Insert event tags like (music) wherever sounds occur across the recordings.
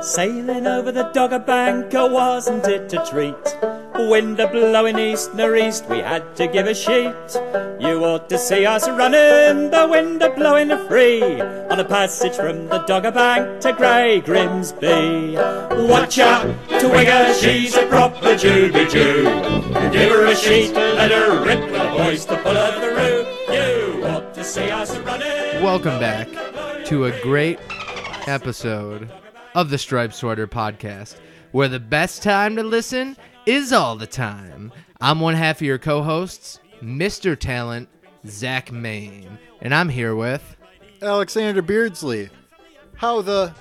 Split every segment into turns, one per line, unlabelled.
Sailing over the Dogger Bank, oh, wasn't it a treat? Wind a blowing east nor east, we had to give a sheet. You ought to see us running, the wind a blowing free, on a passage from the Dogger Bank to Grey Grimsby. Watch out, to Wigger, she's a proper Juby Jew. Give her a sheet, let her rip with a voice to pull her through. You ought to see us running.
Welcome back to a great episode of the Striped Sweater podcast, where the best time to listen is all the time. I'm one half of your co hosts, Mr. Talent, Zach Main, and I'm here with.
Alexander Beardsley. How the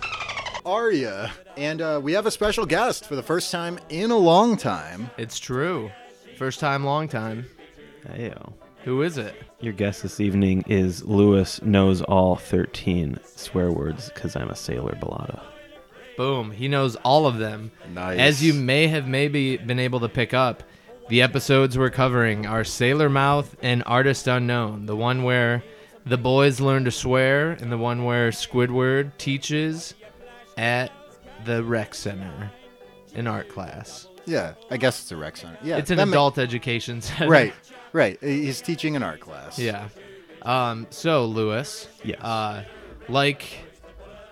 are ya? And uh, we have a special guest for the first time in a long time.
It's true. First time, long time.
Heyo.
Who is it?
Your guest this evening is Lewis knows all 13 swear words because I'm a sailor balada.
Boom. He knows all of them.
Nice.
As you may have maybe been able to pick up, the episodes we're covering are Sailor Mouth and Artist Unknown, the one where the boys learn to swear, and the one where Squidward teaches at the rec center in art class.
Yeah, I guess it's a rec center. Yeah,
It's an
that ma-
adult education (laughs) center.
right, right. He's teaching an art class.
Yeah. Um, so, Lewis.
Yes.
Uh, like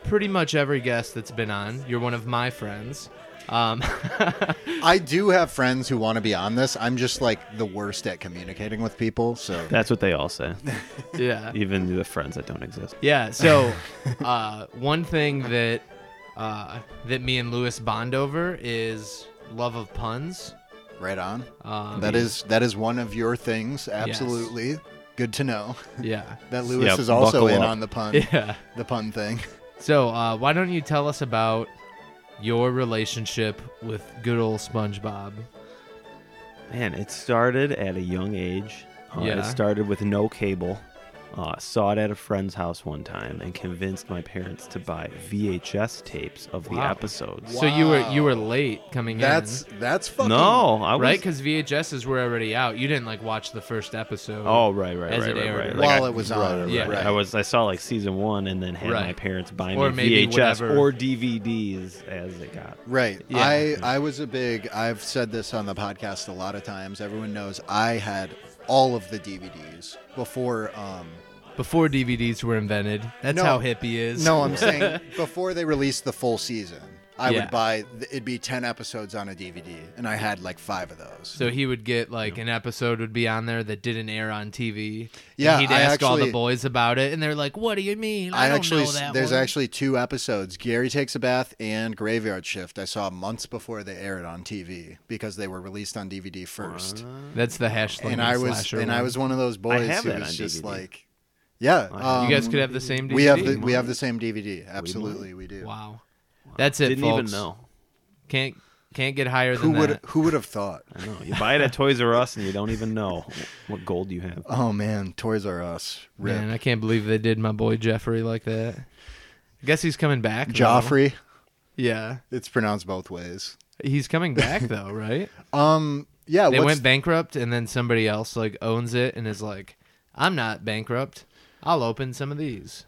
pretty much every guest that's been on, you're one of my
(laughs)
friends. Um,
I do have friends who want to be on this. I'm just like the worst at communicating with
(laughs)
people. So
That's what they all say,
yeah.
even the friends that don't exist.
Yeah. So,
(laughs)
uh, one thing that uh, that me and Lewis bond over is love of puns.
right on.
Um,
That is that is one of your things. Absolutely. Good to know (laughs)
yeah, (laughs)
that Lewis
Yep,
is also
buckle
in
up.
on the pun,
yeah.
the pun thing.
So, uh, why don't you tell us about your relationship with good old SpongeBob?
Man, it started at a young age. Uh,
Yeah.
It started with no cable. Uh, saw it at a friend's house one time and convinced my parents to buy VHS tapes of the
Wow.
episodes.
So you were
Wow.
you were late coming
That's
in.
that's fucking
No, I was
Right, because VHSs were already out. You didn't like watch the first episode.
Oh, right, right,
As
right,
it
right,
aired.
right. Like,
while
I-
it was
right,
on.
right,
Yeah.
right.
I was I saw like season one and then had my
Right.
parents buy
Or maybe
me VHS
whatever.
or DVDs as it got.
Right.
Yeah.
I I was a big. I've said this on the podcast a lot of times. Everyone knows I had all of the DVDs before. Um,
Before DVDs were invented. That's
No.
how hippie is.
no,
(laughs)
I'm saying before they released the full season. I
Yeah.
would buy. It'd be ten episodes on a DVD, and I had like five of those.
So he would get like an episode would be on there that didn't air on TV.
Yeah,
and he'd
I
ask all the
actually-
boys about it, and they're like, "What do you mean? I,
I,
don't
actually
know that
there's
one."
actually two episodes. Gary takes a bath and Graveyard Shift. I saw months before they aired on TV because they were released on DVD first.
that's the hash
and I was
slasher
and I
one.
was one of those boys
have
who
that
was
on
just
DVD.
like, yeah.
have
um,
You guys could have the same. DVD?
We have the, we have the same DVD. Absolutely, we do.
wow. That's it.
Didn't even
folks.
know.
Can't can't get higher
Who
than
would
that.
who would have thought?
I know. You buy it at Toys R Us and you don't even know what gold you have.
Oh man, Toys R Us. Rip.
Man, I can't believe they did my boy Jeffrey like that. I guess he's coming back. though.
Joffrey.
Yeah,
It's pronounced both ways.
he's coming
(laughs)
back though, right?
Um. Yeah.
they
what's-
went bankrupt, and then somebody else like owns it and is like, "I'm not bankrupt. I'll open some of these."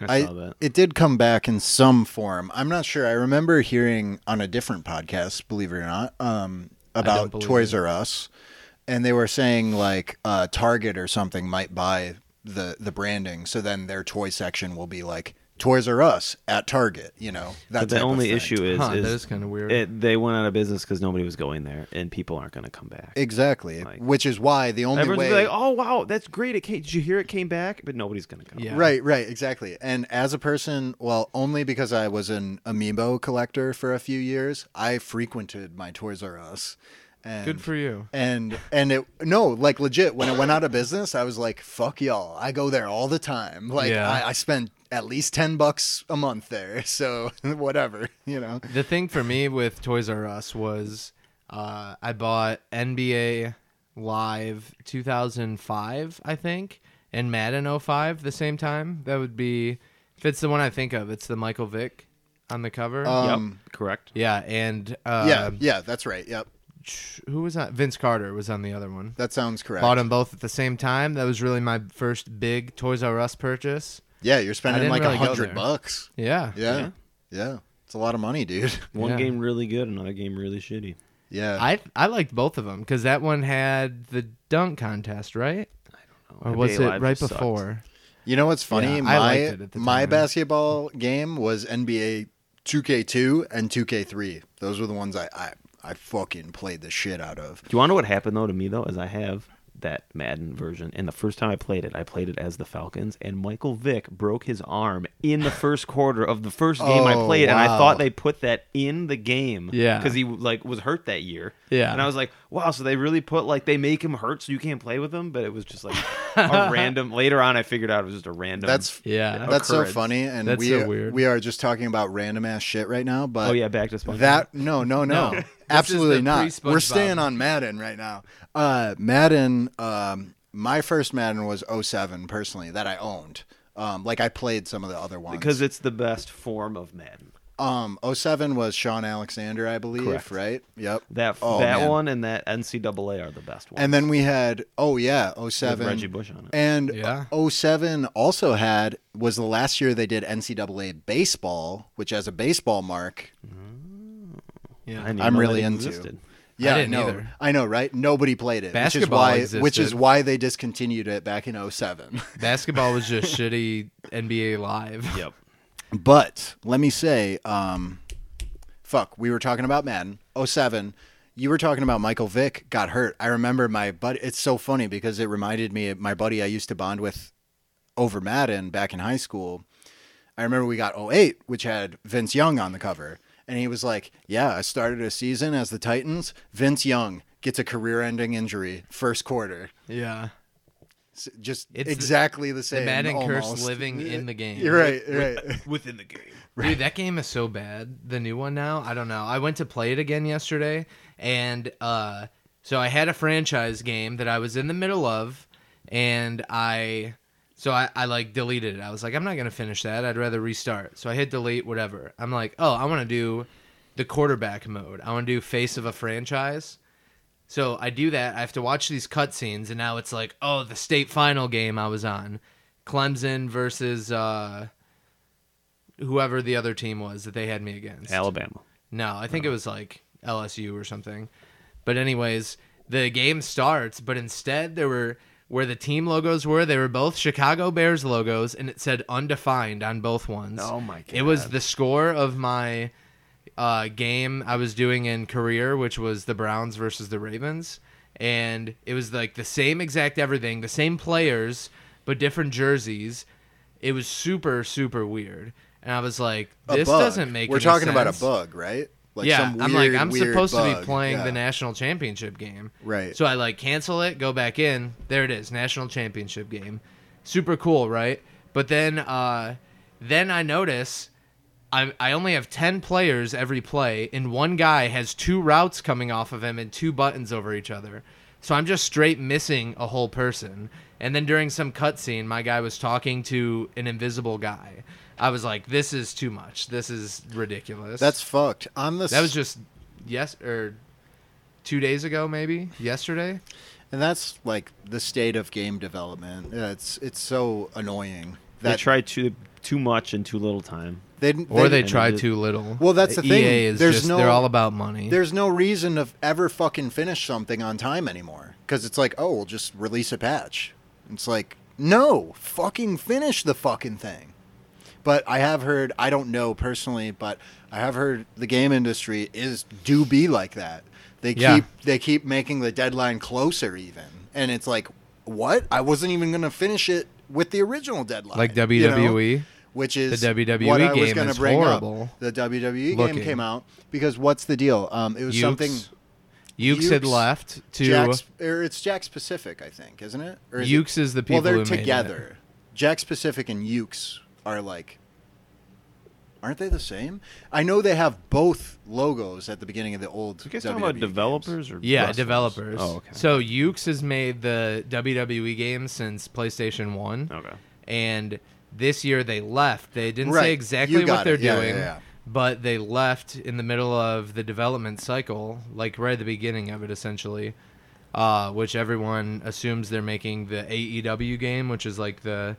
I saw
I,
that.
it did come back in some form. I'm not sure. I remember hearing on a different podcast, believe it or not, um, about
believe
Toys R Us, and they were saying like uh, Target or something might buy the the branding, so then their toy section will be like Toys R Us at Target. You know,
But
that's
the only issue is,
Huh,
is
that is kind of weird.
it, they went out of business because nobody was going there and people aren't going to come back.
Exactly,
Like-
which is why the only
Everyone's
way.
gonna be like, "Oh wow, that's great! It came, did you hear it came back?" But nobody's going to come.
Yeah.
Right, right, exactly. And as a person, well, only because I was an amiibo collector for a few years, I frequented my Toys R Us. And,
Good for you.
And and it no, like legit, when it went out of business, I was like, fuck y'all. I go there all the time. Like
Yeah.
I, I spend at least ten bucks a month there. (laughs) So whatever, you know.
The thing for me with Toys R Us was uh, I bought NBA Live 2005, I think, and Madden 05 the same time. That would be, if it's the one I think of, it's the Michael Vick on the cover.
Yep,
Um
correct.
yeah, and uh,
Yeah, yeah, that's right. Yep.
ch- who was that? Vince Carter was on the other one.
That sounds correct.
Bought them both at the same time. That was really my first big Toys R Us purchase.
Yeah, you're
I
spending
didn't
like a
really go
hundred
there.
bucks.
Yeah.
Yeah. Yeah. It's a lot of money, dude. (laughs)
One
Yeah.
game really good, another game really shitty.
Yeah.
I I liked both of them because that one had the dunk contest, right? Or
NBA
was it
Live
right
sucked.
before?
you know what's funny?
Yeah, I
my
liked it at the
my
time.
basketball game was NBA 2K2 and 2K3. Those were the ones I I, I fucking played the shit out of.
Do you want to know what happened though to me though? Is I have that Madden version, and the first time I played it, I played it as the Falcons, and Michael Vick broke his arm in the first quarter of the first game I
Oh,
played, and I
wow.
thought they put that in the game,
Yeah.
because he like was hurt that year,
Yeah.
and I was like, wow, so they really put like they make him hurt so you can't play with him, but it was just like
(laughs)
a random. Later on, I figured out it was just a random.
That's
Yeah.
That's
Occurrence.
so funny, and
That's
we
so weird.
we are just talking about random ass shit right now. But
oh yeah, back to SpongeBob.
that no no no,
No. This is
absolutely
the
not.
pre-SpongeBob.
We're staying on Madden right now. Uh, Madden, um, my first Madden was 07, personally that I owned. Um, like I played some of the other ones
because it's the best form of Madden.
um 07 was Sean Alexander, I believe,
Correct.
right? Yep.
That
Oh,
that
man.
one and that NCAA are the best ones.
And then we had oh yeah, 07
With Reggie Bush on it.
And
Yeah.
uh, 07 also had was the last year they did NCAA baseball, which has a baseball mark.
Yeah.
I didn't even
I'm
know that
really into.
existed.
Yeah,
didn't
no,
either.
I know, right? Nobody played it,
Basketball
which is why
existed.
which is why they discontinued it back in (laughs) 07.
Basketball was just shitty NBA Live.
Yep.
But let me say, um, fuck, we were talking about Madden 07. You were talking about Michael Vick got hurt. I remember my buddy. It's so funny because it reminded me of my buddy I used to bond with over Madden back in high school. I remember we got 08, which had Vince Young on the cover. And he was like, Yeah, I started a season as the Titans. Vince Young gets a career ending injury first quarter.
Yeah.
S- Just
It's the-
exactly the, same.
Madden curse
almost.
living in the game.
(laughs) You're right. You're right.
Within the game.
Dude, that game is so bad. The new one now, I don't know. I went to play it again yesterday, and uh, so I had a franchise game that I was in the middle of, and I, so I, I like deleted it. I was like, I'm not gonna finish that. I'd rather restart. So I hit delete, whatever. I'm like, oh, I want to do the quarterback mode. I want to do face of a franchise. So I do that. I have to watch these cutscenes, and now it's like, oh, the state final game I was on, Clemson versus uh, whoever the other team was that they had me against.
Alabama.
No, I think it was like LSU or something. But anyways, the game starts, but instead there were where the team logos were, they were both Chicago Bears logos and it said undefined on both ones.
Oh my
It was the score of my uh, game I was doing in career, which was the Browns versus the Ravens. And it was like the same exact everything, the same players, but different jerseys. It was super, super weird. And I was like,
a
this
bug.
doesn't make
We're
any
talking about a
sense.
bug, right? Like
yeah,
some
I'm like,
weird,
I'm
weird
supposed to
bug.
be playing
Yeah.
the national championship game.
Right.
So I like cancel it, go back in. There it is, national championship game. Super cool, right? But then, uh, then I notice I, I only have 10 players every play, and one guy has two routes coming off of him and two buttons over each other. So I'm just straight missing a whole person. And then during some cutscene, my guy was talking to an invisible guy. I was like, this is too much. This is ridiculous.
That's fucked. On the
That was just yes or two days ago, maybe yesterday.
and that's like the state of game development. Yeah, it's it's so annoying that
they tried too too much in too little time.
they,
Or they
did-
try too little.
Well, that's the
EA
thing.
Is
There's
just,
no-
they're all about money.
There's no reason to ever fucking finish something on time anymore because it's like, oh, we'll just release a patch. It's like, no, fucking finish the fucking thing. But I have heard, I don't know personally, but I have heard the game industry is do be like that. They
Yeah.
keep they keep making the deadline closer even, and it's like, what? I wasn't even gonna finish it with the original deadline,
Like E?
you know?
WWE?
which is
The WWE
what I was
game
gonna
is
bring up.
horrible.
The WWE
Looking.
game came out because what's the deal? Um, it was
Ukes.
something.
Ukes had
Ukes,
left to
Jack's, or it's Jack's Pacific, I think, isn't it? Or is it-
Ukes is the people
Well, they're
who made it.
together. Jack's Pacific and Ukes are like, aren't they the same? I know they have both logos at the beginning of the old.
You
WWE
guys talking about
games.
developers or
yeah,
wrestlers?
developers.
Oh, okay.
So Ukes has made the WWE games since PlayStation One.
okay.
and this year they left. They didn't
Right.
say
You
exactly what
got
they're
it. Yeah, yeah,
doing,
yeah.
but they left in the middle of the development cycle, like right at the beginning of it, essentially. Uh, which everyone assumes they're making the E AEW game, which is like the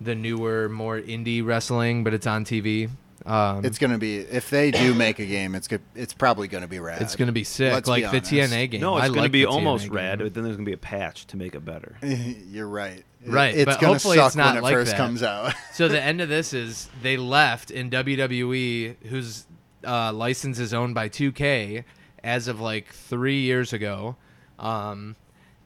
the newer, more indie wrestling, but it's on TV Um,
It's gonna be if they do make a game, it's good. It's probably gonna be rad.
it's gonna be sick,
Let's
like
be
the TNA game.
No, it's
I
going to
like
be
the TNA
almost
game.
rad, but then there's going to be a patch to make it better.
(laughs) You're right. It-
Right,
It's
but
gonna
hopefully
suck
it's not
when it
like
first
that.
comes out. (laughs)
So the end of this is they left in WWE, whose uh, license is owned by 2K as of like three years ago. Um,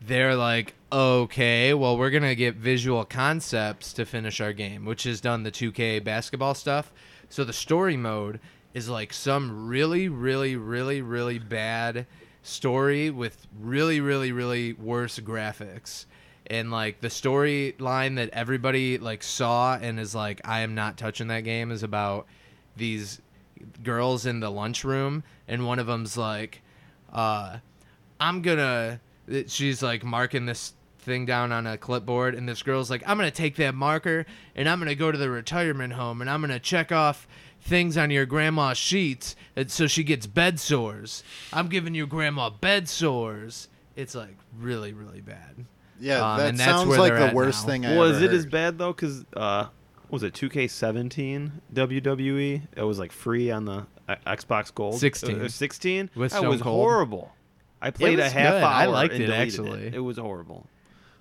they're like, okay, well, we're gonna get visual concepts to finish our game, which has done the 2K basketball stuff. So the story mode is like some really, really, really, really bad story with really, really, really worse graphics and like the storyline that everybody like saw and is like i am not touching that game is about these girls in the lunchroom and one of them's like uh i'm gonna she's like marking this thing down on a clipboard and this girl's like i'm gonna take that marker and i'm gonna go to the retirement home and i'm gonna check off things on your grandma's sheets and so she gets bed sores i'm giving your grandma bed sores it's like really really bad
Yeah,
Um,
that
and that's
sounds
where
like
they're at
the worst
now.
thing I
was
ever
it as
heard.
bad though? Because uh, what was it 2K17 WWE? E? It was like free on the uh, Xbox Gold.
16.
Uh, 16.
With
that
Stone
was
Cold.
horrible. I played a
was
half
good.
hour.
I liked
and
it,
deleted
actually.
It. was horrible.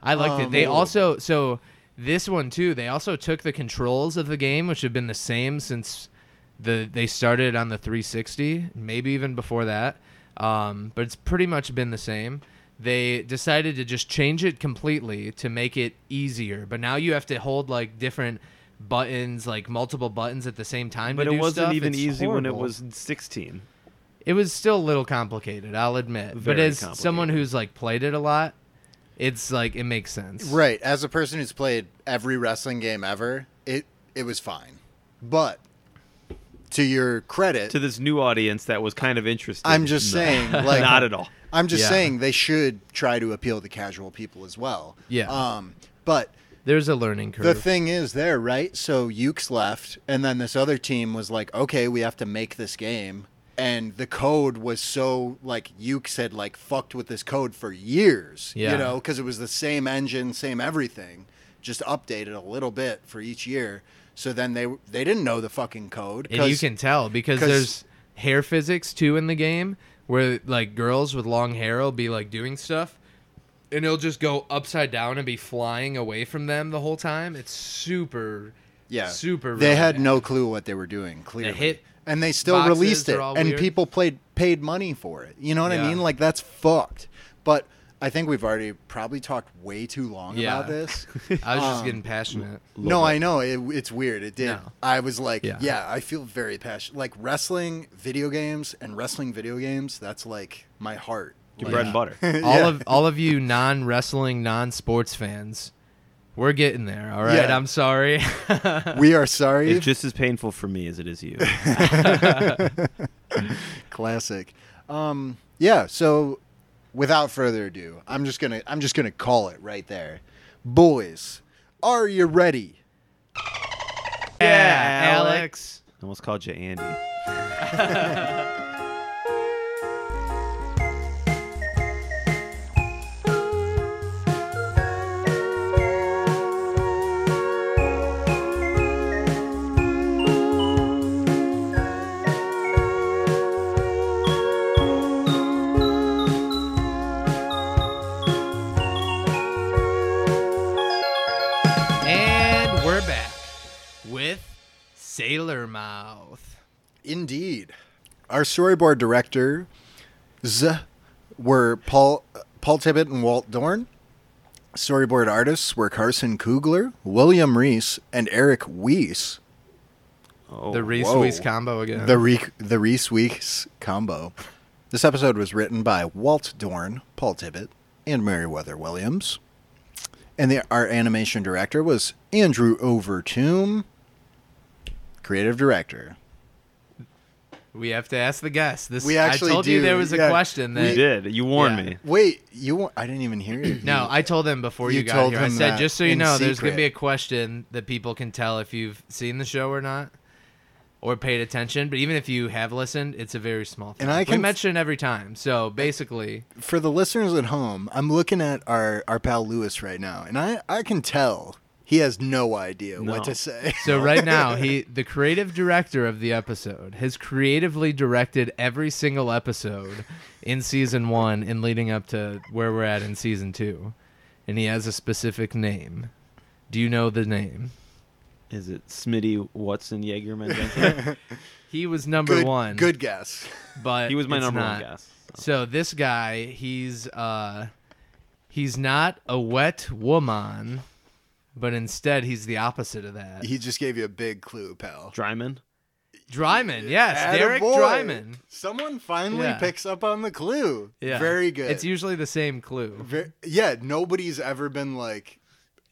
I liked
Um,
it. They
Oh,
also so this one too. They also took the controls of the game, which have been the same since the they started on the 360, maybe even before that. Um, but it's pretty much been the same. They decided to just change it completely to make it easier. But now you have to hold like different buttons, like multiple buttons at the same time.
But
to
it
do
wasn't
stuff.
even
It's
easy when it
horrible.
was 16.
It was still a little complicated, I'll admit. but
Very
as someone
complicated.
who's like played it a lot, it's like it makes sense.
Right, as a person who's played every wrestling game ever, it it was fine. But to your credit,
To this new audience that was kind of interested.
I'm
(laughs)
just
No.
saying, like,
not at all.
I'm just
Yeah.
saying they should try to appeal to casual people as well.
Yeah.
Um, but
There's a learning curve.
the thing is there, right? So Ukes left, and then this other team was like, okay, we have to make this game. And the code was so like Ukes had like fucked with this code for years,
Yeah.
you know, because it was the same engine, same everything, just updated a little bit for each year. So then they they didn't know the fucking code.
and you
'cause-
can tell because
'cause-
there's hair physics too in the game where like girls with long hair will be like doing stuff and it'll just go upside down and be flying away from them the whole time. It's super
Yeah.
super
They
rad.
had no clue what they were doing, clearly.
hit
and they still
boxes
released
are
it
all
and
weird.
people played paid money for it. You know what I
Yeah.
mean? Like that's fucked. But I think we've already probably talked way too long
Yeah.
about this.
(laughs)
(laughs)
I was
Um,
just getting passionate.
no, I know. It, it's weird. It did.
No.
I was like, yeah.
Yeah.
I feel very passionate. Like wrestling video games and wrestling video games, that's like my heart.
Your
Like,
bread and
(laughs)
butter.
All
(laughs) Yeah.
of all of you non wrestling, non sports fans, we're getting there. All right.
Yeah.
I'm sorry. (laughs)
we are sorry.
it's just as painful for me as it is you.
Classic. Um, yeah. So, without further ado, I'm just gonna I'm just gonna call it right there. Boys, are you ready?
(laughs) yeah,
Alex. Almost called you Andy.
And we're back with Sailor Mouth.
Indeed. Our storyboard directors were Paul Paul Tibbett and Walt Dorn. Storyboard artists were Carson Kugler, William Reese, and Eric Weiss.
Oh,
The Reese
whoa.
Wies combo again.
The Re- the Reese Weeks combo. This episode was written by Walt Dorn, Paul Tibbett, and Meriwether Williams. And the, our animation director was Andrew Overtoom, creative director.
we have to ask the guest. This
We actually
I told you
do,
there was
yeah.
a question
you
that
did. You warned
Yeah.
me.
Wait, you? wa- I didn't even hear you.
No, I told him before
You
you, got
told
here. I
him that
said just so you
in
know there's going
secret.
to be a question that people can tell if you've seen the show or not or paid attention, but even if you have listened, it's a very small thing.
And I
we
can-
mention it every time. So basically,
for the listeners at home, I'm looking at our our pal Lewis right now, and I I can tell He has no idea
No.
what to say.
So right now, he the creative director of the episode has creatively directed every single episode in season 1 and leading up to where we're at in season 2. And he has a specific name. Do you know the name?
Is it Smitty Watson Jaegerman? Jensen?
He was number
(laughs) Good,
1.
good guess.
but
he was my
it's
number
not.
one guess.
So this guy, he's uh he's not a wet woman, but instead he's the opposite of that.
He just gave you a big clue, pal.
Dryman.
Dryman, yes, Derek
Attaboy.
Dryman.
Someone finally
Yeah.
picks up on the clue. Very good.
It's usually the same clue.
Ver- yeah, nobody's ever been like,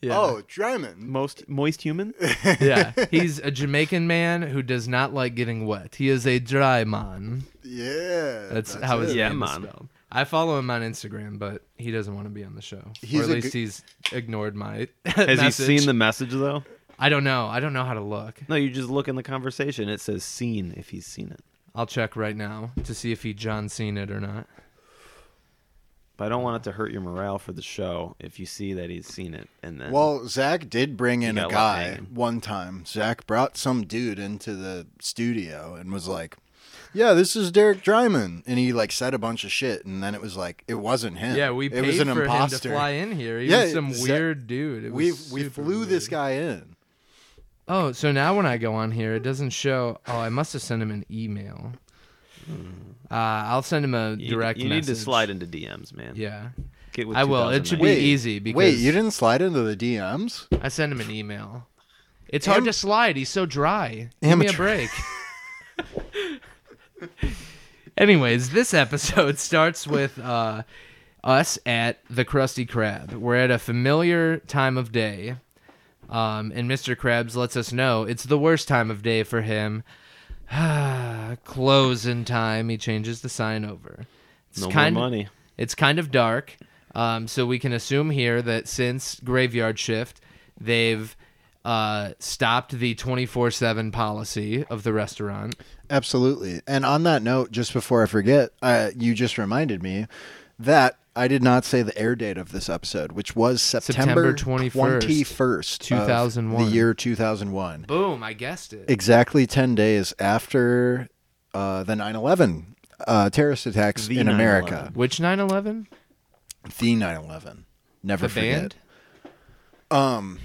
oh, Dryman.
Most moist human.
yeah. He's a Jamaican man who does not like getting wet. He is a dry man.
Yeah.
That's, how his
it.
(laughs) Yeah,
name is
man.
spelled. I follow him on Instagram, but he doesn't want to be on the show.
He's
or at
a
least
g-
he's ignored my.
Has
message.
he seen the message though?
I don't know. I don't know how to look.
No, you just look in the conversation. It says seen if he's seen it.
I'll check right now to see if he John seen it or not.
But I don't want it to hurt your morale for the show if you see that he's seen it and then
Well, Zach did bring in a
got
guy
left hanging.
one time. Zach brought some dude into the studio and was like, yeah, this is Derek Dryman. And he like said a bunch of shit. And then it was like, it wasn't him.
Yeah, we paid
it was an
for
imposter.
him to fly in here. He
Yeah,
was some
Zach-
weird dude. It
we
was
we
super
flew this
weird.
guy in.
Oh, so now when I go on here, it doesn't show. Oh, I must have sent him an email. Uh, I'll send him a
Hmm. you,
direct.
you need to
message.
slide into DMs, man.
Yeah,
Get with
I will. It should be
2009.
easy because
wait, you didn't slide into the DMs?
I sent him an email. It's hard
Am-
to slide. He's so dry. Give me a
Amateur.
break.
(laughs)
Anyways, this episode (laughs) starts with uh, us at the Krusty Krab. We're at a familiar time of day, um, and Mr. Krabs lets us know it's the worst time of day for him. (sighs) Closing time. He changes the sign over. It's
No
kind-
more money.
it's kind of dark, um, so we can assume here that since graveyard shift, they've uh, stopped the twenty four seven policy of the restaurant.
Absolutely. And on that note, just before I forget, uh, you just reminded me that I did not say the air date of this episode, which was September,
September 21st,
21st,
2001.
of the year 2001.
Boom! I guessed it.
Exactly 10 days after uh, the 9 11 uh, terrorist attacks
The
in
9/11.
America.
Which nine eleven?
The 9 11. Never
The
forget.
band.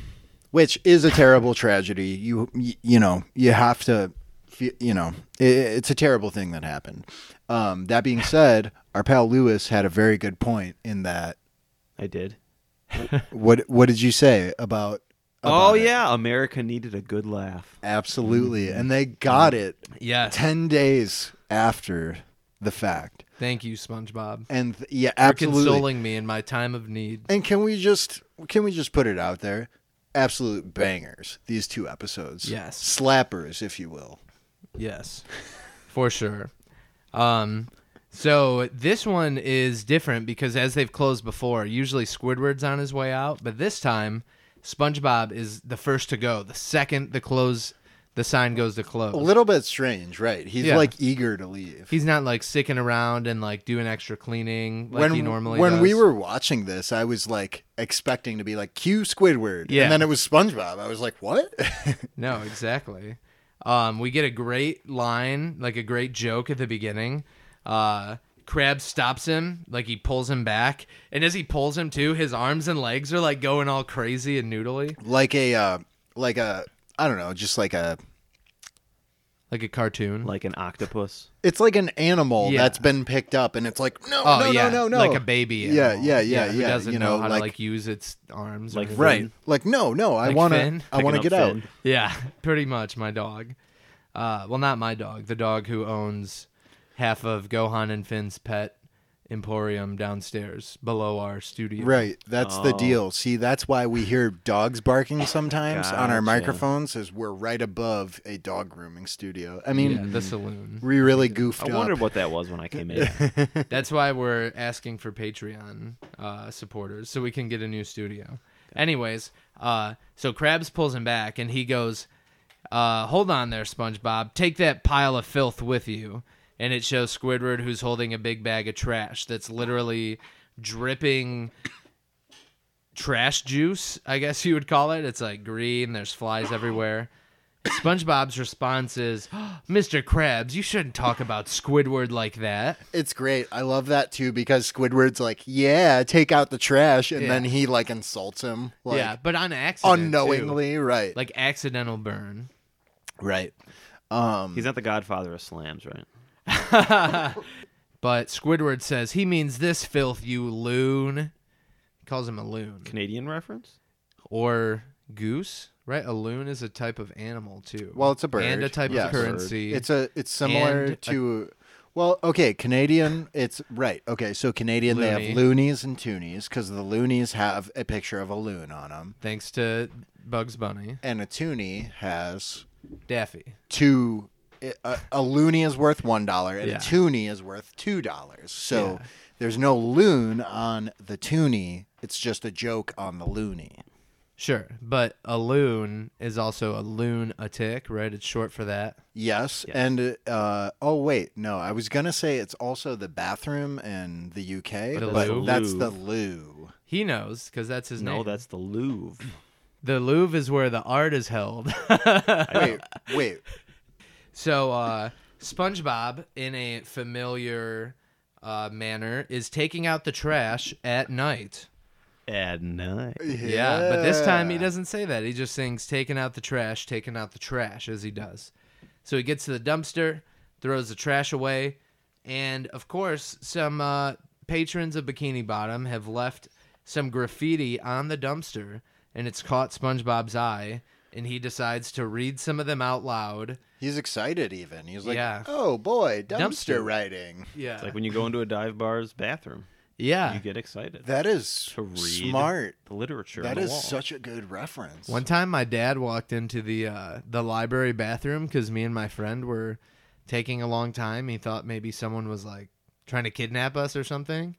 which is a terrible tragedy. You you, you know you have to, fe- you know, i it's a terrible thing that happened. Um, that being said, our pal Lewis had a very good point in that.
I did.
What what did you say about?
Oh
about it?
yeah, America needed a good laugh.
absolutely, and they got it
Yes.
ten days after the fact.
Thank you, SpongeBob,
And th- yeah,
for
absolutely.
consoling me in my time of need.
And can we just can we just put it out there? Absolute bangers. These two episodes.
Yes.
Slappers, if you will.
Yes, for sure. Um, so this one is different because as they've closed before, usually Squidward's on his way out, but this time SpongeBob is the first to go. The second the close, the sign goes to close.
A little bit strange, right? He's
Yeah.
like eager to leave.
He's not like sticking around and like doing extra cleaning like
when
he normally
when we
does.
were watching this, I was like expecting to be like cue Squidward,
Yeah.
and then it was SpongeBob. I was like, what? (laughs)
No, exactly. Um, we get a great line, like a great joke at the beginning. Uh, Crab stops him, like he pulls him back, and as he pulls him too, his arms and legs are like going all crazy and noodly,
like a uh, like a I don't know, just like a
like a cartoon.
Like an octopus.
it's like an animal
Yeah.
that's been picked up, and it's like no,
oh
no,
yeah,
no, no, no,
like a baby.
Yeah,
animal.
yeah, yeah,
who
yeah,
doesn't
you
know,
know,
how
like-
to like use its arms. or
Like
anything.
right? Like no, no, I
Like
wanna
Finn?
I wanna get
Picking up
out.
Finn.
(laughs) Yeah, pretty much my dog. Uh, well, not my dog. The dog who owns half of Gohan and Finn's pet emporium downstairs below our studio.
Right, that's
Oh.
the deal. See, that's why we hear dogs barking sometimes on our
Gotcha.
microphones, is we're right above a dog grooming studio. I mean,
Yeah, the saloon.
we really goofed
I
up.
wondered what that was when I
(laughs)
came in.
That's why we're asking for Patreon uh, supporters so we can get a new studio. Anyways, uh, so Krabs pulls him back and he goes, uh, Hold on there, SpongeBob. Take that pile of filth with you. And it shows Squidward who's holding a big bag of trash that's literally dripping trash juice, I guess you would call it. It's like green, there's flies everywhere. SpongeBob's response is, (gasps) "Mr. Krabs, you shouldn't talk about Squidward like that."
It's great. I love that too because Squidward's like, "Yeah, take out the trash," and
Yeah.
then he like insults him, like,
yeah, but on accident, too.
unknowingly. Right.
like accidental burn.
right.
um,
He's not the godfather of slams, right?
But Squidward says he means this filth, you loon. He calls him a loon
Canadian reference?
or goose, right? A loon is a type of animal too.
Well, it's a bird
and a type
Yes.
of currency.
It's a. It's similar
And a-
to. well, okay, Canadian. It's right. Okay, so Canadian, they
Loony.
have loonies and toonies because the loonies have a picture of a loon on them,
thanks to Bugs Bunny,
and a toonie has
Daffy.
two a, a loony is worth one dollar and
Yeah.
a toonie is worth two dollars so there's no loon on the toonie it's just a joke on the loony
Sure, but a loon is also a loon a tick, right? It's short for that.
yes, and uh, oh wait no i was gonna say it's also the bathroom in the uk
The
but
loo.
that's
(laughs)
the loo
He knows because that's his
No,
name.
that's the Louvre.
the Louvre is where the art is held. (laughs)
wait wait
So uh, SpongeBob, in a familiar uh, manner, is taking out the trash at night.
At night.
Yeah. but this time he doesn't say that. He just sings "Taking out the trash, taking out the trash" as he does. So he gets to the dumpster, throws the trash away, and of course, some uh, patrons of Bikini Bottom have left some graffiti on the dumpster, and it's caught SpongeBob's eye, and he decides to read some of them out loud.
he's excited even he's like
Yeah.
oh boy dumpster,
Dumpster.
riding
Yeah,
It's like when you go into a dive bar's bathroom,
yeah.
you get excited.
that is
to read
smart
the literature.
that
on the
is
wall.
such a good reference
One time, my dad walked into the uh, the library bathroom because me and my friend were taking a long time. He thought maybe someone was like trying to kidnap us or something.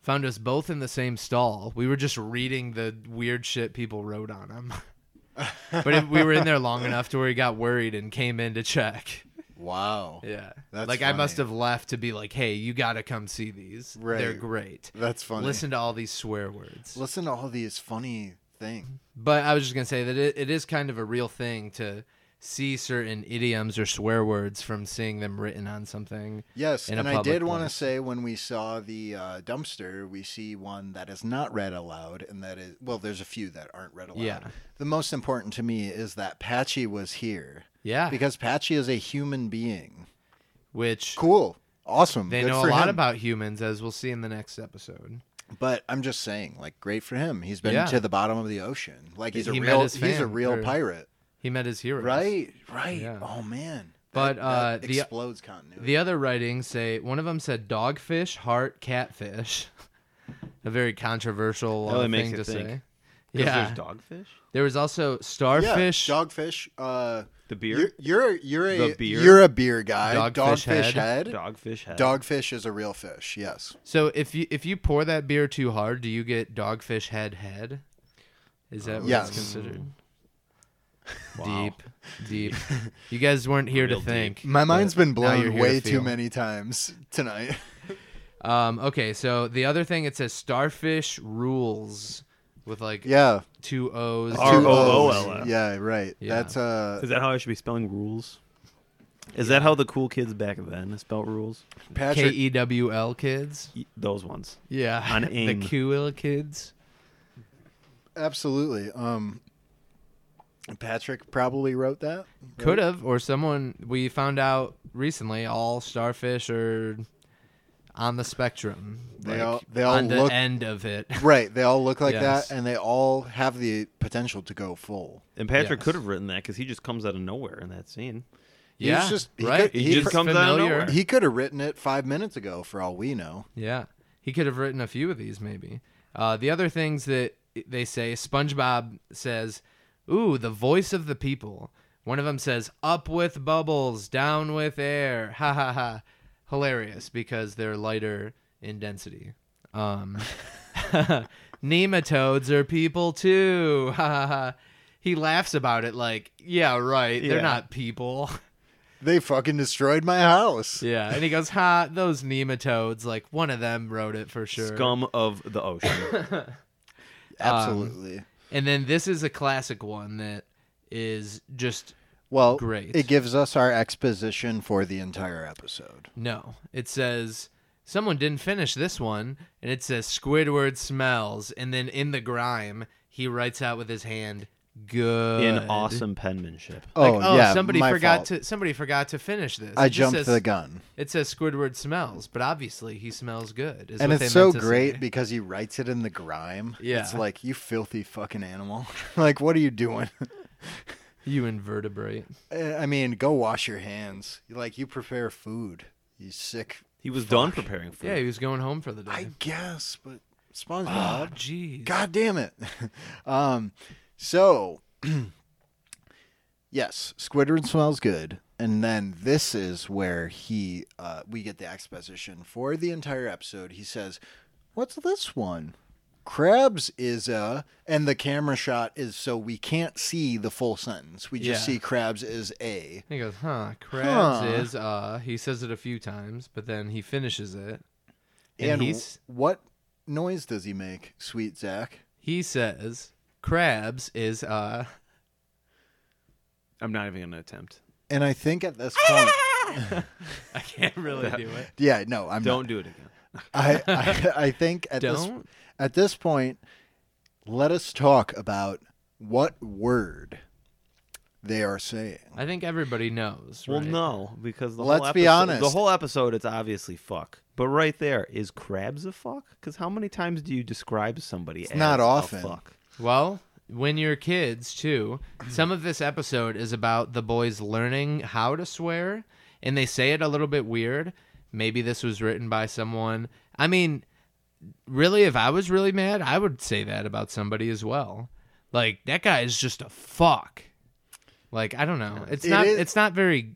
Found us both in the same stall. We were just reading the weird shit people wrote on them. (laughs) but if we were in there long enough to where he got worried and came in to check.
wow
Yeah,
That's
like I
funny.
must have left to be like, "Hey, you got to come see these. They're
Right.
great.
that's funny
Listen to all these swear words."
Listen to all these funny things.
But I was just gonna say that it, it is kind of a real thing to see certain idioms or swear words from seeing them written on something.
Yes,
In a
and I
public
did want to
place.
say when we saw the uh, dumpster, we see one that is not read aloud, and that is well, there's a few that aren't read aloud.
Yeah.
The most important to me is that Patchy was here
Yeah,
because Patchy is a human being.
which
Cool, awesome.
they
good
know a
for
lot
him.
about humans, as we'll see in the next episode.
But I'm just saying, like, great for him. He's been
Yeah.
to the bottom of the ocean. Like he's a
He met
real
his
he's a
fan,
real
or-
pirate.
He met his heroes.
Right, right.
Yeah.
Oh man.
But,
That-
uh,
that
the-
explodes continuity.
The other writings say one of them said dogfish, heart, catfish. (laughs) a very controversial
That really
uh,
makes
thing
it
to
think.
say.
'Cause
Yeah,
There's dogfish.
there was also starfish.
yeah, dogfish. Uh,
The beer?
You're you're, you're a
The beer?
you're a beer guy.
Dogfish
Dogfish,
head.
head.
Dogfish head.
Dogfish is a real fish. Yes.
so if you if you pour that beer too hard, do you get dogfish head head? Is that what
Yes.
it's considered?
Wow.
Deep,
(laughs)
deep. You guys weren't here
Real
to
deep.
think.
My mind's been
now you're
blown
here
way
to
too
feel.
many times tonight. (laughs)
Um, okay, so the other thing it says starfish rules with like
yeah.
two O's.
R O
Two
O
O's.
L F.
Yeah. Right.
Yeah.
That's uh.
Is that how I should be spelling rules? Is that how the cool kids back then spelled rules?
K
Patrick.
E W L kids.
Y- e, Those ones.
(laughs) Yeah.
On
the
AIM.
QL kids.
Absolutely. Um. Patrick probably wrote that.
Could have, or someone we found out recently, all starfish are on the spectrum.
They
like,
all- they all
on the
look-
end of it. (laughs)
Right. They all look like
Yes.
that, and they all have the potential to go full.
And Patrick
Yes.
could have written that because he just comes out of nowhere in that scene.
yeah.
just- he
right.
could- He he just
comes out of nowhere.
He could have written it five minutes ago, for all we know.
Yeah. He could have written a few of these, maybe. Uh, the other things that they say SpongeBob says, Ooh, the voice of the people. One of them says, Up with bubbles, down with air. (laughs) Ha ha ha. Hilarious because they're lighter in density. Um, (laughs) nematodes are people too. (laughs) Ha ha ha. He laughs about it like, Yeah, right. They're
Yeah.
not people. (laughs)
They fucking destroyed my house.
Yeah. And he goes, Ha, those nematodes. Like, one of them wrote it for sure. (laughs)
Scum of the ocean.
Absolutely.
And then this is a classic one that is just
well,
great.
It gives us our exposition for the entire episode.
No. It says someone didn't finish this one, and it says Squidward smells, and then in the grime he writes out with his hand good
in awesome penmanship.
Like,
oh, yeah.
somebody
my
forgot
fault.
to somebody forgot to finish this.
I
It just
jumped
says-
the gun.
It says Squidward smells, but obviously he smells good. is
And
what they
it's so
meant to
great
say.
because he writes it in the grime. It's
Yeah.
like, you filthy fucking animal. (laughs) like, what are you doing? (laughs)
you invertebrate.
Uh, I mean, go wash your hands. Like, you prepare food. You sick.
He was done preparing food.
Yeah, he was going home for the day.
I guess, but SpongeBob.
Jeez.
God damn it. (laughs) um, so, (clears throat) yes, Squidward smells good. And then this is where he, uh, we get the exposition for the entire episode. He says, What's this one? Krabs is a, and the camera shot is so we can't see the full sentence. We just
Yeah.
see Krabs is a.
He goes, huh, crabs
Huh.
is, uh, he says it a few times, but then he finishes it. And,
And,
he's,
what noise does he make, sweet Zach?
he says, crabs is, uh, (laughs)
I'm not even gonna attempt.
And I think at this
(laughs)
point,
I can't really do it.
yeah, no, I'm not-
Don't do it again.
I, (laughs) I I think at this
Don't.
at this point, let us talk about what word they are saying.
I think everybody knows.
Well,
right?
no, because the whole
Let's be
episode-
honest.
The whole episode, it's obviously fuck. But right there is crabs a fuck? Because how many times do you describe somebody? as
not
a
often.
fuck?
Well, when you're kids, too, some of this episode is about the boys learning how to swear, and they say it a little bit weird. Maybe this was written by someone. I mean, really, if I was really mad, I would say that about somebody as well. Like that guy is just a fuck. Like I don't know. It's
It
not.
is-
It's not very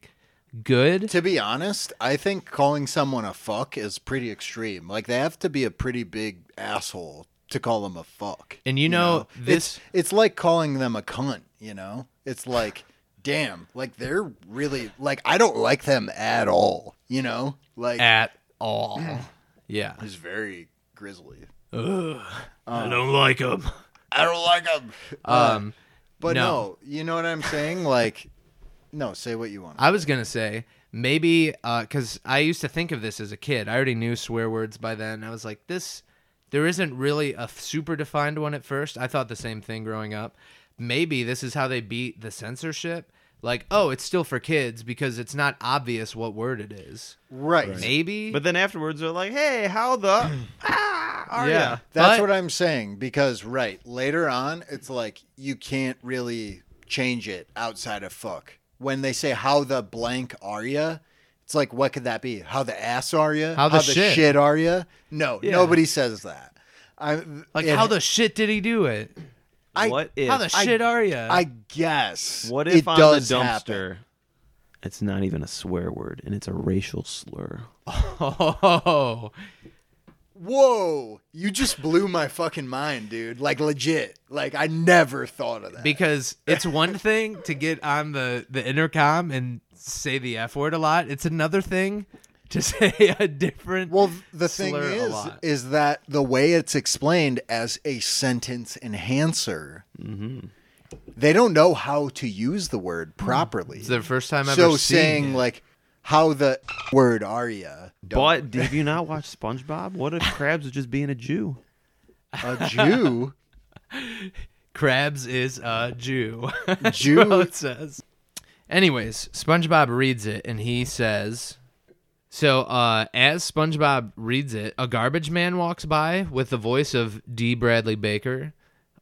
good.
To be honest, I think calling someone a fuck is pretty extreme. Like they have to be a pretty big asshole to call them a fuck.
And you know, this-
it's, it's like calling them a cunt, you know? It's like damn, like they're really like I don't like them at all, you know? Like
at all. yeah.
it's very grisly.
I don't like him.
I don't like them.
Um.
But no.
No.
you know what I'm saying? Like, no, say what you want.
I was gonna say maybe because I used to think of this as a kid. I already knew swear words by then. I was like, this, there isn't really a f- super defined one at first. I thought the same thing growing up. Maybe this is how they beat the censorship. Like, oh, it's still for kids because it's not obvious what word it is.
right.
Maybe,
But then afterwards, they're like, "Hey, how the
(clears throat)
ah are
Oh, yeah,
yeah.
That's
But-
what I'm saying because right later on, it's like you can't really change it outside of fuck. When they say how the blank are ya, it's like what could that be? How the ass are ya?
How the
shit.
shit.
are ya? No, nobody says that. I
like,
it-
how the shit did he do it?
I-
what if
How the
I-
shit are you?
I guess
what
it
if on
does
the
happen.
dumpster? It's not even a swear word, and it's a racial slur.
(laughs) oh,
Whoa! You just blew my fucking mind, dude. Like legit. Like I never thought of that. (laughs)
because it's one thing to get on the the intercom and say the f word a lot it's another thing to (laughs) say a different
Well, th- the thing
slur a
is,
lot.
is that the way it's explained as a sentence enhancer,
Mm-hmm.
they don't know how to use the word properly.
it's the first time i've
so
ever
saying
seen it.
like, "How the word are ya?"
But did you not watch SpongeBob? What if crabs was just being a Jew?
(laughs)
a Jew,
crabs is a jew (laughs) Well,
Jew.
it says anyways spongebob reads it and he says so uh, as spongebob reads it a garbage man walks by with the voice of d bradley baker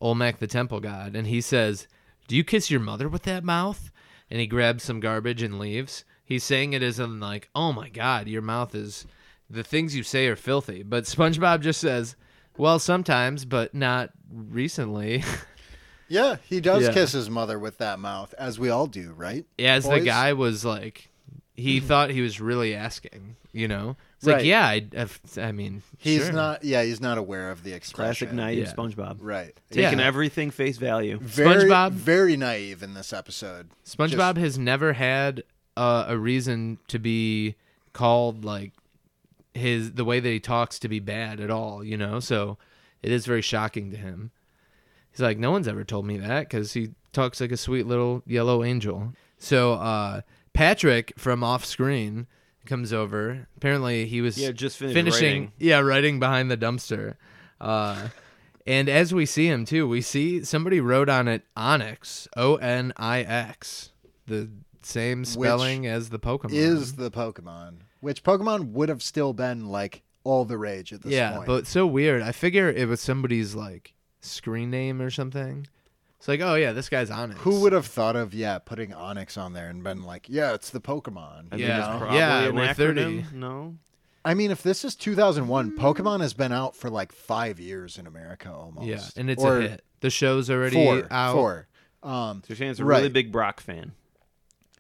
olmec the temple god and he says do you kiss your mother with that mouth and he grabs some garbage and leaves he's saying it as in like oh my god your mouth is the things you say are filthy but spongebob just says well sometimes but not recently (laughs)
yeah, he does
Yeah.
kiss his mother with that mouth, as we all do, right?
as
Boys? Mm-hmm.
the guy was like he thought he was really asking you know it's
Right.
like yeah I, I've- I mean
He's
sure.
not. Yeah, he's not aware of the
Classic
expression.
naive
Yeah.
SpongeBob,
Right.
taking
Yeah.
everything face value.
Very,
SpongeBob-
very naive in this episode.
spongebob has never had uh, a reason to be called like his the way that he talks to be bad at all you know so it is very shocking to him He's like, no one's ever told me that because he talks like a sweet little yellow angel. So uh, Patrick from off screen comes over. Apparently, he was
Yeah, just finished
finishing.
writing.
Yeah, writing behind the dumpster. Uh, and as we see him too, we see somebody wrote on it Onyx, O N I X, the same spelling as the Pokemon.
Is the Pokemon, which Pokemon would have still been like all the rage at this
yeah,
point.
but it's so weird. I figure it was somebody's like screen name or something. It's like, oh yeah, this guy's Onyx.
who would have thought of yeah putting Onyx on there and been like, yeah, it's the Pokemon.
I
you
mean, it's
know?
probably
Yeah,
an
we're
acronym.
30.
No,
I mean, if this is 2001, Pokemon has been out for like five years in America almost.
Yeah, and it's
Or
a hit. The show's already
Four,
out.
four. Um,
so Shane's a
Right.
really big Brock fan.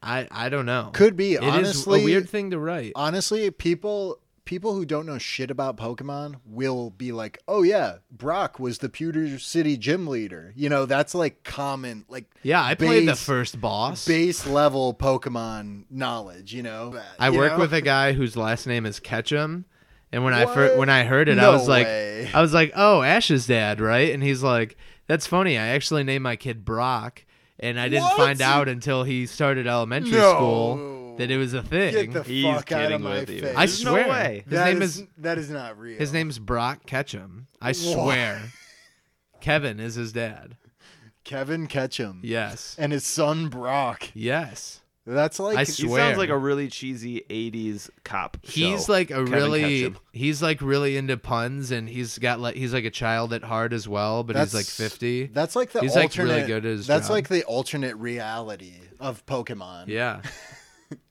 I I don't know.
Could be,
It is
honestly-
a weird thing to write.
honestly, people people who don't know shit about Pokemon will be like, "Oh yeah, Brock was the Pewter City gym leader." You know, that's like common, like
Yeah, I played the
base-
first boss.
base level Pokemon knowledge. You know,
I
You
work
know?
with a guy whose last name is Ketchum, and when I fir-
What?
when I heard it,
No
I was like,
way.
I was like, oh, Ash's dad, right? And he's like, that's funny. I actually named my kid Brock, and I didn't
What?
find out until he started elementary
No.
school that it was a
Get
thing.
the
He's
fuck out of
kidding
my
with you.
face!
I
There's no
swear,
way.
his
That
name
is-
is
that is not real.
his name's Brock Ketchum. I swear, Kevin is his dad.
Kevin Ketchum.
Yes,
and his son Brock.
yes.
That's like
I
He
swear.
sounds like a really cheesy '80s cop.
He's
show.
like a
Kevin
really
Ketchum.
he's like really into puns and he's got like he's like a child at heart as well, but he's like 50.
That's like the
He's, like,
alternate.
really good at his
that's
job.
like the alternate reality of Pokemon.
yeah.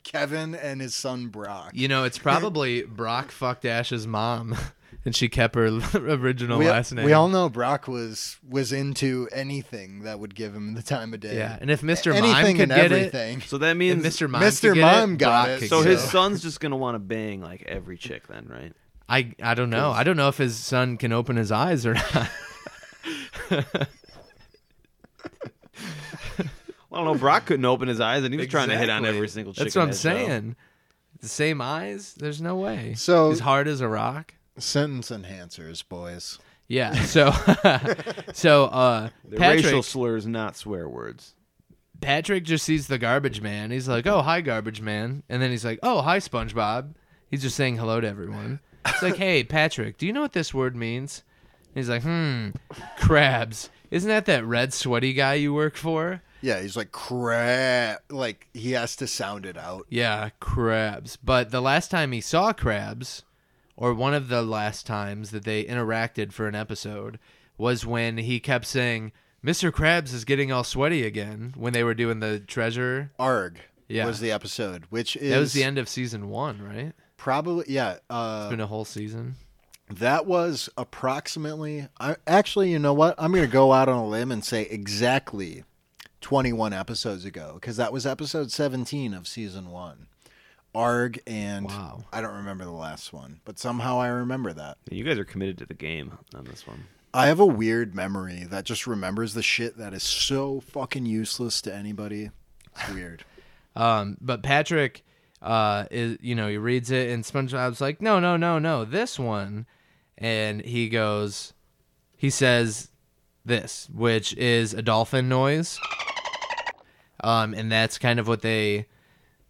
Kevin and his son Brock.
You know, it's probably Brock fucked Ash's mom (laughs) and she kept her (laughs) original
we,
last name.
we all know Brock was was into anything that would give him the time of day.
Yeah, and if Mr. Mime
anything
could
and
get it,
everything.
so that
if
means
Mr. Mime
Mr.
could get
Mime
it,
got
Brock
it,
could
So
get
his
it.
son's just gonna want to bang like every chick, then, right?
I I don't know. I don't know if his son can open his eyes or (laughs) not.
Well, I don't know. Brock couldn't open his eyes, and he was trying to hit on
Exactly.
every single chick.
That's
in
what I'm
that show.
saying. The same eyes? There's no way.
So-
as hard as a rock.
Sentence enhancers, boys.
Yeah. So, (laughs) so uh,
(laughs) The
Patrick
Racial slurs, not swear words.
Patrick just sees the garbage man. He's like, "Oh, hi, garbage man," and then he's like, "Oh, hi, SpongeBob." He's just saying hello to everyone. It's like, "Hey, Patrick, do you know what this word means?" And he's like, "Hmm, crabs. Isn't that that red sweaty guy you work for?"
Yeah, he's like crap. Like he has to sound it out.
Yeah, crabs. But the last time he saw crabs, or one of the last times that they interacted for an episode, was when he kept saying, Mr. Krabs is getting all sweaty again when they were doing the treasure.
Arg
Yeah.
was the episode, which is
That was the end of season one, right?
probably yeah. Uh,
It's been a whole season.
That was approximately. I actually, you know what? I'm going to go out on a limb and say exactly 21 episodes ago because that was episode 17 of season one. Arg and
Wow.
I don't remember the last one, but somehow I remember that.
You guys are committed to the game on this one.
I have a weird memory that just remembers the shit that is so fucking useless to anybody. It's weird.
Um, but Patrick, uh, is you know he reads it and SpongeBob's like, no, no, no, no, this one, and he goes, he says, this, which is a dolphin noise, um, and that's kind of what they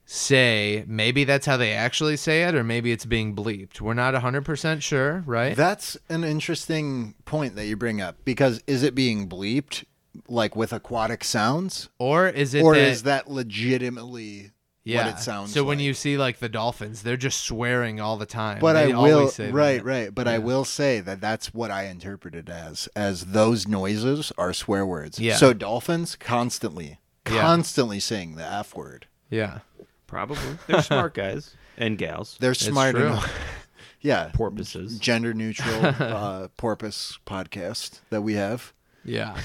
say. Maybe that's how they actually say it, or maybe it's being bleeped. We're not hundred percent sure, right?
That's an interesting point that you bring up because is it being bleeped like with aquatic sounds?
or is it?
or
that,
is that legitimately
yeah.
what it sounds
So when
like?
you see like the dolphins, they're just swearing all the time.
but
They
i
always
will
say
right
that.
right but i will say that that's what i interpret it as as those noises are swear words
Yeah.
so dolphins constantly
Yeah.
constantly saying the f word
Yeah.
Probably. They're smart guys and gals.
they're smart
true.
enough (laughs) yeah
porpoises.
(laughs)
gender neutral uh, porpoise podcast that we have (laughs)
Yeah.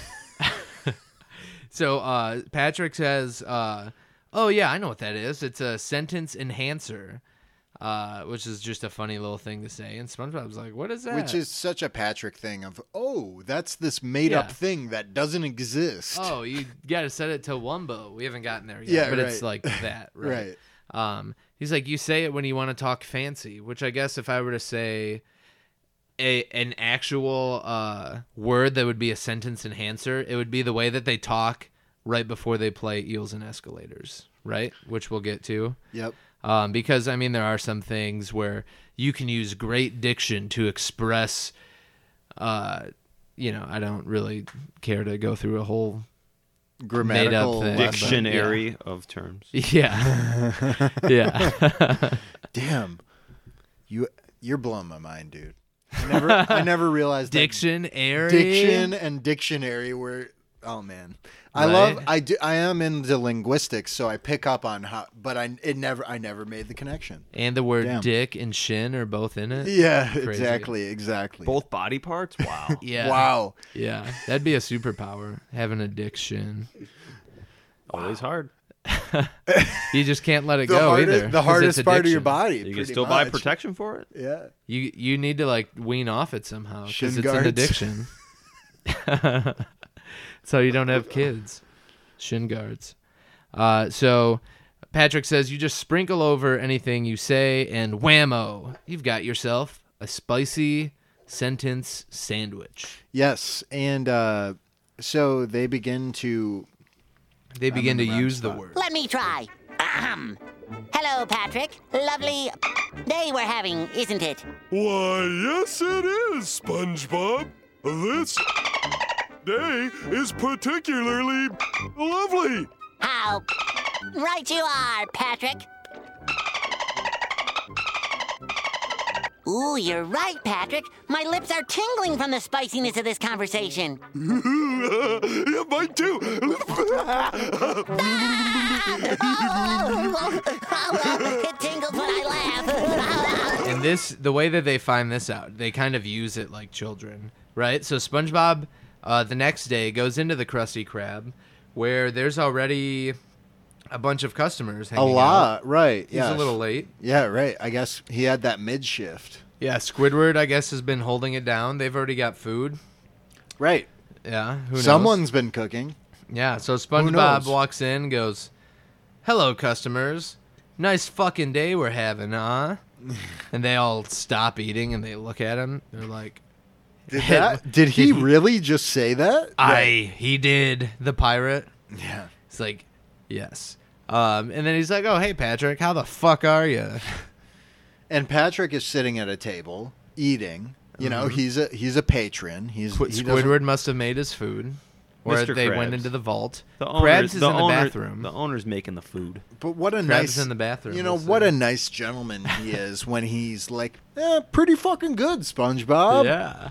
so uh, Patrick says, uh, "Oh yeah, I know what that is. It's a sentence enhancer." Uh, which is just a funny little thing to say, and SpongeBob's like, "What is that?"
which is such a patrick thing of oh that's this made up
Yeah.
thing that doesn't exist
oh, you gotta set it to Wumbo. We haven't gotten there yet,
Yeah,
but it's
right.
like
(laughs)
that, right? Um, he's like, you say it when you want to talk fancy, which I guess if I were to say a an actual uh, word that would be a sentence enhancer, it would be the way that they talk right before they play Eels and Escalators, right? Which we'll get to.
Yep.
Um, because I mean, there are some things where you can use great diction to express. Uh, you know, I don't really care to go through a whole (laughs)
Grammatical
thing.
lesson.
Diction.
Dictionary of terms.
yeah, yeah. (laughs)
Damn, you you're blowing my mind, dude.
(laughs)
I never, I never realized that
Dictionary.
diction and dictionary were oh man i
Right?
love i do i am into linguistics so i pick up on how but i it never i never made the connection
And the word
Damn.
dick and shin are both in it.
yeah
Crazy.
exactly exactly
Both body parts? Wow.
Yeah.
wow
Yeah. That'd be a superpower, having a dick shin.
Always hard.
You just can't let it
the
go
hardest,
either. 'cause
the
it's
hardest part of your
addiction.
body
You can
pretty
still buy
much.
protection for it.
yeah
You you need to like wean off it somehow
Shin
because it's an
guards.
addiction. (laughs) so you don't have kids. Shin guards. Uh, so Patrick says you just sprinkle over anything you say and whammo, you've got yourself a spicy sentence sandwich.
yes and uh so they begin to
They begin to
in the wrong
use the
spot.
word.
Let me try. Ahem. Hello, Patrick. Lovely day we're having, isn't it?
Why, yes, it is, SpongeBob. This day is particularly lovely.
How right you are, Patrick. Ooh, you're right, Patrick. My lips are tingling from the spiciness of this conversation.
(laughs) yeah,
(laughs)
mine too.
it tingles when I laugh.
And this, the way that they find this out, they kind of use it like children, right? So SpongeBob, uh, the next day, goes into the Krusty Krab, where there's already a bunch of customers
a
hanging out.
lot right
He's a little late.
yeah right i guess he had that mid shift
Yeah, Squidward, I guess, has been holding it down. They've already got food.
right
Yeah, who knows?
someone's been cooking
Yeah, so
knows?
SpongeBob walks in, goes, "Hello, customers. Nice fucking day we're having,
(laughs)
huh?" and they all stop eating and they look at him. They're like,
did that did he really just say that
I he did the pirate.
yeah
It's like, yes. Um, and then he's like, "Oh, hey, Patrick, how the fuck are you?"
and Patrick is sitting at a table eating. You know, he's a he's a patron. He's
Squid-
he doesn't-
Mm-hmm. Squidward must have made his food, or
Mr.
they
Krabs.
went into the vault.
The
Krabs
owner's,
is
the
in the
owner-
bathroom.
The owner's making the food.
But what a
Crab's
nice
in the bathroom, uh,
You know
we'll
what
see.
a nice gentleman
(laughs)
he is when he's like, eh, pretty fucking good, SpongeBob.
yeah.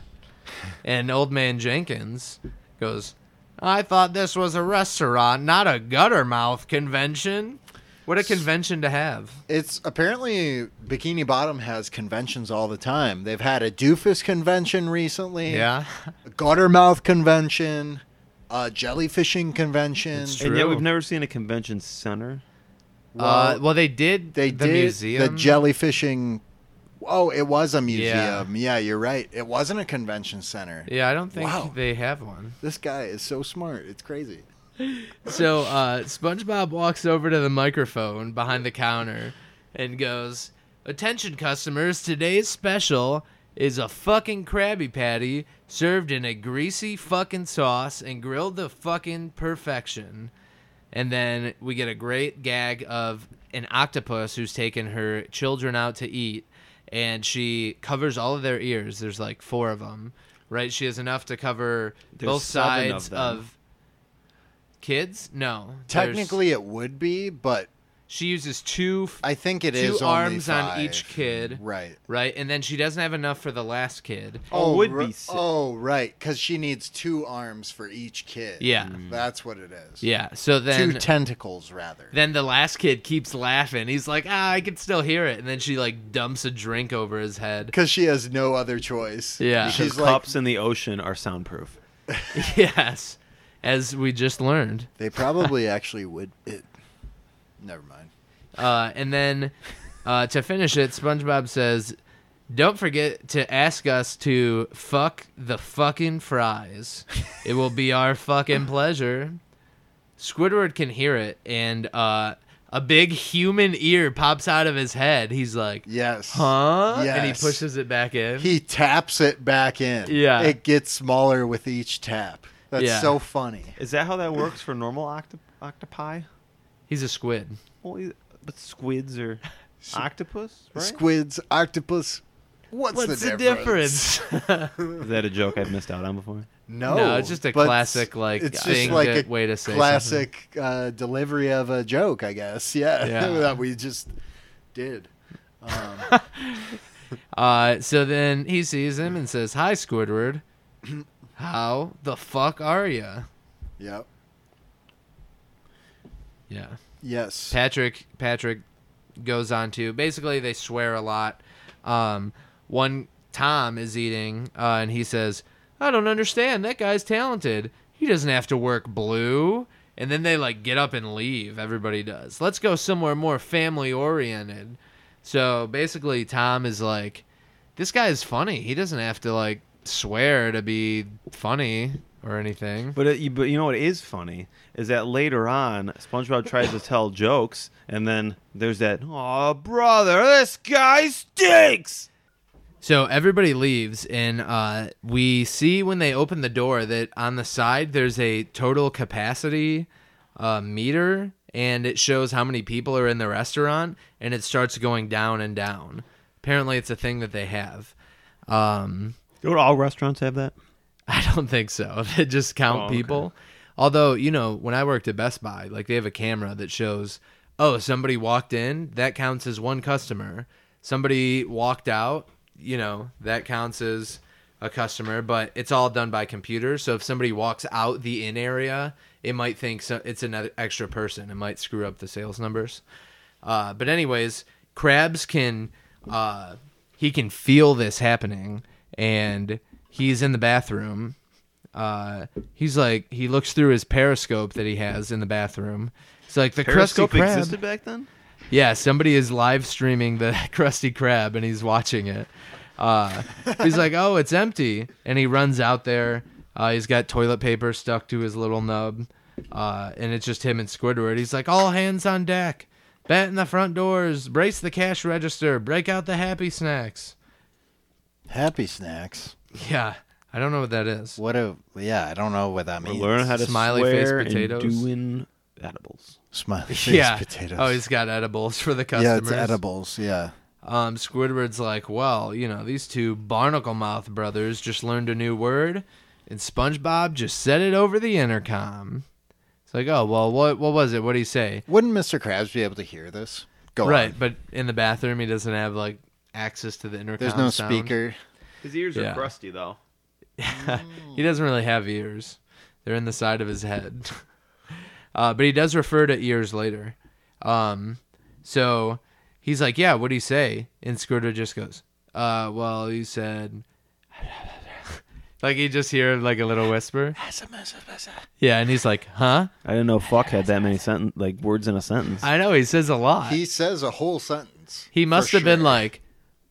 And old man Jenkins goes, "I thought this was a restaurant, not a gutter mouth convention. What a convention to have."
It's apparently Bikini Bottom has conventions all the time. They've had a doofus convention recently.
Yeah.
A guttermouth convention. A jellyfishing convention.
It's
And yet
True.
we've never seen a convention center.
Well, uh, well they did.
They
the
did
museum.
the jellyfishing. Oh, it was a museum. Yeah. you're right. It wasn't a convention center.
yeah, I don't think
Wow.
they have one.
This guy is so smart. It's crazy.
So uh, SpongeBob walks over to the microphone behind the counter and goes, "Attention customers, today's special is a fucking Krabby Patty served in a greasy fucking sauce and grilled to fucking perfection." And then we get a great gag of an octopus who's taken her children out to eat, and she covers all of their ears. There's like four of them, right? She has enough to cover
There's
both
seven of
sides
them.
of kids no there's-
Technically, it would be, but
she uses two f-
I think it
Two
is
arms
only
on each
five.
kid.
Right.
right and then she doesn't have enough for the last kid
Oh, would
ri-
be six.
Oh, right, because she needs two arms for each kid.
Yeah.
that's what it is.
yeah so
two
then
tentacles rather.
then the last kid keeps laughing he's like ah i can still hear it and then she like dumps a drink over his head
(laughs) Because she has no other choice.
Yeah.
she's
Because
like
cups in the ocean are soundproof.
yes as we just learned
they probably actually would. It, never mind.
Uh, and then uh, to finish it, SpongeBob says, "Don't forget to ask us to fuck the fucking fries. It will be our fucking pleasure." Squidward can hear it, and uh, a big human ear pops out of his head. He's like,
Yes.
huh?
Yes.
And he pushes it back in.
He taps it back in.
Yeah.
It gets smaller with each tap. That's
Yeah.
so funny.
Is that how that works for normal octo- octopi?
He's a squid.
Well, he- but squids or octopus, right?
Squids, octopus. What's, the, difference?
Is that a joke I've missed out on before?
No,
No, it's just a
but
classic, like,
it's
thing
just like
that-
a
way to say
classic uh, delivery of a joke, I guess. (laughs) Yeah,
Yeah.
that we just did.
(laughs) Uh, so then he sees him and says, "Hi, Squidward. How the fuck are you?"
Yep.
Yeah.
Yes.
Patrick Patrick goes on to basically they swear a lot. Um, one Tom is eating uh, and he says, "I don't understand. That guy's talented. He doesn't have to work blue." And then they like get up and leave. Everybody does. Let's go somewhere more family oriented. So basically, Tom is like, "This guy is funny. He doesn't have to like swear to be funny or anything."
But it, you- but you know what is funny is that later on, SpongeBob tries to tell jokes, and then there's that, oh brother, this guy stinks.
So everybody leaves, and uh, we see when they open the door that on the side there's a total capacity uh, meter, and it shows how many people are in the restaurant, and it starts going down and down. Apparently, it's a thing that they have. Um,
Don't all restaurants have that?
(laughs) I don't think so. They just count
Oh, okay.
people. Although, you know, when I worked at Best Buy, like they have a camera that shows, oh, somebody walked in, that counts as one customer. Somebody walked out, you know, that counts as a customer, but it's all done by computer. So if somebody walks out the in area, it might think so, it's another extra person. It might screw up the sales numbers. Uh, but anyways, Krabs can uh, he can feel this happening, and he's in the bathroom. Uh, he's like he looks through his periscope that he has in the bathroom. It's like the Krusty
Periscope
Krab.
existed back then.
Yeah, somebody is live streaming the (laughs) Krusty Krab and he's watching it. Uh, he's like, "Oh, it's empty," and he runs out there. Uh, he's got toilet paper stuck to his little nub, uh, and it's just him and Squidward. He's like, "All hands on deck! Bat in the front doors! Brace the cash register! Break out the happy snacks!"
Happy snacks.
Yeah, I don't know what that is.
What a yeah. I don't know what that
Or
means.
learn how to
Smiley face
swear
potatoes.
and doing edibles.
(laughs)
smiley face
yeah.
potatoes.
Oh, he's got edibles for the
yeah,
customers.
it's edibles. Yeah.
Um, Squidward's like, well, you know, these two barnacle mouth brothers just learned a new word, and SpongeBob just said it over the intercom. It's like, oh well, what what was it? What did he say?
Wouldn't Mr. Krabs be able to hear this? Go
right,
on.
but in the bathroom, he doesn't have like access to the intercom.
There's no
sound.
speaker.
His ears
are Yeah.
crusty though.
He doesn't really have ears; they're in the side of his head. (laughs) uh, but he does refer to ears later. Um, so he's like, yeah, what did he say? And Squidward just goes, uh, well, he said. (laughs) Like you just hear like a little whisper. Yeah, and he's like, "Huh?"
I didn't know fuck had that many sentence like words in a sentence.
I know he says a lot.
He
He,
says a whole sentence.
must
for
have been
sure.
like,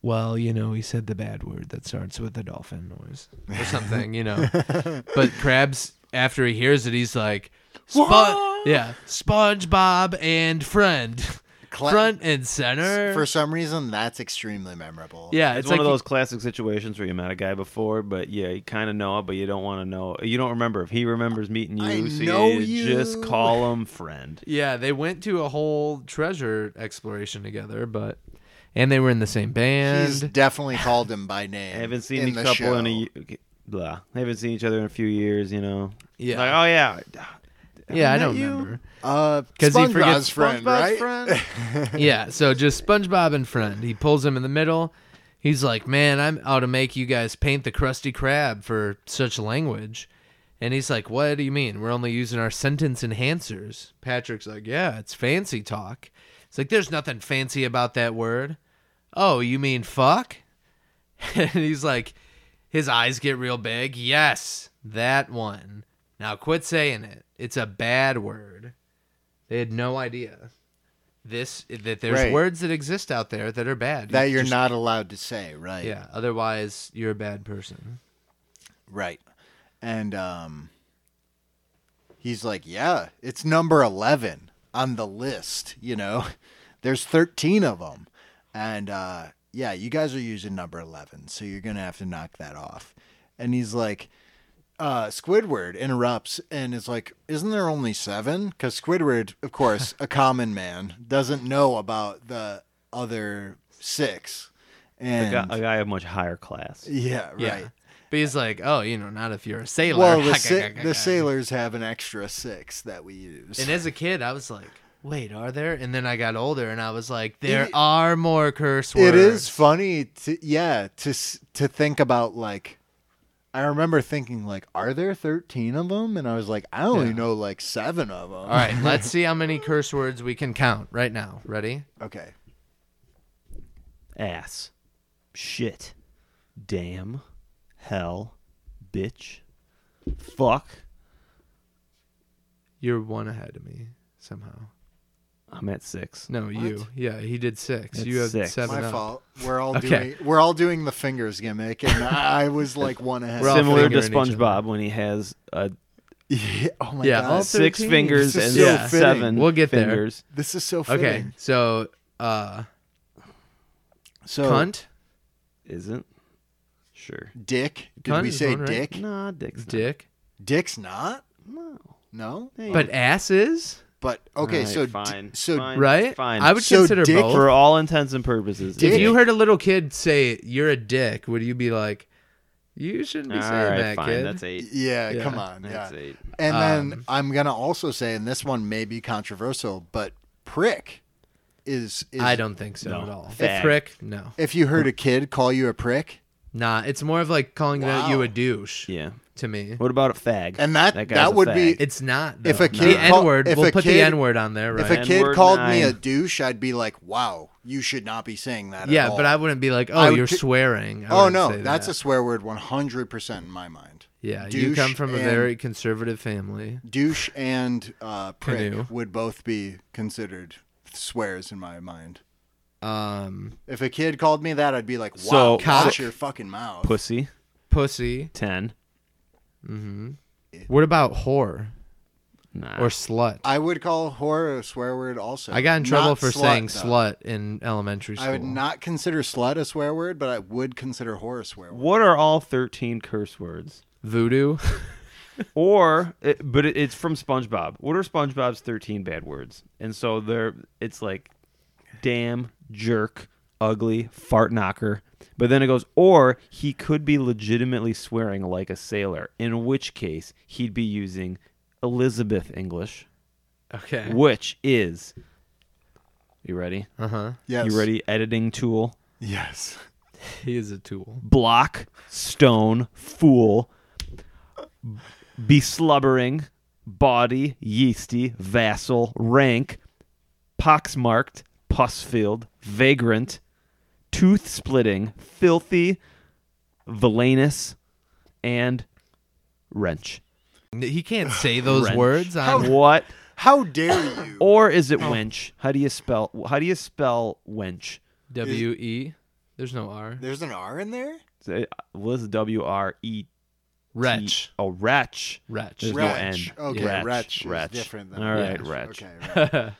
"Well, you know, he said the bad word that starts with a dolphin noise
(laughs)
or something," you know. but Krabs, after he hears it, he's like, Spon- "Yeah, SpongeBob and friend,
Cla-
front and center."
For some reason, that's extremely memorable.
yeah,
It's,
it's,
one
like
of those classic situations where you met a guy before, but yeah, you kind of know it, but you don't want to know. You don't remember if he remembers meeting you,
I
so
know
you just
you.
call him friend.
Yeah, they went to a whole treasure exploration together, but and they were in the same band.
He's definitely called him by name.
I haven't seen
in
a
the
couple
show.
in a y- okay, blah. I haven't seen each other in a few years, you know.
Yeah.
Like, oh yeah.
yeah, I
met
don't
you?
remember.
Uh,
'Cause he
SpongeBob's
forgets-
friend,
SpongeBob's
right?
friend.
yeah, so just SpongeBob and friend. He pulls him in the middle. He's like, "Man, I'm out to make you guys paint the Krusty Krab for such language." And he's like, "What do you mean? We're only using our sentence enhancers." Patrick's like, "Yeah, it's fancy talk." It's like, "There's nothing fancy about that word." "Oh, you mean fuck?" (laughs) and he's like, his eyes get real big. "Yes, that one." Now quit saying it. It's a bad word. They had no idea this that there's
Right.
words that exist out there that are bad.
(laughs) That
You
you're
just-
not allowed to say, right?
Yeah. Otherwise, you're a bad person.
Right. And um, he's like, yeah, it's number 11. on the list. You know, (laughs) there's 13 of them, and uh, yeah, you guys are using number 11, so you're gonna have to knock that off. And he's like, uh, Squidward interrupts and is like, "Isn't there only seven? Because Squidward, of course, a common man, doesn't know about the other six.
A
And
guy, uh, a guy of much higher class.
yeah, right.
Yeah. But he's like, oh, you know, not if you're a sailor. (laughs)
Well, the, sa- the sailors have an extra six that we use.
And as a kid, I was like, wait, are there? And then I got older and I was like, there are more curse words.
it is funny to yeah to s- to think about like I remember thinking like, are there thirteen of them? And I was like, I only know like seven of them.
All right,
(laughs)
let's see how many curse words we can count right now. Ready?
Okay.
Ass. Shit. Damn. Hell. Bitch. Fuck.
You're one ahead of me somehow.
I'm at six.
No, you. Yeah, he did six.
That's
you have
six.
seven.
My
up.
fault. We're
(laughs)
all
Okay.
doing we're all doing the fingers gimmick, and
(laughs)
I was like one ahead.
We're all
Similar to
fingering each other.
SpongeBob when he has a
(laughs) Yeah, oh my
Yeah,
god!
all
six
13.
fingers
This is
and
so
yeah,
fitting.
seven
We'll get there.
fingers.
This is so fitting.
Okay, so uh,
So
cunt,
Isn't? Sure.
dick. Did
Cunt
we
is
say
one, right?
dick?
Nah, dick's not.
dick,
Dick's not.
No.
No.
but ass is
But okay,
Alright,
so d-
fine,
so
fine.
right.
Fine.
I would
So
consider
dick
both.
For all intents and purposes.
Dick.
If you heard a little kid say "you're a dick," would you be like, "You shouldn't be
All
saying
right,
that,
fine.
kid"?
That's eight.
yeah,
Yeah,
come on, yeah.
That's eight.
And
Um,
then I'm gonna also say, and this one may be controversial, but prick is. is
I don't think so
No.
at all.
Fag.
Prick? No,
If you heard a kid call you a prick,
nah. It's more of like calling that you
Wow.
a douche
Yeah.
to me.
What about a fag?
And that-
guy's
that
a
would be-
fag.
It's not. Though.
If a
the
kid call-
N word,
if
we'll
a
put the
kid-
N word on there, right?
if a kid
N-word
called me a
nine.
douche, I'd be like, "Wow, you should not be saying that." at
yeah,
all."
but I wouldn't be like, "Oh,
I would
you're
c-
swearing." I
Oh
wouldn't
no,
say
that's
that.
a swear word, 100 percent in my mind.
Yeah, you
douche
come from a
and-
very conservative family.
douche and uh, prick
Canoe.
would both be considered swears in my mind.
Um,
If a kid called me that, I'd be like,
So-
"Wow, watch
cock.
your fucking mouth."
pussy.
pussy.
Ten.
What about whore
Nah.
or slut? I,
I would call whore a swear word. Also,
got in trouble
Not
for
slut,
saying
though.
slut in elementary school.
I would not consider slut a swear word, but I would consider whore a swear word.
what are all thirteen curse words?
Voodoo. (laughs)
Or, it, but it, it's from SpongeBob. What are SpongeBob's thirteen bad words? And so they're it's like, damn, jerk, ugly, fart knocker. But then it goes, or he could be legitimately swearing like a sailor, in which case he'd be using Elizabeth English,
Eh.
okay.
which is. You ready?
Uh huh.
Yes.
You ready? Editing tool.
Yes.
He is a tool.
block, stone, fool, beslubbering, body, yeasty, vassal, rank, poxmarked, pusfield, vagrant, tooth splitting, filthy, villainous, and wrench.
N- He can't
(sighs)
say those
Wrench.
words. On,
What?
How dare
(coughs)
you?
Or is it wench? How do you spell? How do you spell wench?
W E. There's no R.
There's an R in there.
Is it- Well, this is W R E. T-
Wretch.
Oh, wretch.
Wretch.
There's
Wretch.
no N.
Okay,
Wretch.
wretch is
Wretch.
different than
All right,
wretch.
wretch.
Okay.
(laughs)
right.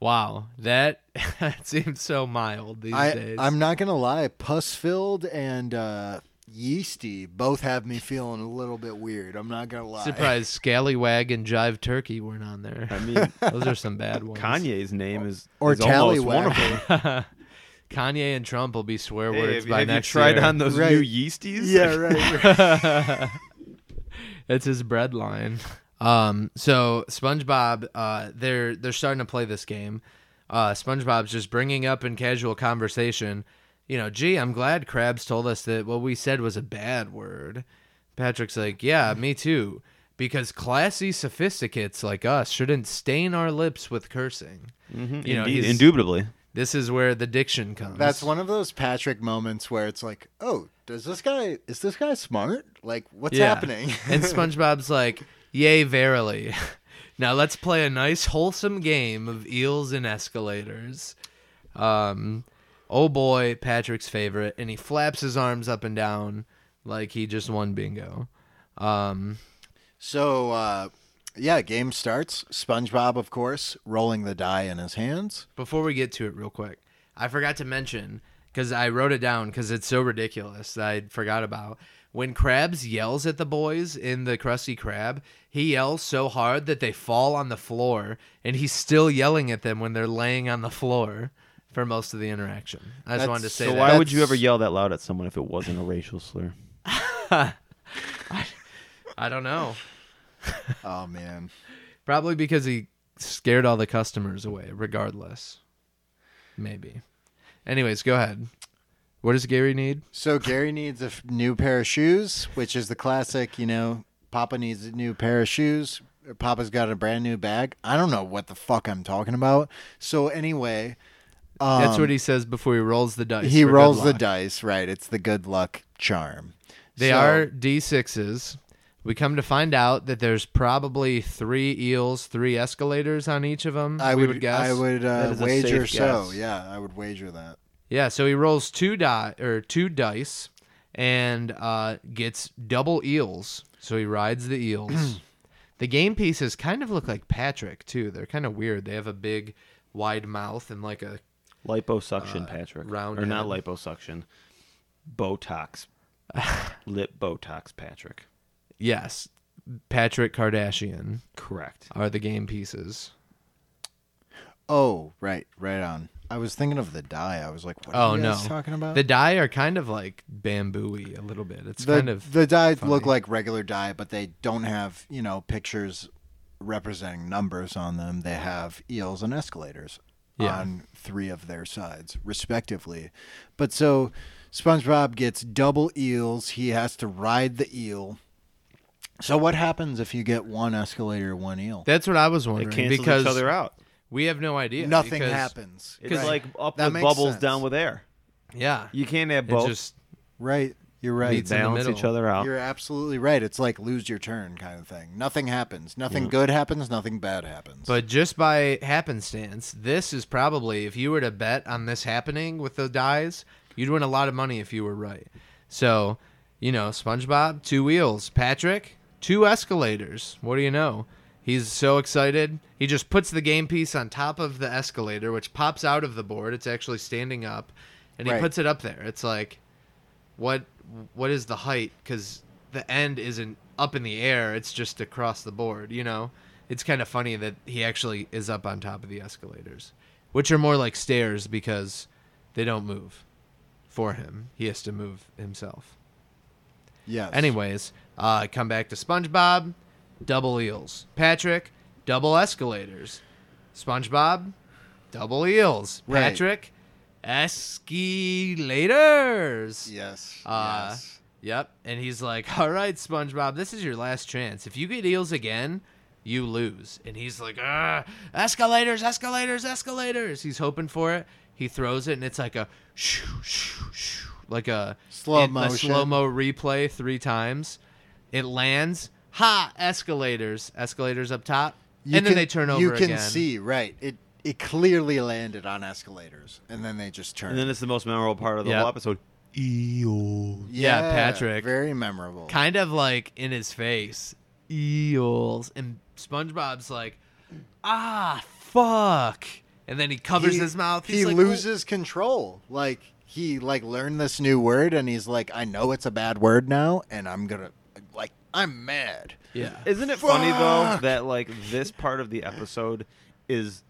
Wow, that (laughs) seems so mild these
I,
days.
I'm not gonna lie. Pus filled and uh, yeasty both have me feeling a little bit weird. I'm not gonna lie.
surprised Scallywag and Jive Turkey weren't on there.
I mean,
(laughs) Those are some bad ones.
Kanye's name is
Or
is almost one of
tallywag.
them.
Kanye and Trump will be swear
Hey,
words
have you-
by
have you
next
tried
year.
on those
Right.
new
(laughs)
yeasties?
Yeah. Right. right.
That's his bread line. Um, so SpongeBob, uh, they're they're starting to play this game. Uh, SpongeBob's just bringing up in casual conversation, you know, gee, I'm glad Krabs told us that what we said was a bad word. Patrick's like, yeah, me too, because classy sophisticates like us shouldn't stain our lips with cursing. Mm-hmm. You know,
(laughs) Indeed,
he's-
indubitably.
this is where the diction comes.
That's one of those Patrick moments where it's like, oh, does this guy is this guy smart? Like, what's happening? (laughs)
and SpongeBob's like, "Yay, verily." (laughs) Now let's play a nice wholesome game of eels and escalators. Um, oh boy, Patrick's favorite, and he flaps his arms up and down like he just won bingo. Um,
so uh, yeah, game starts. SpongeBob, of course, rolling the die in his hands.
Before we get to it, real quick, I forgot to mention because I wrote it down because it's so ridiculous that I forgot about. When Krabs yells at the boys in the Krusty Krab, he yells so hard that they fall on the floor, and he's still yelling at them when they're laying on the floor for most of the interaction. I just
That's-
wanted to say
so
that.
Why would you
That's-
ever yell that loud at someone if it wasn't a racial slur?
I don't know.
Oh man.
Probably because he scared all the customers away, regardless. Maybe. Anyways, go ahead. What does Gary need?
So Gary needs a f- new pair of shoes, which is the classic, you know, Papa needs a new pair of shoes. or Papa's got a brand new bag. I don't know what the fuck I'm talking about. So anyway,
That's what he says before he rolls the dice.
Um, he
for good
rolls the
luck.
dice, right? It's the good luck charm.
They
So-
are D6s. We come to find out that there's probably three eels, three escalators on each of them.
I
we
would,
would guess.
I would
That
uh,
is a
wager
safe
so.
guess.
Yeah, I would wager that.
Yeah, so he rolls two die or two dice and uh, gets double eels. So he rides the
(clears throat)
eels. the game pieces kind of look like Patrick too. They're kind of weird. They have a big, wide mouth and like a
Liposuction, Patrick.
round
or not
head.
liposuction. (laughs) Botox. Lip Botox, Patrick.
yes, Patrick Kardashian
Correct.
are the game pieces.
Oh, right, right on. I was thinking of the die. I was like, what are
Oh
you
no,
guys talking about?
the die are kind of like bamboo-y a little bit. It's
the,
kind of
the die look like regular die, but they don't have you know pictures representing numbers on them. They have eels and escalators
Yeah.
on three of their sides, respectively. But so SpongeBob gets double eels. He has to ride the eel. So what happens if you get one escalator, one eel?
that's what I was
They
wondering
cancel
because
each other out.
we have no idea.
Nothing
because-
happens.
It's
Right.
like up
That
with
makes
bubbles,
sense.
down with air.
Yeah,
You can't have
it
both.
just
right. You're
They
right.
It's in the
balance each
middle.
other out.
You're absolutely right. It's like lose your turn kind of thing. Nothing happens. Nothing good happens. Nothing bad happens.
But just by happenstance, this is probably if you were to bet on this happening with the dies, you'd win a lot of money if you were right. So, you know, SpongeBob, two wheels. Patrick, two escalators. What do you know? He's so excited. He just puts the game piece on top of the escalator, which pops out of the board. It's actually standing up, and he
Right.
puts it up there. It's like, what? What is the height? Because the end isn't up in the air; it's just across the board. You know, it's kind of funny that he actually is up on top of the escalators, which are more like stairs because they don't move for him. He has to move himself.
yes.
Anyways, uh, come back to SpongeBob, double eels. Patrick, double escalators. SpongeBob, double eels.
Right.
Patrick, escalators.
Yes.
Uh,
yes.
Yep. And he's like, all right, SpongeBob, this is your last chance. If you get eels again, you lose. And he's like, ah, escalators, escalators, escalators. He's hoping for it. He throws it, and it's like a shoo, shoo, shoo, like a
Slow
in- a
motion.
slow mo replay three times. It lands. Ha! Escalators, escalators up top,
You
and then
can-
they turn over
You can
again.
see, right? It it clearly landed on escalators, and then they just turned.
And then it's the most memorable part of the
Yeah.
whole episode.
yeah, Patrick.
Very memorable.
kind of like in his face. Eels and SpongeBob's like, ah, fuck, and then he covers
He-
his mouth. He's
He
like,
loses control. Like he like learned this new word, and he's like, I know it's a bad word now, and I'm gonna like I'm mad.
"Oh." Yeah,
Isn't it funny though
Fuck.
that like this part of the episode is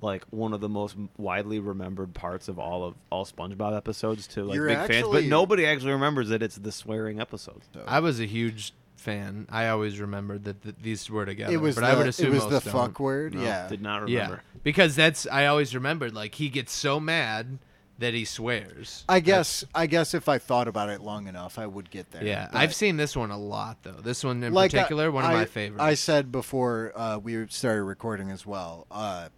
like one of the most widely remembered parts of all of all SpongeBob episodes to like
You're
big fans, but
actually-
nobody actually remembers that it's the swearing episode.
I was a huge fan. I always remembered that th- these were together.
It was.
but
the,
I would assume
it was the
most don't.
fuck word. yeah.
did not
Yeah,
remember.
because that's I always remembered. Like he gets so mad that he swears.
I guess. I guess if I thought about it long enough, I would get there.
yeah,
But-
I've seen this one a lot though. This one in
Like I-
particular, one of
I-
my favorites.
I said before uh, we started recording as well. Uh,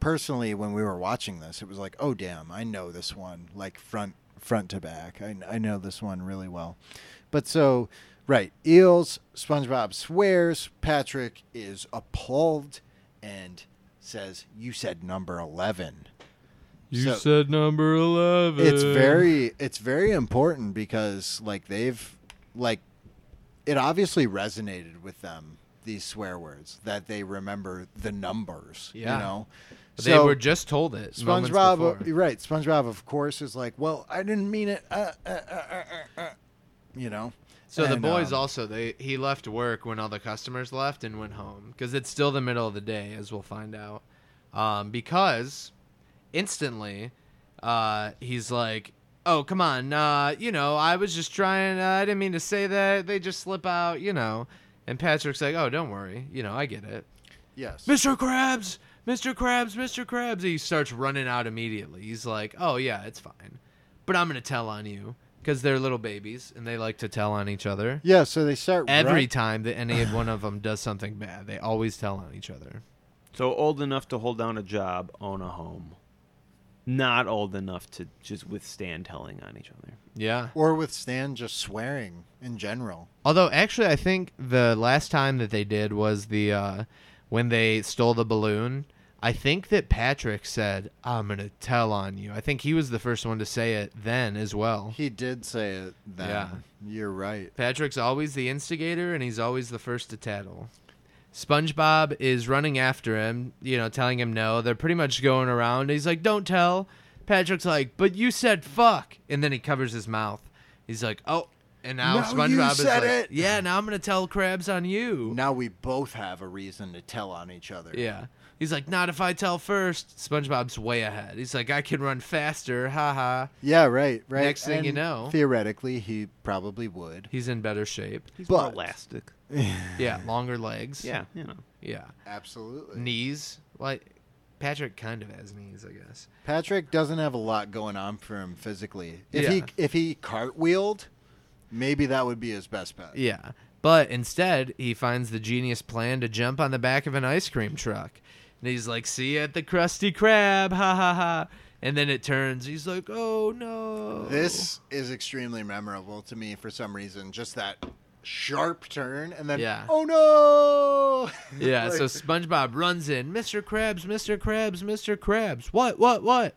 personally, when we were watching this, it was like, oh damn, I know this one like front front to back. I, I know this one really well. But so, right, eels. SpongeBob swears. Patrick is appalled and says, "You said number eleven.
you
so-
said number eleven.
It's very it's very important because like they've like it obviously resonated with them these swear words that they remember the numbers.
Yeah.
You know.
They
So-
were just told it. moments
SpongeBob, uh,
before.
you're right. SpongeBob, of course, is like, well, I didn't mean it. Uh, uh, uh, uh, uh, uh," you know.
So the
And,
boys
um,
also they he left work when all the customers left and went home because it's still the middle of the day as we'll find out. Um, because instantly uh, he's like, "Oh come on, uh, you know I was just trying. Uh, I didn't mean to say that. They just slip out, you know." And Patrick's like, "Oh don't worry, you know I get it."
yes.
Mr. Krabs, Mr. Krabs, Mr. Krabs. He starts running out immediately. He's like, "Oh yeah, it's fine, but I'm gonna tell on you." Because they're little babies and they like to tell on each other.
Yeah. So they start
Every
run-
time that any one of them does something bad, they always tell on each other.
So old enough to hold down a job, own a home. Not old enough to just withstand telling on each other.
Yeah.
or withstand just swearing in general.
Although, actually, I think the last time that they did was the uh, when they stole the balloon. I think that Patrick said, "I'm gonna tell on you." I think he was the first one to say it then as well.
He did say it. Then.
Yeah.
You're right.
Patrick's always the instigator, and he's always the first to tattle. SpongeBob is running after him, you know, telling him no. They're pretty much going around. He's like, "Don't tell." Patrick's like, "But you said fuck," and then he covers his mouth. He's like, "Oh," and now
No, you
SpongeBob is
said
like,
it.
"Yeah, now I'm gonna tell crabs on you."
Now we both have a reason to tell on each other.
Yeah. He's like, "Not if I tell first. SpongeBob's way ahead. He's like, "I can run faster." Ha ha.
Yeah. Right. Right.
Next thing you
And
know-
theoretically, he probably would.
He's in better shape.
He's
more
more
But-
elastic.
(sighs)
Yeah, longer legs.
Yeah, you know.
Yeah.
Absolutely.
knees. Like Patrick kind of has knees, I guess.
Patrick doesn't have a lot going on for him physically. If he
Yeah.
if he cartwheeled, maybe that would be his best bet.
Yeah. But instead, he finds the genius plan to jump on the back of an ice cream truck. And he's like, "See you at the Krusty Krab." Ha ha ha. And then it turns. He's like, "Oh no."
This is extremely memorable to me for some reason. Just that sharp turn and then
Yeah.
oh
(laughs)
no.
Yeah,
Like,
so SpongeBob runs in, Mr. Krabs, Mr. Krabs, Mr. Krabs. What, what, what?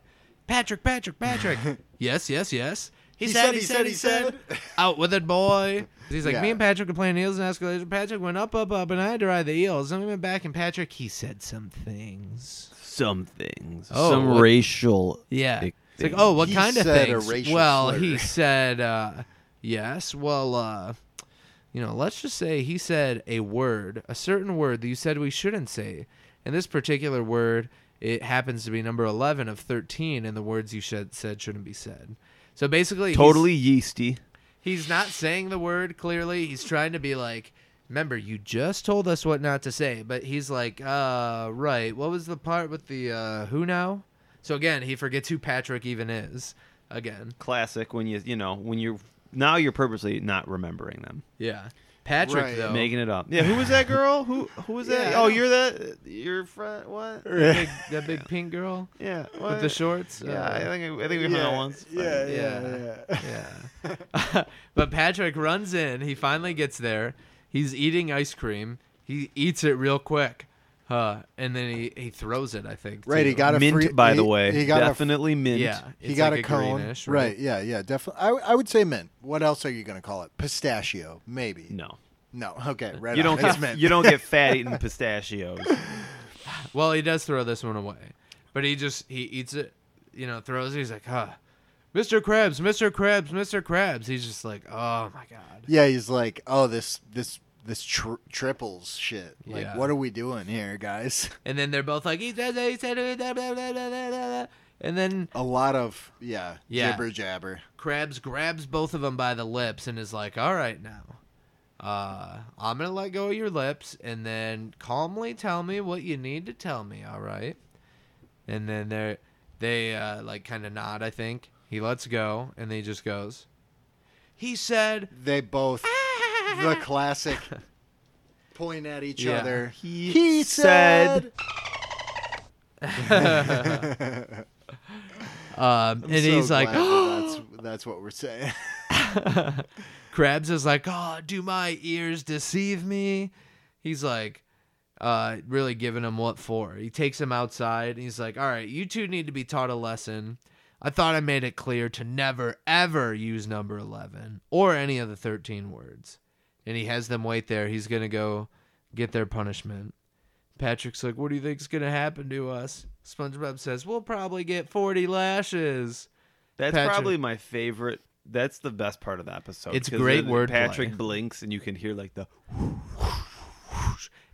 Patrick, Patrick, (laughs) Patrick. yes, yes, yes. He, said, he said, he said, Out with it, boy. He's like,
Yeah.
me and Patrick are playing eels and escalator. Patrick went up, up, up, and I had to ride the eels. And we went back, and Patrick, he said some things.
Some things.
Oh,
some
what-
racial.
Yeah.
Big
It's like,
thing.
oh, what
He
kind of
said a
things?
racial
well,
slur.
he said, uh, yes. Well, uh, you know, let's just say he said a word, a certain word that you said we shouldn't say. And this particular word, it happens to be number 11 of 13 in the words you should, said shouldn't be said. So basically, he's-
Totally yeasty.
He's not saying the word clearly. He's trying to be like, remember, you just told us what not to say. But he's like, uh, right. What was the part with the uh, who now? So again, he forgets who Patrick even is. Again,
Classic when you, you know, when you're. Now you're purposely not remembering them.
yeah. Patrick
Right.
though,
Making it up. Yeah, who was that girl? Who who was that?
Yeah, I
oh,
don't-
you're that your friend what?
that big, that big pink girl
Yeah.
with
What?
the shorts.
yeah,
uh,
I think I, I think we hung out once. but-
yeah, yeah. (laughs) but Patrick runs in. He finally gets there. He's eating ice cream. He eats it real quick, huh? And then he, he throws it. I think.
Right, he
too.
got a
Mint,
free,
by the
he-
way.
He got a
Definitely mint.
Yeah,
(laughs) he
it's
got
like
a cone.
greenish,
right? Yeah. Yeah. Definitely. I, I would say mint. What else are you going to call it? Pistachio, maybe.
No.
No. Okay. Right.
You
on.
don't
It's
get
mint.
you don't get fat (laughs) eating pistachios.
Well, he does throw this one away, but he just he eats it, you know, throws it. He's like, huh, Mr. Krabs, Mr. Krabs, Mr. Krabs. He's just like, oh my god.
Yeah. He's like, oh, this this this tr- triples shit. Like,
Yeah.
what are we doing here, guys? (laughs)
And then they're both like, he said, it, he said, it, blah, blah, blah, blah, blah, blah. and then
A lot of yeah,
Yeah.
jibber jabber.
Krabs grabs both of them by the lips and is like, all right now. Uh, I'm gonna let go of your lips and then calmly tell me what you need to tell me, all right? And then they're, they, uh, like kind of nod, I think. He lets go and he just goes, He said,
They both the classic point at each
Yeah.
other.
He
um, and he's like, (gasps)
(gasps)
(gasps)
that's that's what we're saying. (laughs)
Krabs is like, oh, do my ears deceive me? He's like, uh, really giving him what for. He takes him outside and he's like, all right, you two need to be taught a lesson. I thought I made it clear to never, ever use number 11 or any of the 13 words. And he has them wait there. He's going to go get their punishment. Patrick's like, What do you think's going to happen to us? SpongeBob says, We'll probably get 40 lashes.
That's
Patrick.
probably my favorite. That's the best part of the episode.
It's
'cause
great
then
wordplay.
Patrick blinks, and you can hear like the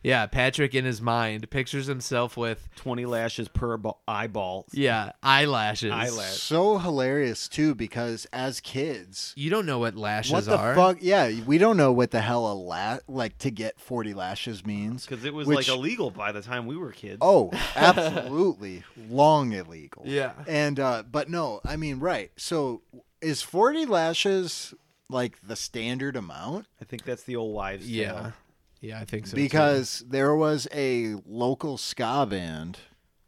Yeah, Patrick in his mind pictures himself with,
twenty lashes per bo- eyeball.
yeah, eyelashes.
Eyelash.
So hilarious too, because as kids,
You don't know what lashes
what the
are.
fuck? Yeah, we don't know what the hell a la- like to get forty lashes means.
Because it was
which-
like illegal by the time we were kids.
Oh, absolutely, long illegal.
Yeah.
and uh, but no, I mean right. So is forty lashes like the standard amount?
I think that's the old wives. tale.
Yeah. Yeah, I think so. too.
because there was a local ska band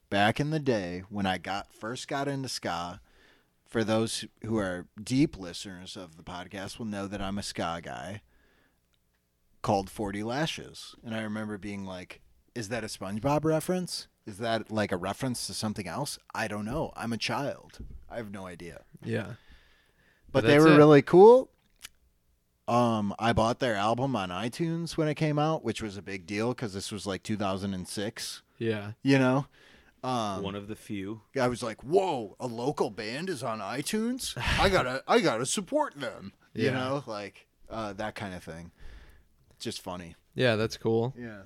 back in the day when I got first got into ska. For those who are deep listeners of the podcast, will know that I'm a ska guy. Called Forty Lashes, and I remember being like, "Is that a SpongeBob reference? Is that like a reference to something else? I don't know. I'm a child. I have no idea."
Yeah.
but
But
they
that's
were
it.
really cool. Um, I bought their album on iTunes when it came out, which was a big deal because this was like 2006.
Yeah.
You know,
one of the few.
I was like, "Whoa, a local band is on iTunes! I gotta, I gotta support them." You
Yeah.
know, like uh, that kind of thing. Just funny.
Yeah, that's cool.
Yeah.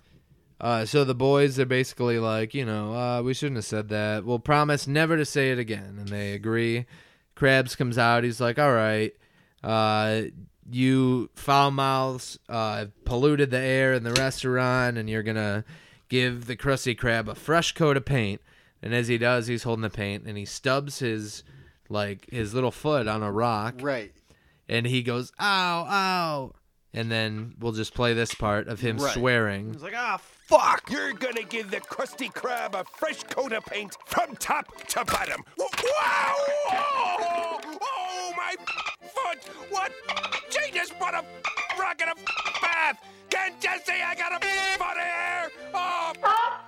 Uh, so the boys are basically like, you know, uh, we shouldn't have said that. We'll promise never to say it again, and they agree. Krabs comes out. He's like, all right, uh, you foul mouths uh, have polluted the air in the restaurant, and you're gonna give the Krusty Krab a fresh coat of paint. And as he does, he's holding the paint, and he stubs his like his little foot on a rock
Right.
and he goes ow ow and then we'll just play this part of him
Right.
swearing
It's like ah, f-
Fuck! You're gonna give the Krusty Krab a fresh coat of paint from top to bottom. Wow! Oh, oh, my foot! What? Jesus, what a rocket of bath! Can't you see I got a foot here? Oh, oh,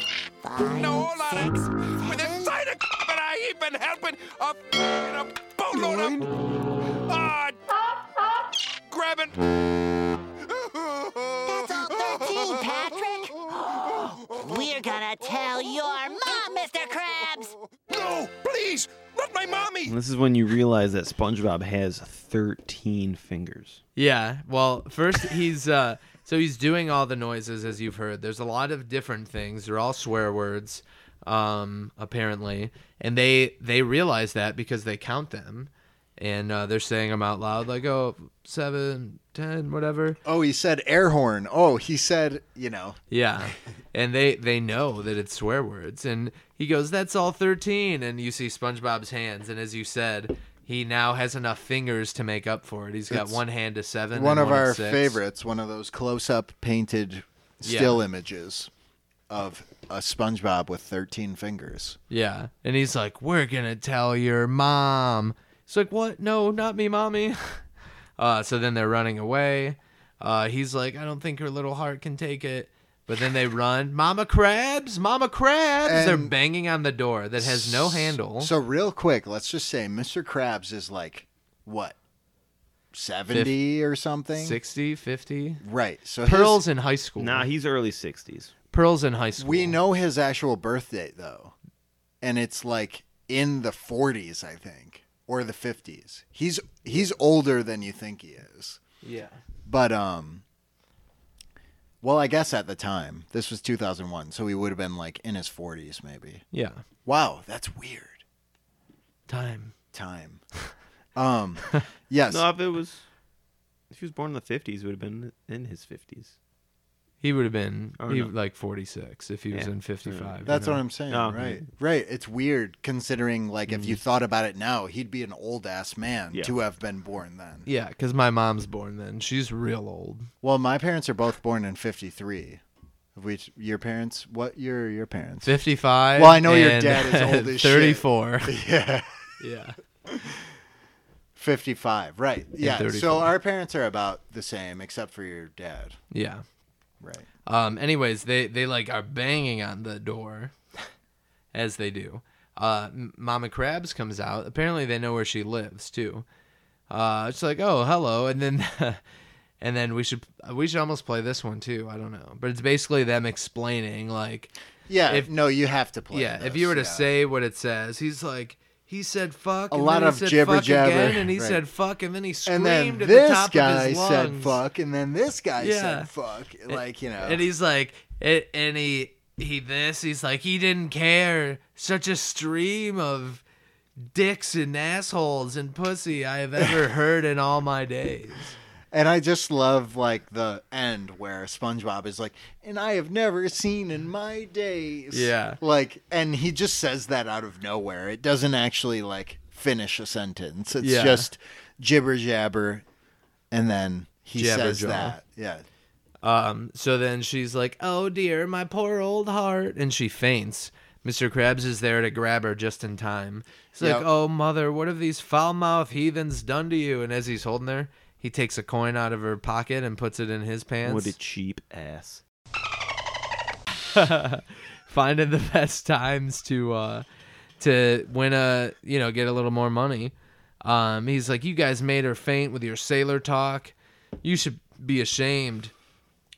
Five,
no, hold on.
six,
With the
seven.
sight of and I ain't been helping a, a boatload of. Ah, grabbing. (laughs)
That's all 13, Patrick. We're gonna tell your mom, Mr. Krabs.
No, please, not my mommy.
this is when you realize that SpongeBob has thirteen fingers.
yeah well first he's uh so he's doing all the noises as you've heard there's a lot of different things they're all swear words um apparently and they they realize that because they count them and uh, they're saying them out loud like oh seven ten whatever
Oh, he said air horn. Oh, he said, you know,
Yeah. And they they know that it's swear words and he goes that's all 13 and you see SpongeBob's hands and as you said he now has enough fingers to make up for it. He's got
It's
one hand to 7 and
one of
at
our
six.
favorites, one of those close-up painted still images of a SpongeBob with 13 fingers.
Yeah. And he's like we're going to tell your mom. He's like what? No, not me, mommy. (laughs) Uh so then they're running away. Uh he's like I don't think her little heart can take it. But then they run, Mama Crabs, Mama Crabs. They're
And-
banging on the door that has no handle.
So real quick, let's just say Mr. Krabs is like what? 70 or something?
60, 50.
Right. So his-
Pearls in high school.
Nah, he's early sixties.
Pearls in high school.
we know his actual birth date though. And it's like in the 40s, I think, or the 50s. He's he's older than you think he is.
Yeah.
But um well, I guess at the time, this was 2001, so he would have been like in his 40s maybe.
Yeah.
Wow, that's weird.
Time.
Time. Um yes.
No, if it was, if he was born in the fifties, would have been in his fifties.
He would have been
Or
he,
Oh, no.
like 46 if he was
Yeah.
in 55.
That's what I'm saying,
Oh,
right? Right. It's weird considering, like, if
Mm-hmm.
you thought about it now, he'd be an old ass man
Yeah.
to have been born then.
Yeah, because my mom's born then. She's real old.
Well, my parents are both born in '53. Which your parents? What year are your parents?
55.
Well, I know your
and
dad is
(laughs)
old as shit.
34.
(laughs) Yeah,
yeah.
fifty-five. Right. Yeah.
35.
So our parents are about the same, except for your dad.
Yeah.
Right.
Um, anyways, they, they like are banging on the door as they do. Uh, M- Mama Krabs comes out. Apparently, they know where she lives too. Uh, it's like, oh, hello, and then, (laughs) And then we should we should almost play this one too. I don't know, but it's basically them explaining like
Yeah.
If-
no, you have to play.
yeah, if
this,
you were to
yeah.
say what it says, he's like, he said fuck.
A
and
lot
then he
of
said
jibber
fuck
jabber,
Again, and he
right.
said fuck, and then he screamed
and then
at
this
the top of
guy
his
said
lungs.
fuck, and then this guy
Yeah.
said fuck, like you know.
And he's like, and, and he he this. He's like, he didn't care. Such a stream of dicks and assholes and pussy I have
(laughs)
ever heard in all my days.
And I just love like the end where SpongeBob is like, "And I have never seen in my days."
Yeah.
Like, and he just says that out of nowhere. It doesn't actually like finish a sentence. It's
Yeah.
just jibber jabber, and then he
Jabber
says
jaw.
that. Yeah.
Um, so then she's like, "Oh dear, my poor old heart," and she faints. Mr. Krabs is there to grab her just in time. He's
Yep.
like, "Oh mother, what have these foul-mouthed heathens done to you?" And as he's holding her, he takes a coin out of her pocket and puts it in his pants.
What a cheap ass.
finding the (laughs) best times to uh to win a you know get a little more money um he's like you guys made her faint with your sailor talk you should be ashamed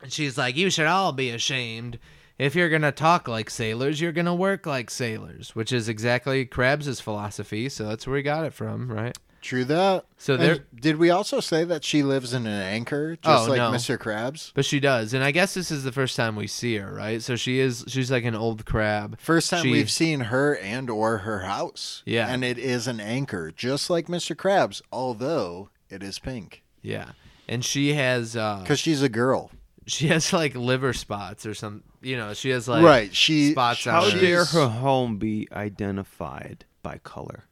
and she's like you should all be ashamed if you're gonna talk like sailors you're gonna work like sailors which is exactly krabs's philosophy so that's where he got it from right
True that.
So
And
there-
did we also say that she lives in an anchor, just
Oh,
like
no.
Mr. Krabs?
but she does and i guess this is the first time we see her right so she is she's like an old crab
First time
She-
we've seen her and or her house.
Yeah.
And it is an anchor, just like Mr. Krabs, although it is pink.
yeah and she has uh
Because she's a girl.
she has like liver spots or some you know she has like
right. She
spots
How
on her.
dare her home be identified by (laughs) color?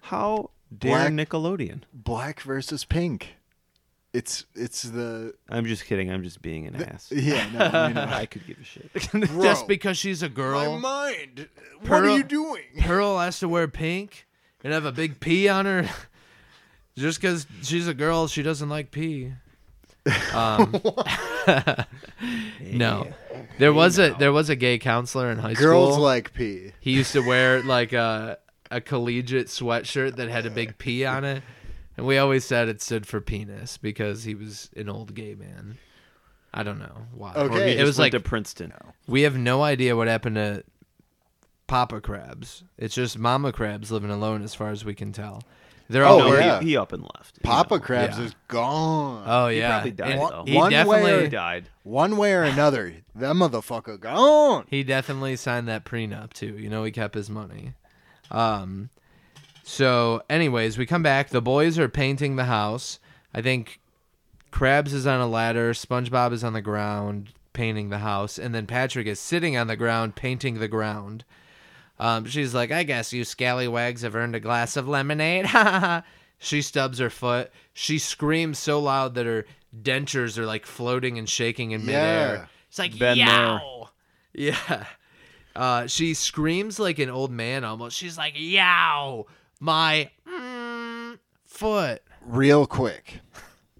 How dare
Black-
Nickelodeon?
black versus pink. It's it's the (laughs)
I'm just kidding. I'm just being an ass.
yeah, no, I
(laughs)
know.
I could give a shit.
just because she's a girl
mind.
Pearl-
doing?
pearl has to wear pink and have a big p on her (laughs) just because she's a girl she doesn't like pee
(laughs)
um, (laughs) no there was a there was a gay counselor in high
Girls
school
like pee.
he used to wear like a a collegiate sweatshirt that had a big p on it and we always said it stood for penis because he was an old gay man i don't know why Or
Okay.
he- it was like
to Princeton.
We have no idea what happened to Papa Crabs. It's just Mama Crabs living alone, as far as we can tell. They're all
Oh,
worried-
yeah.
he, he up and left. you
Papa
know.
Krabs
yeah.
is gone.
Oh
He
yeah,
probably died
And
though.
He
One way
definitely
He
or-
died.
One way or another, that motherfucker gone.
he definitely signed that prenup too. You know, he kept his money. Um, so anyways, we come back. The boys are painting the house. I think Krabs is on a ladder. SpongeBob is on the ground painting the house, and then Patrick is sitting on the ground painting the ground. Um, she's like, I guess you scallywags have earned a glass of lemonade. (laughs) Ha, ha, ha. she stubs her foot. She screams so loud that her dentures are like floating and shaking in midair.
Yeah.
It's like,
Ben Maher.
yow. Yeah. Uh, she screams like an old man almost. She's like, yow, my mm, foot.
real quick.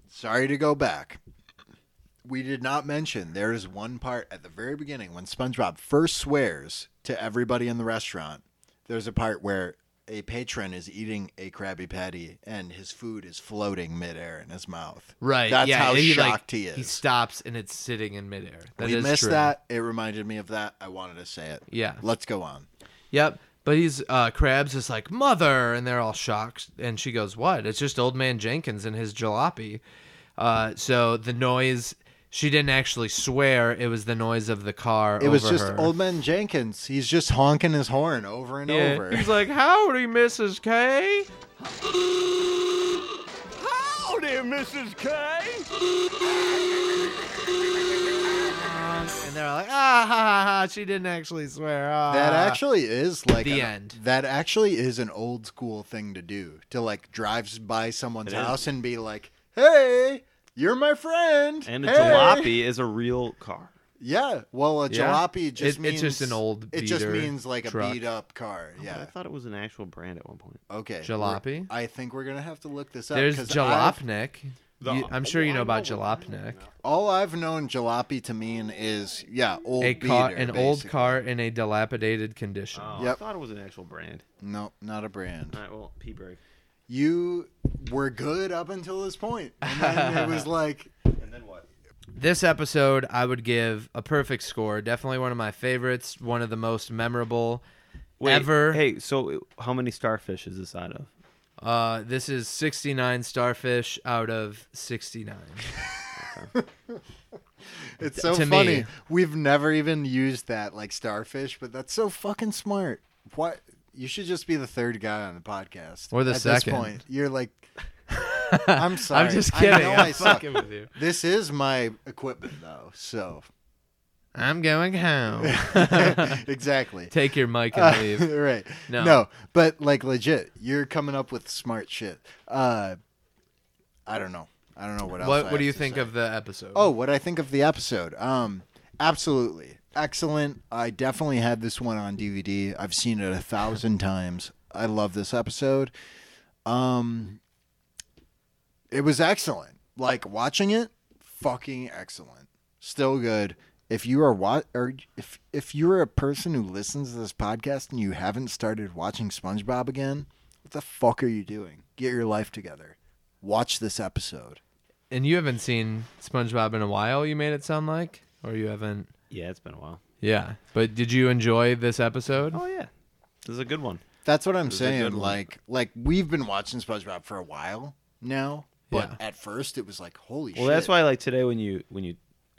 Sorry to go back. We did not mention there is one part at the very beginning when SpongeBob first swears to everybody in the restaurant. There's a part where a patron is eating a Krabby Patty and his food is floating midair in his mouth.
Right.
That's
yeah,
how
he, like,
shocked he is.
He stops and it's sitting in midair. That
we
is
missed
true.
that. It reminded me of that. I wanted to say it.
Yeah.
Let's go on.
Yep. But he's uh Krabs is like, Mother and they're all shocked and she goes, What? It's just old man Jenkins and his jalopy. Uh so the noise she didn't actually swear, it was the noise of the car.
It was
over
just
her.
old man Jenkins. He's just honking his horn over and
Yeah.
over.
He's like, Howdy, Mrs. K.
Howdy, Mrs. K.
And they're like, ah, ha, ha, ha, she didn't actually swear. ah."
That actually is like
The
an-
end.
That actually is an old school thing to do. To like drives by someone's
It is.
house and be like, "Hey, you're my friend."
And a
hey.
jalopy is a real car.
Yeah. Well, a
Yeah.
jalopy just
It-
means
it's just an old
It just
beater
means like
truck.
a beat up car.
But I
Yeah.
thought it was an actual brand at one point.
Okay. we're-
Jalopy?
I think we're gonna have to look this up.
There's
'cause I've-
Jalopnik. You- I'm sure you know about Jalopnik.
all I've known jalopy to mean is yeah, old
A car,
beater,
an old
basically.
car in a dilapidated condition.
Oh, I
Yep.
thought it was an actual brand.
No, not a brand.
Uh. All right, well, Peaberry.
you were good up until this point, and then it
(laughs)
was like
This episode, I would give a perfect score. Definitely one of my favorites. One of the most memorable
Wait,
ever.
Hey, so how many starfish is this out of?
Uh, this is 69 starfish out of 69.
it's so
to me.
funny. We've never even used that like starfish, but that's so fucking smart. What you should just be the third guy on the podcast
Or the
at
second.
This point,
(laughs)
you're like, I'm sorry.
I'm just kidding.
I know I
am
suck.
fucking with you.
This is my equipment though,
(laughs)
so (laughs)
I'm going home.
exactly. (laughs)
Take your mic
Uh,
and leave.
right.
No.
No. but like legit, you're coming up with smart shit. Uh, I don't know. I don't know what else. I
What What
have
do you
to
think
say.
of the episode?
Oh, what I think of the episode? Um, absolutely excellent. I definitely had this one on DVD. I've seen it a thousand times. I love this episode. Um, it was excellent. Like watching it, fucking excellent. Still good. If you are what or if if you're a person who listens to this podcast and you haven't started watching SpongeBob again, what the fuck are you doing? Get your life together. Watch this episode.
and you haven't seen SpongeBob in a while. You made it sound like, or you haven't.
Yeah, it's been a while.
Yeah, but did you enjoy this episode?
Oh yeah, this is a good one.
That's what I'm
a good
saying.
one.
Like, like we've been watching SpongeBob for a while now, but
Yeah.
at first it was like, holy shit.
Well, that's why like today when you when you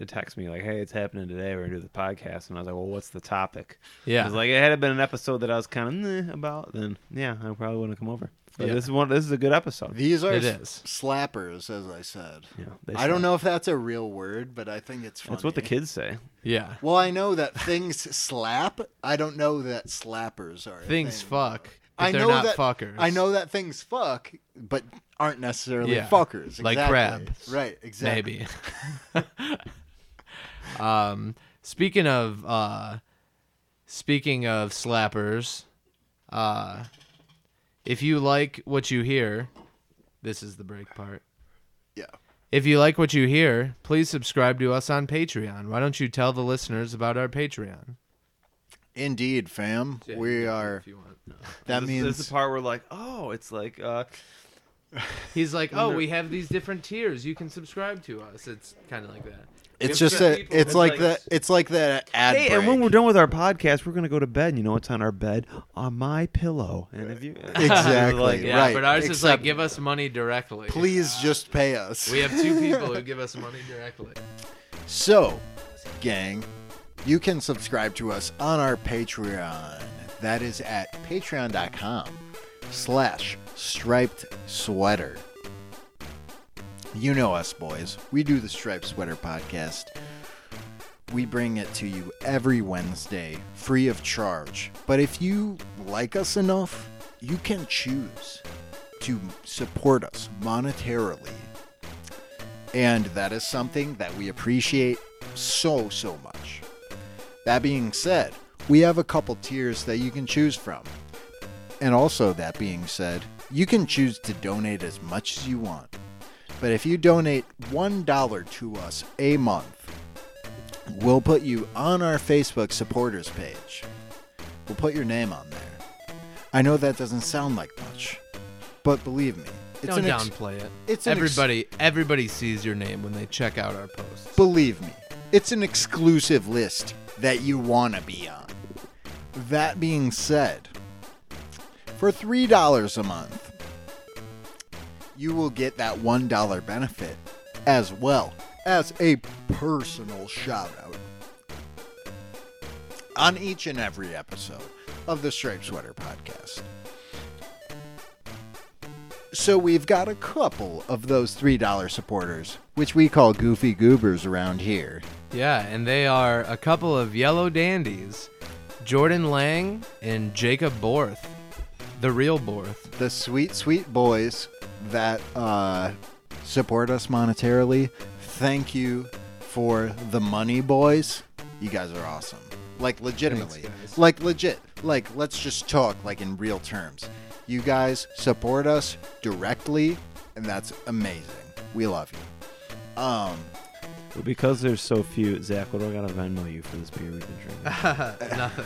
text me like, hey, it's happening today. We're gonna do the podcast, and I was like, well, what's the topic?
Yeah.
I was like, it had it been an episode that I was kind of about, then yeah, I probably wouldn't come over. But
Yeah.
this is one. This is a good episode.
these are
It
s-
is.
slappers, as I said.
Yeah, they
I don't
slap.
know if that's a real word, but I think it's funny.
That's what the kids say.
Yeah.
Well, I know that things slap. I don't know that slappers are a
Things
thing.
fuck. But
I
they're
know
not
that
fuckers.
I know that things fuck, but aren't necessarily
Yeah.
fuckers.
Like
exactly.
crabs.
Right. Exactly.
Maybe. (laughs) um, speaking of uh, speaking of slappers, uh, if you like what you hear, this is the break part.
Yeah.
If you like what you hear, please subscribe to us on Patreon. Why don't you tell the listeners about our Patreon?
Indeed, fam. we are.
If you want.
That
this,
means
this is the part where like, oh, it's like uh,
He's like, oh, we have these different tiers. You can subscribe to us. It's kind of like that.
It's
We have
just
certain
that
people
it's
who
like
like-
that it's like that ad
hey,
break.
and when we're done with our podcast, we're gonna go to bed. And you know what's on our bed? On my pillow. And if you (laughs)
exactly
Like,
Yeah,
right.
but ours is like,
Except
give us money directly.
please just pay us.
(laughs) We have two people who give us money directly.
So, gang, you can subscribe to us on our Patreon. That is at patreon.com slash striped sweater. You know us, boys. We do the Striped Sweater podcast. We bring it to you every Wednesday, free of charge. But if you like us enough, you can choose to support us monetarily and that is something that we appreciate so, so much. That being said, we have a couple tiers that you can choose from. And also, that being said, you can choose to donate as much as you want. But if you donate $1 to us a month, we'll put you on our Facebook supporters page. We'll put your name on there. I know that doesn't sound like much, but believe me, it's
Don't
an ex-
downplay it.
it's an ex-
everybody. everybody sees your name when they check out our posts.
Believe me, it's an exclusive list that you want to be on. That being said, for $3 a month, you will get that $1 benefit as well as a personal shout out on each and every episode of the Striped Sweater podcast. So we've got a couple of those $3 supporters, which we call goofy goobers around here.
Yeah, and they are a couple of yellow dandies, Jordan Lang and Jacob Borth, the real Borth.
the sweet, sweet boys that uh, support us monetarily. Thank you for the money, boys. You guys are awesome. Like, legitimately. like, legit. Like, let's just talk, like, in real terms. You guys support us directly, and that's amazing. We love you. Um,
But because there's so few, Zach, what do I gotta Venmo you for this beer we've been
(laughs)
drinking?
Nothing.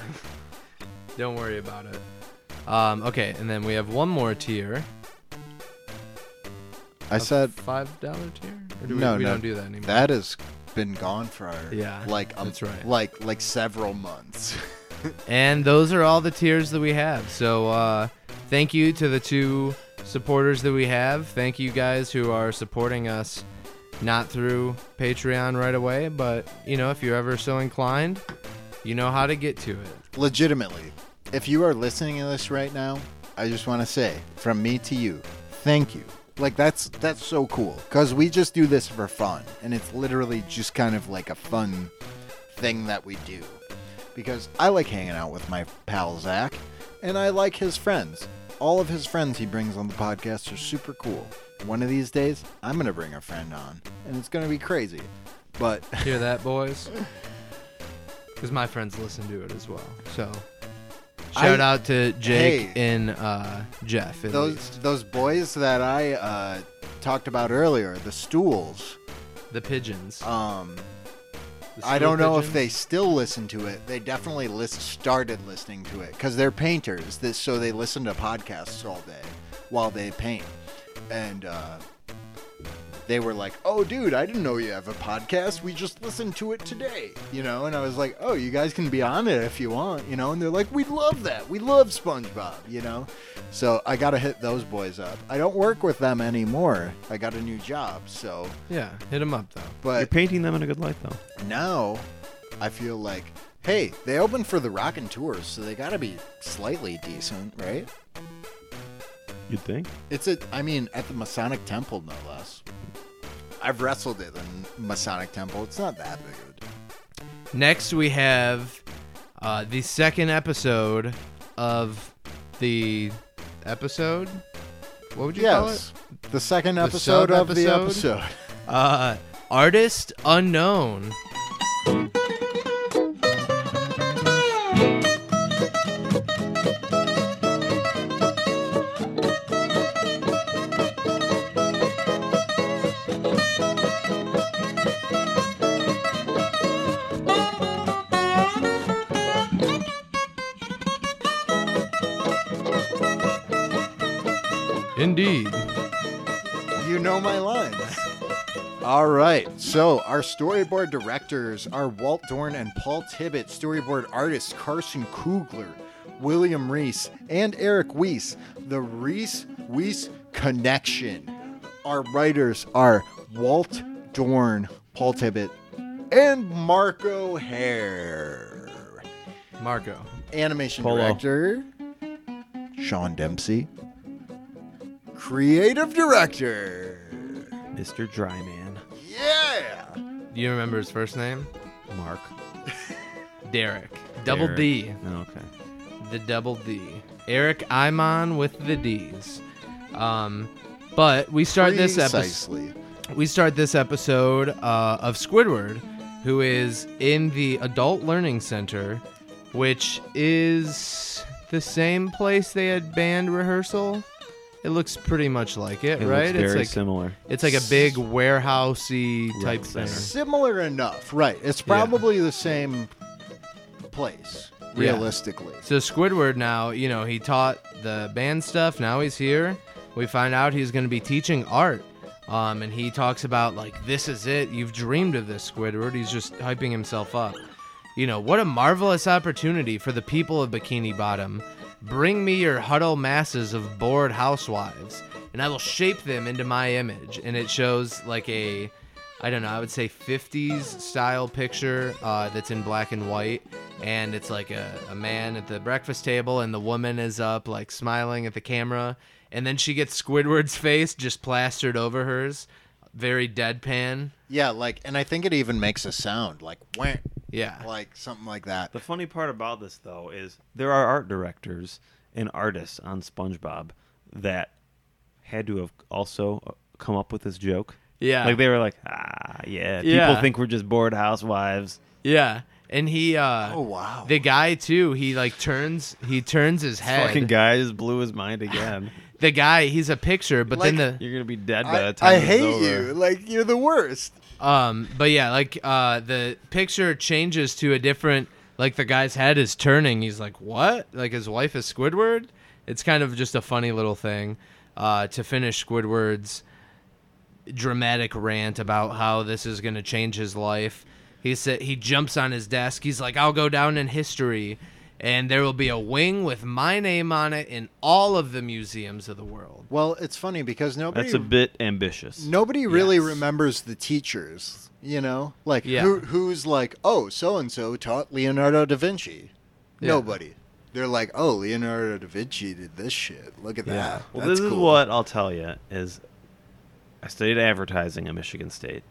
Don't worry about it. Um, okay, and then we have one more tier,
I said
five dollar tier? Or do we,
no,
we
no.
don't do that anymore.
That has been gone for
Yeah,
like um,
that's right.
like like several months. (laughs)
And those are all the tiers that we have. So uh, thank you to the two supporters that we have. Thank you guys who are supporting us, not through Patreon right away, but you know if you're ever so inclined, you know how to get to it.
Legitimately, if you are listening to this right now, I just want to say from me to you, thank you. Like that's that's so cool cuz we just do this for fun and it's literally just kind of like a fun thing that we do. Because I like hanging out with my pal Zach and I like his friends. All of his friends he brings on the podcast are super cool. One of these days, I'm going to bring a friend on and it's going to be crazy. But (laughs)
Hear that, boys? Because my friends listen to it as well. So shout
I-
out to Jake
Hey.
and uh, Jeff. At
those
least.
those boys that I uh, talked about earlier, the stools.
the pigeons.
Um,
The
I
stool
don't know if
pigeons.
they still listen to it. They definitely list, started listening to it because they're painters, this, so they listen to podcasts all day while they paint. And uh, they were like, "Oh, dude, I didn't know you have a podcast. We just listened to it today, you know." And I was like, "Oh, you guys can be on it if you want, you know." And they're like, "We love that. We love SpongeBob, you know." So I gotta hit those boys up. I don't work with them anymore. I got a new job, so.
Yeah, hit them up though.
But
You're painting them in a good light, though.
now I feel like, hey, they opened for the Rockin' Tours, so they gotta be slightly decent, right?
You'd think.
It's a, I mean, at the Masonic Temple, no less. I've wrestled at the Masonic Temple. It's not that big of a deal.
Next, we have uh, the second episode of the episode. What would you
Yes, the second
The
episode of the
sub-episode?
episode.
call it? Uh, Artist unknown. Indeed.
You know my lines. All right. So our storyboard directors are Walt Dorn and Paul Tibbett. Storyboard artists Carson Kugler, William Reese, and Eric Weiss. The Reese Weiss connection. Our writers are Walt Dorn, Paul Tibbett, and Marco Hare.
Marco.
Animation
Polo.
director Sean Dempsey. Creative director.
Mr. Dryman.
Yeah.
Do you remember his first name?
Mark.
Derek. Double
Derek.
D.
Oh, okay.
the double D. Eric Imon with the D's. Um, but we start this episode.
Precisely.
We start this episode uh, of Squidward, who is in the Adult Learning Center, which is the same place they had band rehearsal. It looks pretty much like it,
It
right?
looks very
it's like
similar.
it's like a big warehousey type
center.
center.
Similar enough, right? It's probably the same place, realistically.
So Squidward now, you know, he taught the band stuff. Now he's here. We find out he's going to be teaching art. Um, and he talks about, like, this is it. You've dreamed of this, Squidward. He's just hyping himself up. You know, what a marvelous opportunity for the people of Bikini Bottom. Bring me your huddle masses of bored housewives, and I will shape them into my image. And it shows, like, a I don't know, I would say 50s style picture uh, that's in black and white. And it's like a, a man at the breakfast table, and the woman is up, like smiling at the camera. And then she gets Squidward's face just plastered over hers. Very deadpan.
Yeah, like, and I think it even makes a sound, like went,
Yeah.
like something like that.
The funny part about this, though, is there are art directors and artists on SpongeBob that had to have also uh, come up with this joke.
Yeah.
Like they were like, ah, yeah, people
Yeah.
think we're just bored housewives.
Yeah. And he, uh,
Oh, wow.
the guy too, he like turns, he turns his head.
Fucking guy just blew his mind
(laughs)
again.
The guy, he's a picture, but then
Like-
the
You're gonna be dead by
I,
the uh, time
I
this is
hate
over.
you. Like, you're the worst.
Um, but yeah, like uh, the picture changes to a different. Like the guy's head is turning. He's like, "What?" Like his wife is Squidward. It's kind of just a funny little thing uh, to finish Squidward's dramatic rant about how this is going to change his life. He said he jumps on his desk. He's like, "I'll go down in history, and there will be a wing with my name on it in all of the museums of the world."
Well, it's funny because nobody
That's a bit ambitious.
nobody really
Yes.
remembers the teachers. You know, like
Yeah.
who who's like, oh, so and so taught Leonardo da Vinci.
Yeah.
Nobody. They're like, oh, Leonardo da Vinci did this shit. Look at that.
Well,
That's
this is
cool."
what I'll tell you is I studied advertising at Michigan State,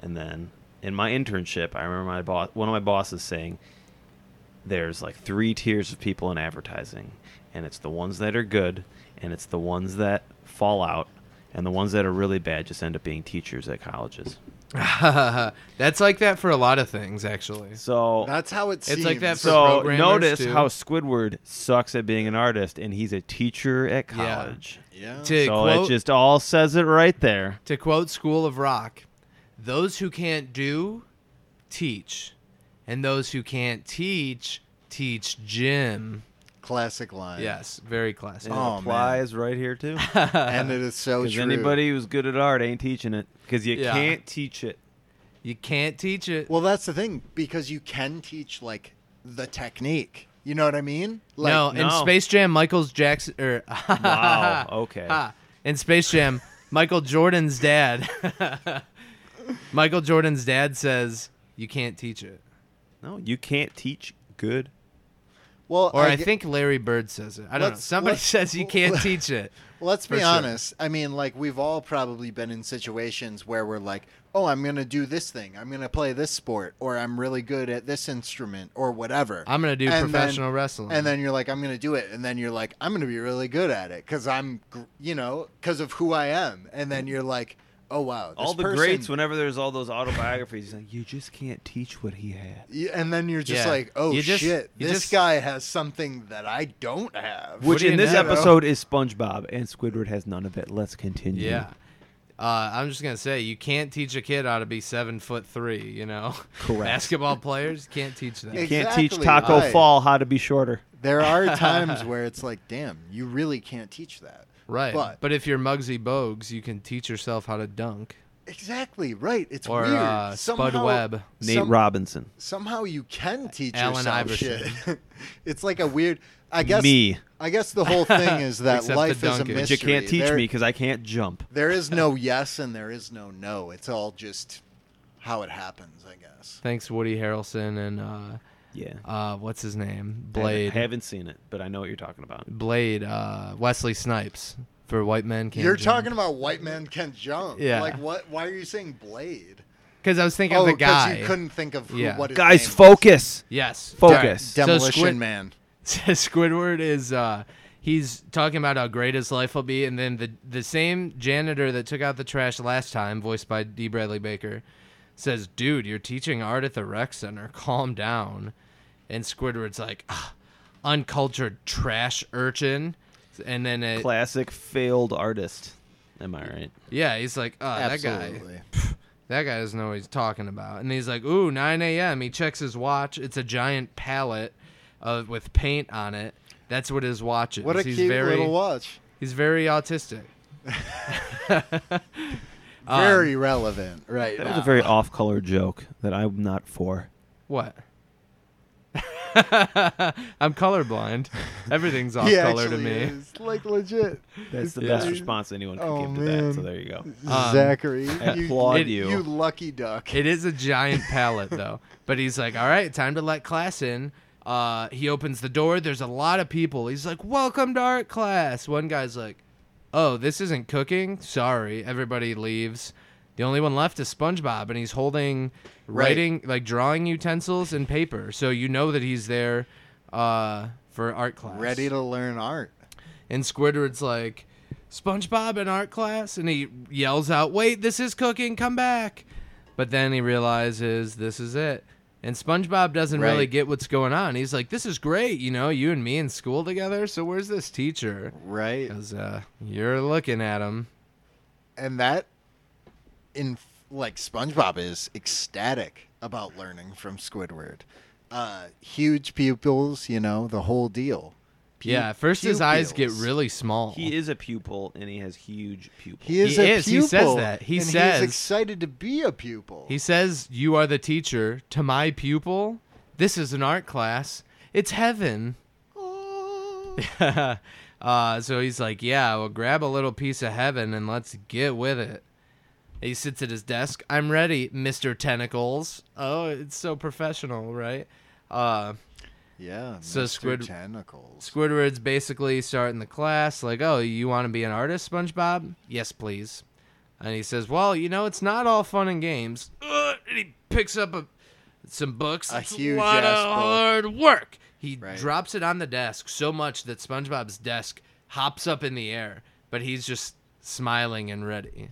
and then in my internship, I remember my boss, one of my bosses saying, "There's like three tiers of people in advertising, and it's the ones that are good, and it's the ones that fall out, and the ones that are really bad just end up being teachers at colleges."
That's like that for a lot of things, actually.
So
That's how it seems.
It's like that for
so
programmers,
notice
too.
how Squidward sucks at being an artist, and he's a teacher at
Yeah.
college.
yeah.
To
So
quote,
it just all says it right there.
To quote School of Rock, those who can't do, teach. And those who can't teach, teach Jim.
Classic line.
Yes, very classic.
It
Oh, man.
applies right here too. (laughs)
and it
(laughs)
is so
Because
true.
anybody who's good at art ain't teaching it. Because you
Yeah.
can't teach it.
You can't teach it.
Well, that's the thing because you can teach like the technique. You know what I mean? Like,
no, in
no.
Space Jam, Michael's Jackson. Or,
(laughs) Wow. (laughs) Okay.
Ha. (laughs) in Space Jam, Michael Jordan's dad. (laughs) Michael Jordan's dad says, You can't teach it.
No, you can't teach good.
Well,
Or I,
ge-
think Larry Bird says it. I don't know.
Let's-
Somebody
let's-
says you can't teach it.
Let's be
For sure.
honest. I mean, like we've all probably been in situations where we're like, "Oh, I'm going to do this thing. I'm going to play this sport or I'm really good at this instrument or whatever."
I'm gonna do
And then-
professional wrestling.
And then you're like, "I'm going to do it." And then you're like, "I'm going to be really good at it cuz I'm, gr- you know, cuz of who I am." And then you're like, "Oh wow, this
all the
person-
greats, whenever there's all those autobiographies, he's like, you just can't teach what he had.
Y- and then you're just
Yeah.
like, "Oh
You just-
shit,
you
this
just-
guy has something that I don't have."
Which
do you
in this
know?
episode is SpongeBob, and Squidward has none of it. Let's continue.
Yeah. Uh, I'm just gonna say you can't teach a kid how to be seven foot three. You know,
Correct.
(laughs) basketball players can't teach that.
Ex-
Can't teach
Exactly
Taco
right.
Fall how to be shorter.
There are
(laughs)
times where it's like, "Damn, you really can't teach that."
Right.
But,
But, if you're Muggsy Bogues, you can teach yourself how to dunk.
Exactly right. It's
Or,
weird.
uh, Spud
Somehow-
Webb.
Nate
some-
Robinson.
Somehow you can teach
Allen
yourself
Iverson.
shit. (laughs) it's like a weird. I guess
Me.
I guess the
(laughs)
whole thing is that
Except the
life is a
dunking.
mystery.
But
But you can't teach
There-
me because I can't jump.
There is
(laughs)
no yes and there is no no. It's all just how it happens, I guess.
Thanks Woody Harrelson and
Yeah.
uh, uh, what's his name?
I
Blade.
haven't seen it, but I know what you're talking about.
Blade. Uh, Wesley Snipes for White Men Can't.
You're talking about white man can jump.
Yeah.
Like what? Why are you saying blade?
because I was thinking
oh,
of the
'cause
guy.
you couldn't think of who,
Yeah.
what his
Guys,
name was.
focus.
Yes.
Focus.
Alright, so
Demolition
Squid-
Man.
(laughs) says Squidward is uh he's talking about how great his life will be and then the the same janitor that took out the trash last time voiced by D Bradley Baker says dude you're teaching art at the rec center (laughs) calm down and Squidward's like "Ah, uncultured trash urchin and then it,
Classic failed artist. Am I right?
yeah he's like oh that guy
Absolutely.
that guy doesn't know what he's talking about. And he's like, ooh, 9 a.m. He checks his watch. It's a giant pallet uh, with paint on it. That's what his watch is.
What a
he's
cute
very,
little watch.
He's very autistic. um,
Very relevant, right?
That was
now.
a very off-color joke that I'm not for.
What? (laughs) I'm colorblind.
(laughs)
Everything's off
He
color to
actually
me.
is, Like legit.
That's the
Yeah.
best response anyone could
Oh,
give to
man.
that. So there you go.
(laughs) Um,
Zachary,
I
you,
applaud
you.
you.
lucky duck.
It is a giant pallet though. But he's like, "All right, time to let class in." Uh, he opens the door. There's a lot of people. He's like, "Welcome to art class." One guy's like, "Oh, this isn't cooking. Sorry." Everybody leaves. The only one left is SpongeBob, and he's holding
Right.
writing, like drawing utensils and paper. So you know that he's there uh, for art class.
Ready to learn art.
And Squidward's like, SpongeBob in art class? And he yells out, Wait, this is cooking, come back. But then he realizes this is it. And SpongeBob doesn't really
Right.
get what's going on. He's like, This is great, you know, you and me in school together. So where's this teacher?
Right.
Because uh, you're looking at him.
And that in like SpongeBob is ecstatic about learning from Squidward. Uh huge pupils, you know, the whole deal.
yeah, at first his eyes get
pupils.
really small.
He is a pupil and he has huge pupils.
He is
He
a
is. He
pupil.
says that. He
and
says-
He's excited to be a pupil.
He says, "You are the teacher to my pupil. This is an art class. It's heaven." (laughs) uh, so he's like, "Yeah, well, grab a little piece of heaven and let's get with it." He sits at his desk. I'm ready, Mister Tentacles. Oh, it's so professional, right? Uh,
yeah.
So
Mr.
Squid-
Tentacles.
Squidward's basically starting the class, like, "Oh, you want to be an artist, SpongeBob? Yes, please." And he says, "Well, you know, it's not all fun and games." Ugh, and he picks up a, some books.
A
It's
huge
a lot
ass
of
book.
hard work. He
Right.
drops it on the desk so much that SpongeBob's desk hops up in the air, but he's just smiling and ready.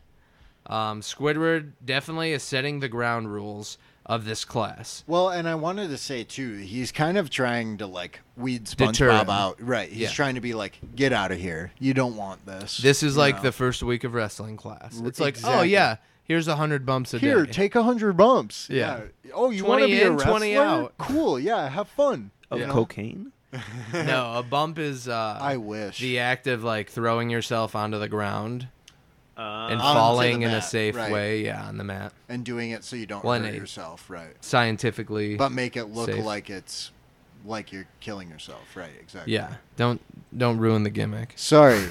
Um, Squidward definitely is setting the ground rules of this class.
Well, and I wanted to say too, he's kind of trying to like weed
Deter
SpongeBob
him.
out. Right. He's
Yeah.
trying to be like, get out of here. You don't want this.
This is
You
like
know?
the first week of wrestling class.
R-
It's like, oh
exactly.
yeah, here's a hundred bumps a (laughs)
here.
day.
Take a hundred bumps.
Yeah.
Oh, you want
20
to be a
in,
wrestler?
20 out.
Cool. Yeah. Have fun.
of
Yeah.
cocaine?
no, a bump is uh,
I wish.
the act of like throwing yourself onto the ground and
Onto the
falling in a
mat,
safe
right.
way. Yeah, on the mat,
and doing it so you don't
One
hurt
eight.
yourself. Right.
scientifically.
But make it look
Safe.
like it's like you're killing yourself. Right. Exactly.
yeah, don't don't ruin the gimmick. (laughs)
Sorry.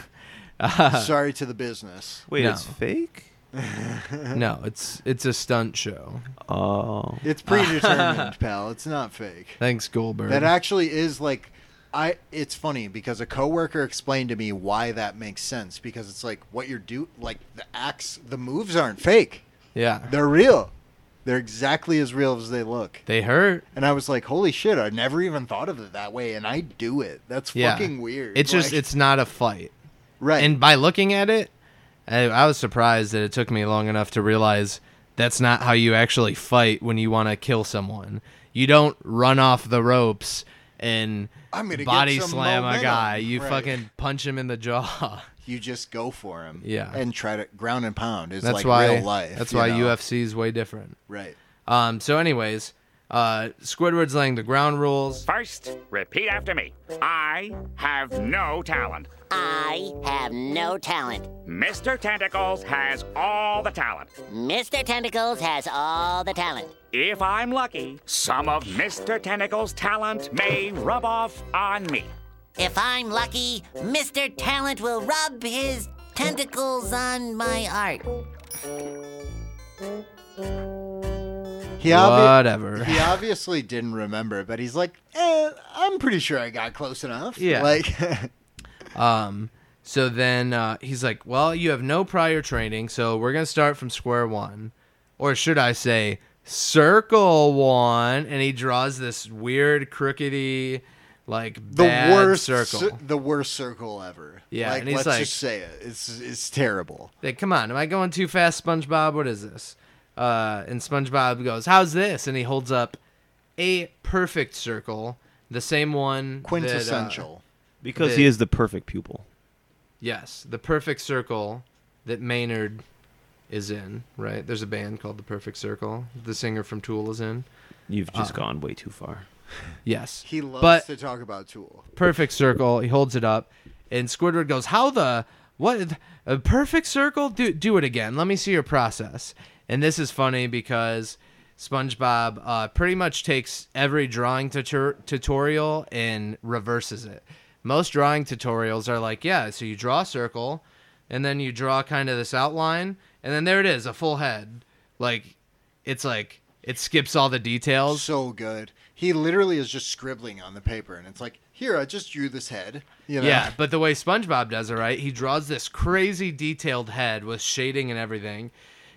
Sorry to the business.
Wait,
No.
it's fake?
Uh-huh.
No, it's it's a stunt show.
Oh.
(laughs)
It's predetermined, pal. It's not fake.
Thanks Goldberg.
That actually is like I it's funny because a coworker explained to me why that makes sense because it's like what you're do like the acts the moves aren't fake.
yeah,
They're real. They're exactly as real as they look.
they hurt.
And I was like, "Holy shit, I never even thought of it that way and I do it. That's
Yeah,
fucking weird."
It's just
Like,
it's not a fight.
right.
And by looking at it, I, I was surprised that it took me long enough to realize that's not how you actually fight when you want to kill someone. You don't run off the ropes and
I'm gonna get
body
some
slam
momentum.
a guy. You
Right.
fucking punch him in the jaw. (laughs)
you just go for him
Yeah.
and try to ground and pound is
That's
like
why.
real life.
that's
you
why
know?
UFC is way different.
Right.
Um. So, anyways, uh, Squidward's laying the ground rules.
First, repeat after me. I have no talent.
I have no talent.
Mr. Tentacles has all the talent.
Mr. Tentacles has all the talent.
If I'm lucky, some of Mr. Tentacles' talent may rub off on me.
If I'm lucky, Mr. Talent will rub his tentacles on my art.
He obvi-
Whatever.
he obviously didn't remember, but he's like, eh, I'm pretty sure I got close enough.
Yeah.
Like, (laughs)
So then uh, he's like, "Well, you have no prior training, so we're gonna start from square one, or should I say, circle one?" And he draws this weird, crookedy, like
the
bad
worst
circle.
cir- the worst circle ever.
Yeah,
Like,
and he's
let's
like-
just say it. It's it's terrible.
like, come on, am I going too fast, SpongeBob? What is this? Uh, and SpongeBob goes, "How's this?" And he holds up a perfect circle, the same one that, uh,
Quintessential.
Because
The-
he is the perfect pupil.
Yes, the perfect circle that Maynard is in, right? There's a band called The Perfect Circle. The singer from Tool is in.
You've just gone way too far.
Yes.
he loves
but
to talk about Tool.
perfect circle. He holds it up and Squidward goes, "How the what a perfect circle? Do do it again. Let me see your process." And this is funny because SpongeBob uh, pretty much takes every drawing tutor- tutorial and reverses it. Most drawing tutorials are like, yeah, so you draw a circle, and then you draw kind of this outline, and then there it is, a full head. Like, it's like it skips all the details.
So good. He literally is just scribbling on the paper, and it's like, here, I just drew this head. You know?
Yeah, but the way SpongeBob does it, right? He draws this crazy detailed head with shading and everything.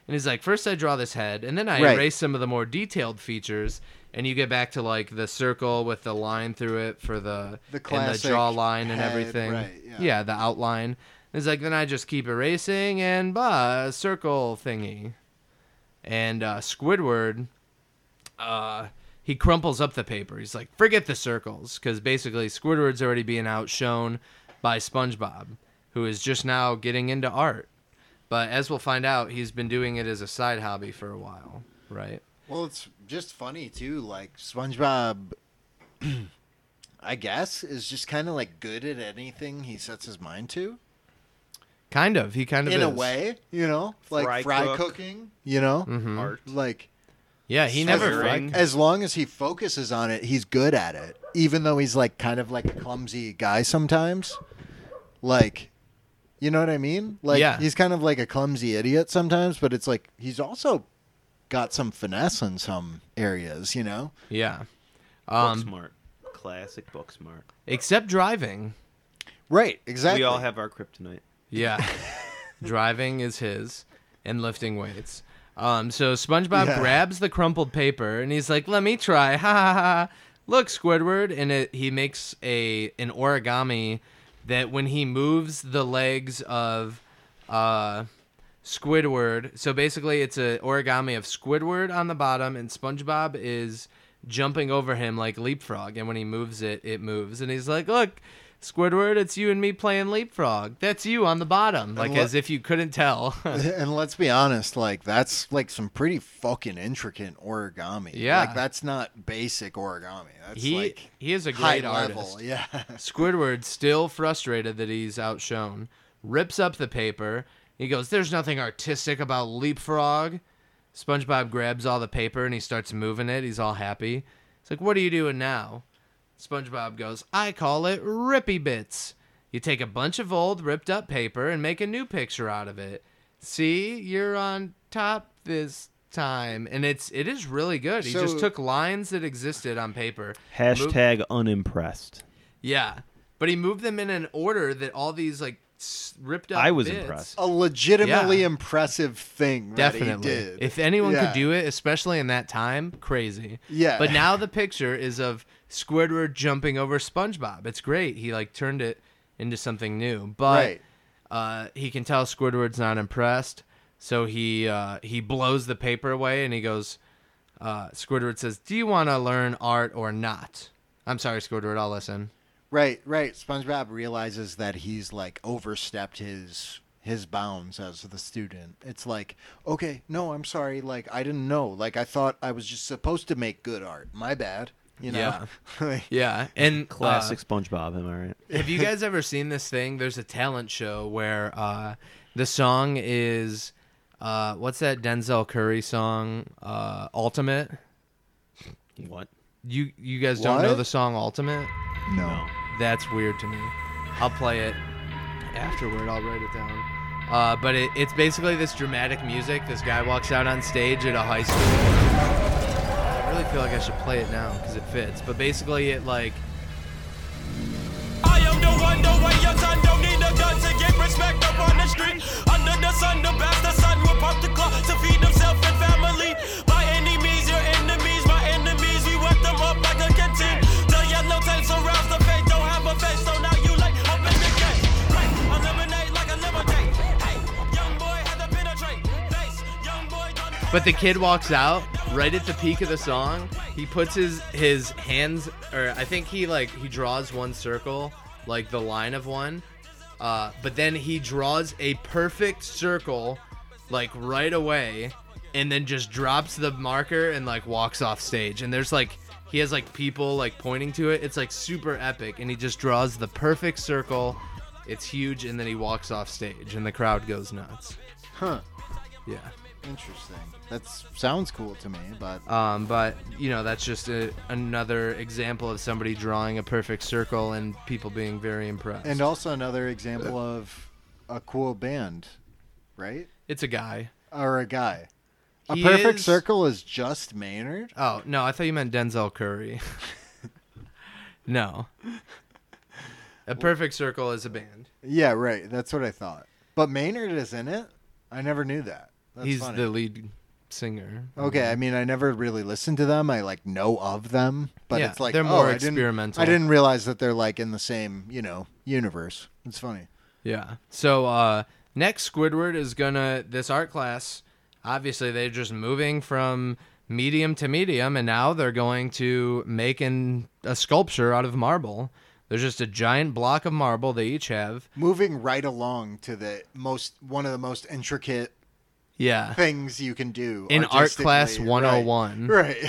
And he's like, first I draw this head, and then I
Right.
erase some of the more detailed features, and you get back to like the circle with the line through it for the
The
and the
classic
jaw line and
head,
everything.
right, yeah.
the outline. It's like then I just keep erasing and bah, a circle thingy. And uh, Squidward uh, he crumples up the paper. He's like, forget the circles, because basically Squidward's already being outshone by SpongeBob, who is just now getting into art. But as we'll find out, he's been doing it as a side hobby for a while, right?
Well, it's just funny too. Like SpongeBob (clears throat) I guess, is just kind of like good at anything he sets his mind to.
Kind of. He kind of
In a
is.
way, you know, like
Fry
fry,
cook.
cooking, you know,
Art.
like
Yeah, Mm-hmm. he never.
Scissoring.
as long as he focuses on it, he's good at it. Even though he's like kind of like a clumsy guy sometimes, like, you know what I mean? Like
Yeah.
he's kind of like a clumsy idiot sometimes, but it's like he's also got some finesse in some areas, you know.
Yeah.
book smart, classic book smart.
Except driving.
Right, exactly.
We all have our kryptonite.
Yeah. Driving is his and lifting weights. Um, so SpongeBob
Yeah.
grabs the crumpled paper and he's like, "Let me try." (laughs) Ha ha ha. Look, Squidward, and it, he makes a an origami that when he moves the legs of uh Squidward. So basically, it's an origami of Squidward on the bottom, and SpongeBob is jumping over him like leapfrog. And when he moves it, it moves. And he's like, "Look, Squidward, it's you and me playing leapfrog. That's you on the bottom, like
what-
as if you couldn't tell."
(laughs)
(laughs)
and let's be honest, like that's like some pretty fucking intricate origami.
Yeah.
like that's not basic origami. That's
he
like
he is a
high
great
level.
artist.
Yeah, (laughs)
Squidward, still frustrated that he's outshone, rips up the paper. He goes, There's nothing artistic about leapfrog. SpongeBob grabs all the paper and he starts moving it. He's all happy. It's like, What are you doing now? SpongeBob goes, I call it Rippy Bits. You take a bunch of old, ripped up paper and make a new picture out of it. See, you're on top this time and it's it is really good he just
So-
took lines that existed on paper moved-
Hashtag unimpressed.
yeah, but he moved them in an order that all these like s- ripped up.
I was
bits-
impressed.
a legitimately
Yeah.
impressive thing. Oh, that
Definitely.
he did.
If anyone
Yeah.
could do it, especially in that time, crazy.
Yeah.
But now the picture is of Squidward jumping over SpongeBob. It's great. He like turned it into something new. But
right,
uh, he can tell Squidward's not impressed, so he uh, he blows the paper away and he goes. Uh, Squidward says, "Do you want to learn art or not?" I'm sorry, Squidward. I'll listen.
right, right. SpongeBob realizes that he's like overstepped his his bounds as the student. It's like, okay, no, I'm sorry. Like I didn't know. Like I thought I was just supposed to make good art. My bad. You (laughs) know. Yeah.
Yeah, and uh,
Classic SpongeBob. Am I right?
Have you guys ever seen this thing? There's a talent show where uh, the song is uh, what's that Denzel Curry song? Uh, Ultimate.
What?
You you guys don't know
What?
the song Ultimate?
no.
That's weird to me. I'll play it afterward. I'll write it down. Uh, but it, it's basically this dramatic music. This guy walks out on stage at a high school. I really feel like I should play it now because it fits. But basically, it like
I am the one, the way your son don't need a gun to get respect up on the street. Under the sun, the bastard son will pump the clock to feed himself and family. By any means, your enemies, my enemies, we wet them up like a canteen. The yellow tape surrounds the face, don't have a face, so now you like open the gate. Right, eliminate like a lemonade. Hey, young boy had to penetrate. Face, young boy done.
But the kid walks out right at the peak of the song. He puts his his hands, or I think he like he draws one circle, like the line of one. Uh, but then he draws a perfect circle, like right away, and then just drops the marker and like walks off stage. And there's like he has like people like pointing to it. It's like super epic, and he just draws the perfect circle. It's huge, and then he walks off stage, and the crowd goes nuts.
Huh.
Yeah.
Interesting. That sounds cool to me, but
Um, but you know that's just a, another example of somebody drawing a perfect circle and people being very impressed.
and also another example of a cool band, right?
it's a guy.
Or a guy. A
He
perfect
is-
circle is just Maynard.
Oh no, I thought you meant Denzel Curry. (laughs) no, a perfect circle is a band.
Yeah, right. That's what I thought. But Maynard is in it. I never knew that. That's
He's
funny.
the lead singer.
Okay, I mean, I never really listened to them. I like know of them, but
Yeah,
it's like
they're
oh,
more
I didn't-
experimental.
I didn't realize that they're like in the same, you know, universe. It's funny.
Yeah. So uh, next, Squidward is gonna this art class. Obviously, they're just moving from medium to medium, and now they're going to making a sculpture out of marble. There's just a giant block of marble they each have.
Moving right along to the most one of the most intricate
Yeah.
things you can do
In art class
artistically, right. (laughs)
101.
Right.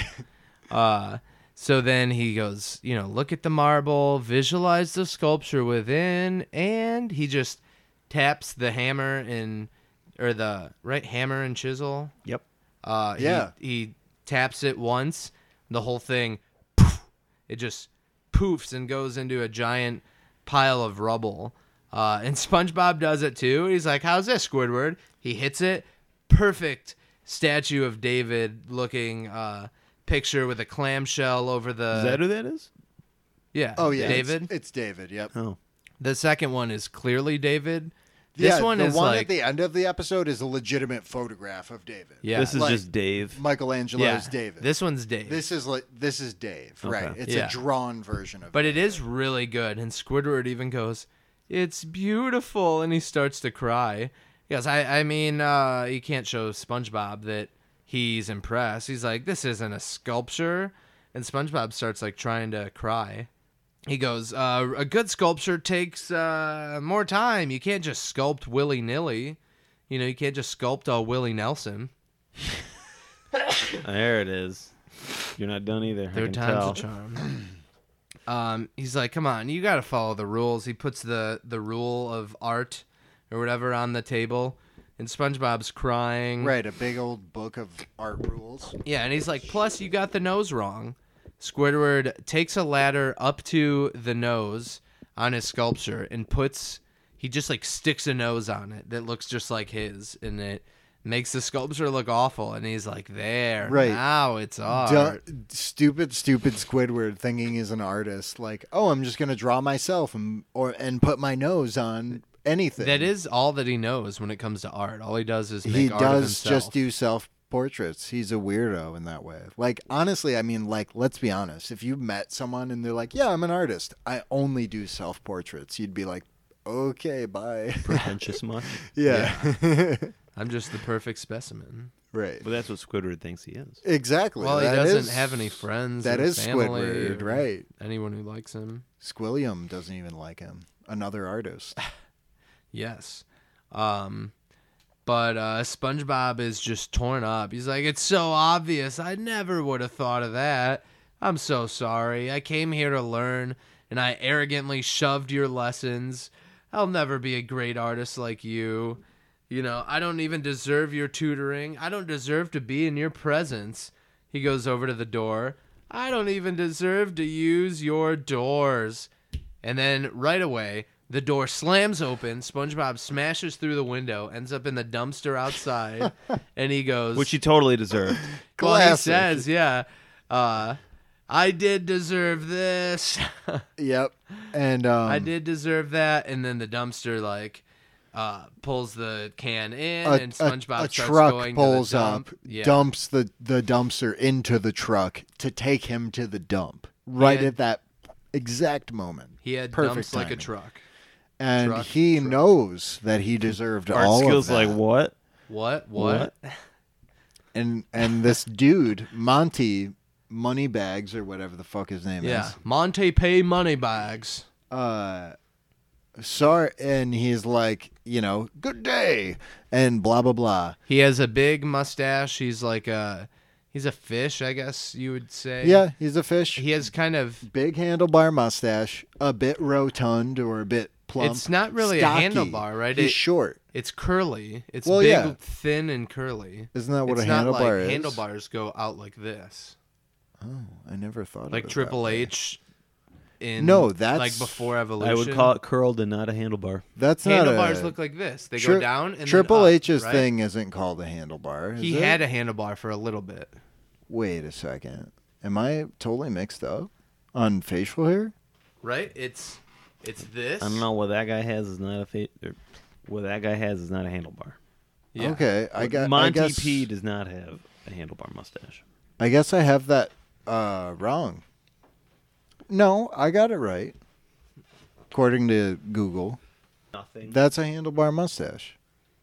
Uh, So then he goes, you know, look at the marble, visualize the sculpture within, and he just taps the hammer and or the right hammer and chisel.
Yep.
Uh, he-
Yeah.
He, taps it once, the whole thing, poof, it just poofs and goes into a giant pile of rubble. Uh, and (laughs) SpongeBob does it too. He's like, "How's this, Squidward?" He hits it, perfect statue of David looking uh, picture with a clamshell over the.
Is that who that is?
yeah.
Oh yeah, it's-
David.
It's, David. Yep.
Oh.
the second one is clearly David. This
yeah,
one
the
is
one
like
at the end of the episode is a legitimate photograph of David.
yeah.
This is
Like-
just Dave.
Michelangelo's
yeah.
David.
This one's Dave.
This is like this is Dave, right? It's
Yeah.
a drawn version of.
But it is really good. And Squidward even goes, It's beautiful. And he starts to cry. He goes, I, I mean, uh, you can't show SpongeBob that he's impressed. He's like, This isn't a sculpture. And SpongeBob starts like trying to cry. He goes, uh, A good sculpture takes uh, more time. You can't just sculpt willy nilly. You know, you can't just sculpt all Willie Nelson.
There it is. You're not done either. I
Third
can
time's
tell.
a
(clears throat)
charm. um, he's like, come on, you got to follow the rules. He puts the the rule of art or whatever on the table, and SpongeBob's crying.
Right, a big old book of art rules.
Yeah, and he's like, plus you got the nose wrong. Squidward takes a ladder up to the nose on his sculpture and puts he just like sticks a nose on it that looks just like his and it makes the sculpture look awful and he's like there
Right.
now it's art.
Du- stupid, stupid Squidward thinking he's an artist. Like, oh, I'm just gonna draw myself and or and put my nose on anything.
That is all that he knows when it comes to art. All he does is make
he
art of
does
himself.
just do self portraits. He's a weirdo in that way. Like, honestly, I mean, like, let's be honest. If you met someone and they're like, "Yeah, I'm an artist. I only do self portraits," you'd be like, "Okay, bye." (laughs)
Pretentious much.
yeah.
I'm just the perfect specimen.
(laughs) right.
(laughs) But that's what Squidward thinks he is.
Exactly.
Well,
That
he doesn't
is-
have any friends.
That
or
is
family
Squidward,
or
right?
Anyone who likes him.
Squilliam doesn't even like him. Another artist.
Yes. Um, but uh, SpongeBob is just torn up. He's like, it's so obvious. I never would have thought of that. I'm so sorry. I came here to learn, and I arrogantly shoved your lessons. I'll never be a great artist like you. You know, I don't even deserve your tutoring. I don't deserve to be in your presence. He goes over to the door. I don't even deserve to use your doors. And then right away, the door slams open. SpongeBob smashes through the window, ends up in the dumpster
(laughs)
outside, and he goes,
Which he totally deserved.
(laughs) well, he
Classic.
says, yeah, uh, I did deserve this. (laughs)
Yep. And um,
I
Hmm.
did deserve that. And then the dumpster, like, uh, pulls the can in,
A,
and
a-
SpongeBob
a
starts
truck
going
pulls
to the dump.
up,
Yeah.
dumps the the dumpster into the truck to take him to the dump. Right
had-
at that exact moment.
He had dumps like
timing.
a truck.
and
truck,
he knows that he deserved
Art
all
skills
of that.
like what?
What? What?
and and this dude Monty Moneybags or whatever the fuck his name
Yeah.
is.
Monte Pay money bags.
uh sorry and he's like you know good day and blah blah blah
He has a big mustache. He's like a, he's a fish, I guess you would say.
yeah he's a fish
He has kind of
big handlebar mustache a bit rotund or a bit plump
It's not really a
stocky.
handlebar, right?
he's
It-
short
It's curly. It's
Well,
big,
yeah.
thin, and curly.
Isn't that what
it's
a
not like
handlebar is?
Handlebars go out like this,
i never thought
like
of it
Triple
that way.
H. In
No, that's-
like before evolution.
I would call it curled and not a handlebar.
that's not
handlebars
a,
look like this. They
Tri-
go down and
triple
then up,
h's
right?
thing isn't called a handlebar is
He
it?
had a handlebar for a little bit.
wait a second am i totally mixed up on facial hair
Right? It's it's this.
I don't know what that guy has is not a fa- or what that guy has is not a handlebar.
Yeah.
okay i
What
got
Monty
I guess,
P does not have a handlebar mustache.
I guess I have that uh, wrong. No, I got it right. According to Google,
Nothing.
that's a handlebar mustache.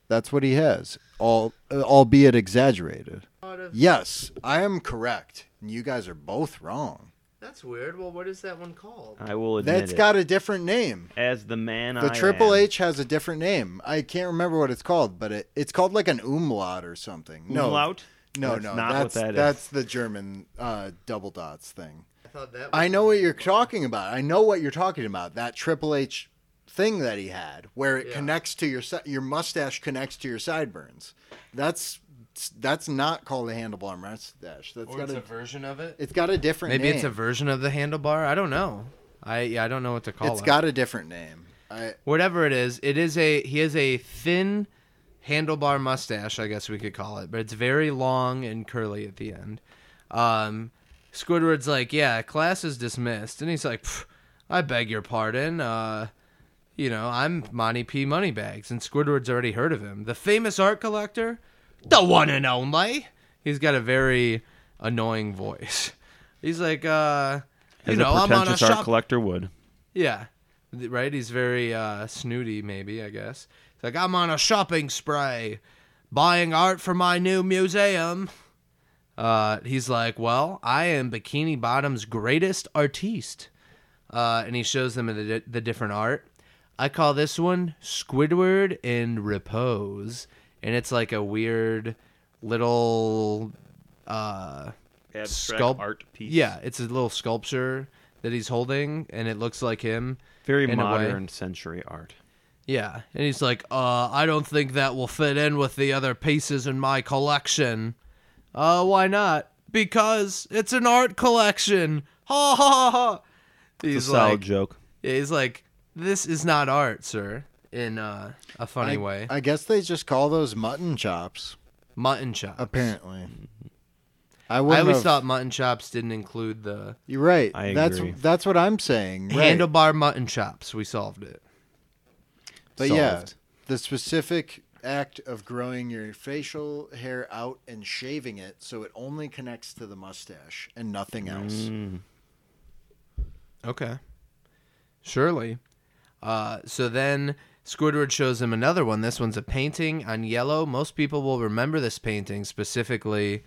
That's what he has, all uh, albeit exaggerated. Yes, I am correct. And you guys are both wrong.
That's weird. Well, what is that one called?
I will admit
That's
it.
got a different name.
as the man
The
I
Triple
am,
H has a different name. I can't remember what it's called, but it, it's called like an umlaut or something. No,
Umlaut?
No,
That's
no,
not
that's
what that is.
that's the German uh, double dots thing.
I thought that.
I know what you're talking about. I know what you're talking about. That Triple H thing that he had, where it connects to your si- your mustache connects to your sideburns. That's that's not called a handlebar mustache. That's
Or
got
it's
a,
a version of it.
it's got a different.
Maybe it's a
name.
version of the handlebar. I don't know. I yeah, I don't know what to call
It's
it.
got a different name. I
Whatever it is, it is a he has a thin handlebar mustache, I guess we could call it, but it's very long and curly at the end. Um, Squidward's like, "Yeah, class is dismissed," and he's like, "Pff, "I beg your pardon." Uh, you know, I'm Monty P. Moneybags, and Squidward's already heard of him. The famous art collector, the one and only. He's got a very annoying voice. He's like, uh, you
As
know,
a
I'm on a
pretentious art
shop.
collector would.
yeah, Th- right. He's very uh, snooty, maybe. I guess. He's like, I'm on a shopping spree, buying art for my new museum. Uh, he's like, well, I am Bikini Bottom's greatest artiste. Uh, and he shows them the, the different art. I call this one Squidward in Repose. And it's like a weird little uh,
Abstract
sculpt-
art piece.
Yeah, it's a little sculpture that he's holding, and it looks like him.
Very
in a way.
modern century art.
Yeah, and he's like, uh, I don't think that will fit in with the other pieces in my collection. Uh, why not? Because it's an art collection. (laughs) Ha ha ha. ha.
It's
He's
a solid
like,
joke.
he's like, this is not art, sir. In uh, a funny
I,
way,
I guess they just call those mutton chops.
mutton chops.
Apparently, I,
Mm-hmm. I always
have,
thought mutton chops didn't include the
you're right.
I
that's
agree.
that's what I'm saying. Right.
handlebar mutton chops. We solved it.
But
solved.
yeah, the specific act of growing your facial hair out and shaving it so it only connects to the mustache and nothing else.
Mm. Okay. Surely. Uh, so then Squidward shows him another one. This one's a painting on yellow. Most people will remember this painting specifically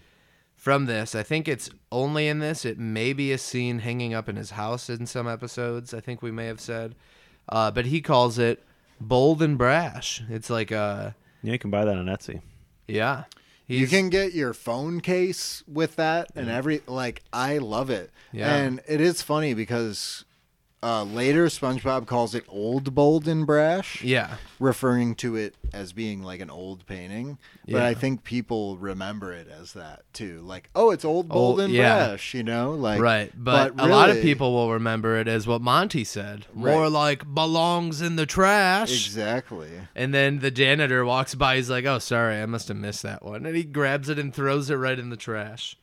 from this. I think it's only in this. It may be a scene hanging up in his house in some episodes, I think we may have said. Uh, but he calls it bold and brash. It's like a.
Yeah, you can buy that on Etsy.
Yeah.
You
He's,
can get your phone case with that and every like I love it.
Yeah.
And it is funny because uh, later SpongeBob calls it old bold and brash,
yeah.
referring to it as being like an old painting. But
Yeah.
I think people remember it as that too. Like, oh, it's old bold
Old-
and
yeah.
brash, you know? Like
Right, but, a lot of
really-
people will remember it as what Monty said, more
Right.
like belongs in the trash.
Exactly.
And then the janitor walks by. He's like, "Oh, sorry, I must have missed that one." And he grabs it and throws it right in the trash.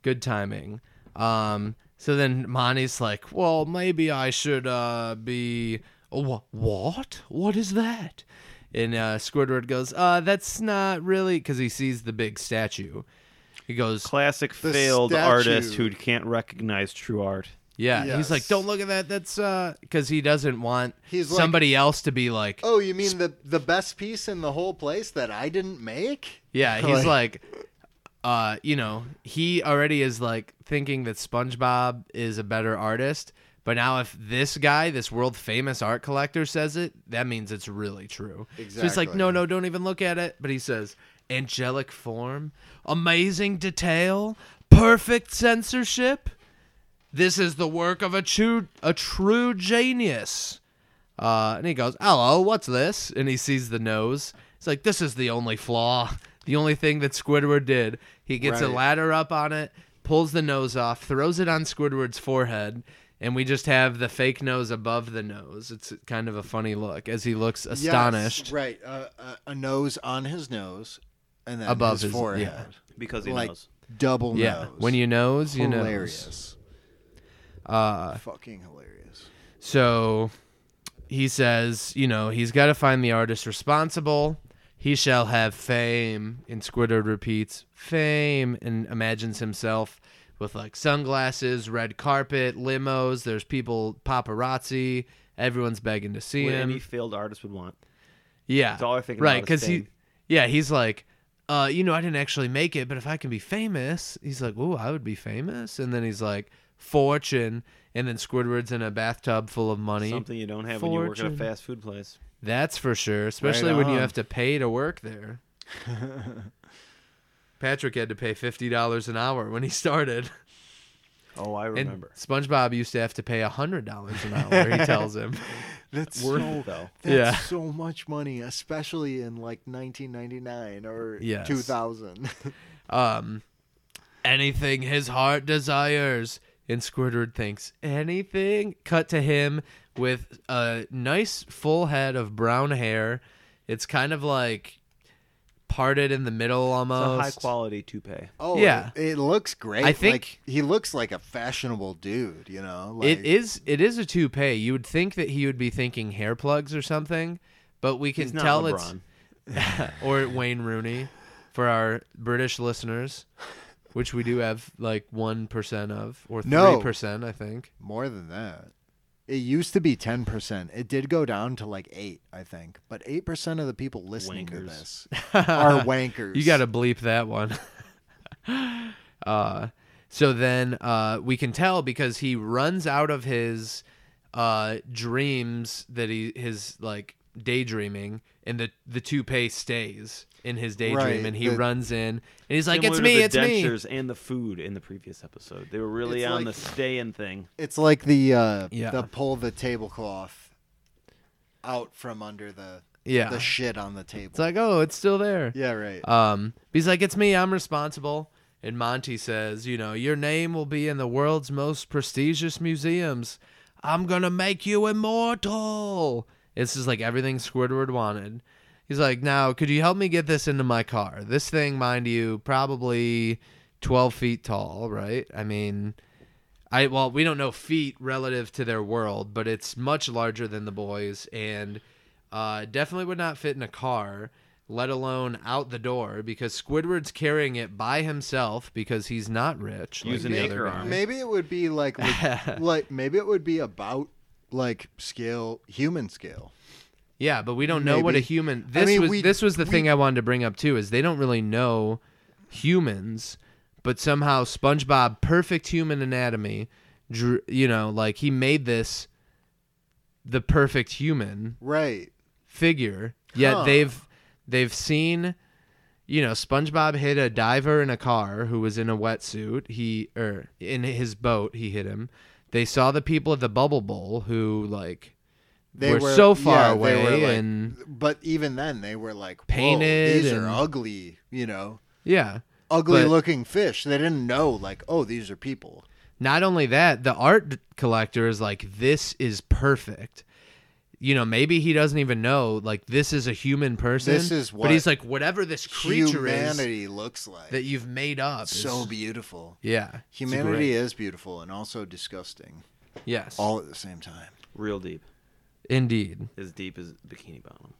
Good timing. Um, so then Monty's like, "Well, maybe I should uh, be oh, wh- what? What is that?" And uh, Squidward goes, "Uh, that's not really because he sees the big statue." He goes,
Classic failed
statue.
artist who can't recognize true art.
"Yeah." He's like,
Yes.
"Don't look at that. That's uh," because he doesn't want
He's like-
somebody else to be like,
Oh, you mean the the best piece in the whole place that I didn't make?
Yeah, he's like, uh, you know, he already is like thinking that SpongeBob is a better artist. But now, if this guy, this world famous art collector, says it, that means it's really true. So he's like,
Exactly.
no, no, don't even look at it. But he says, angelic form, amazing detail, perfect censorship. This is the work of a true, a true genius. Uh, and he goes, "Hello, what's this?" And he sees the nose. He's like, "This is the only flaw, the only thing that Squidward did." He gets a
Right.
ladder up on it, pulls the nose off, throws it on Squidward's forehead, and we just have the fake nose above the nose. It's kind of a funny look as he looks astonished.
Yes, right. Uh, uh, a nose on his nose and then
Above
his,
his-
forehead.
yeah.
Because
Like double
Yeah,
nose.
when you nose, you nose.
hilarious. Uh fucking hilarious.
So he says, you know, he's got to find the artist responsible. He shall have fame. And Squidward repeats, fame, and imagines himself with like sunglasses, red carpet, limos. There's people, paparazzi. Everyone's begging to see
What
him.
any failed artist would want.
Yeah.
That's all I think
Right,
about is
he,
fame.
yeah, he's like, uh, you know, I didn't actually make it, but if I can be famous, he's like, ooh, I would be famous. And then he's like, fortune. And then Squidward's in a bathtub full of money.
Something you don't have when you work at a
Fortune.
fast food place.
That's for sure, especially when you have to pay to work
(laughs)
there. Patrick had to pay fifty dollars an hour when he started.
Oh, I
And
remember.
SpongeBob used to have to pay hundred dollars an hour. He tells
(laughs)
him,
That's
Worth
so,
it, though.
That's
Yeah.
so much money, especially in like 1999 or
Yes.
2000.
um, anything his heart desires. And Squidward thinks anything. Cut to him with a nice full head of brown hair. It's kind of like parted in the middle
It's
almost.
a high quality toupee.
(laughs) oh,
Yeah.
It, it looks great.
I think-
Like, he looks like a fashionable dude, you know? Like,
It is it is a toupee. You would think that he would be thinking hair plugs or something, but we can
He's not
tell
LeBron.
it's or Wayne Rooney for our British listeners, which we do have like one percent of or three
No.
percent, I think.
More than that. It used to be 10%. It did go down to like 8, I think. But 8% of the people listening to
Wankers.
this
(laughs)
are wankers.
You got to bleep that one. (laughs) uh, so then uh, we can tell because he runs out of his uh, dreams that he his like daydreaming, and the the toupee stays in his daydream,
Right,
and he
the-
runs in, and he's like,
Similar
"It's
to
me,
the
it's me."
dentures and the food in the previous episode. They were really
It's
on
like-
the staying thing.
It's like the uh
Yeah.
the pull the tablecloth out from under the
Yeah.
the shit on the table.
It's like, oh, it's still there.
yeah, right.
Um, but he's like, it's me, I'm responsible. And Monty says, you know, your name will be in the world's most prestigious museums. I'm gonna make you immortal. This is like everything Squidward wanted. He's like, now, could you help me get this into my car? This thing, mind you, probably 12 feet tall, right? I mean, I well, we don't know feet relative to their world, but it's much larger than the boys, and uh, definitely would not fit in a car, let alone out the door, because Squidward's carrying it by himself because he's not rich. Like
Using
the
anchor
other
arm.
guy.
maybe it would be like
(laughs)
like, like maybe it would be about like scale human scale.
Yeah, but we don't know what a
Maybe.
human.
I
This
mean,
was
we-
this was the
we-
thing I wanted to bring up too is they don't really know humans, but somehow SpongeBob, perfect human anatomy, drew, you know, like he made this the perfect human.
Right.
figure. Yet
Huh.
they've they've seen, you know, SpongeBob hit a diver in a car who was in a wetsuit. He or in his boat, he hit him. They saw the people at the Bubble Bowl who like
They
were,
were
so far
yeah,
away
they were, like-
and
but even then they were like whoa,
Painted
these are
and-
ugly, you know.
yeah.
Ugly
But-
looking fish. They didn't know like, oh, these are people.
Not only that, the art collector is like this is perfect. You know, maybe he doesn't even know like this is a human person.
This is
but
what
he's like whatever this creature is
Humanity looks like.
that you've made up. is-
so beautiful.
yeah, it's
Humanity
great.
is beautiful and also disgusting
yes,
all at the same time.
Real deep.
indeed.
As deep as Bikini Bottom.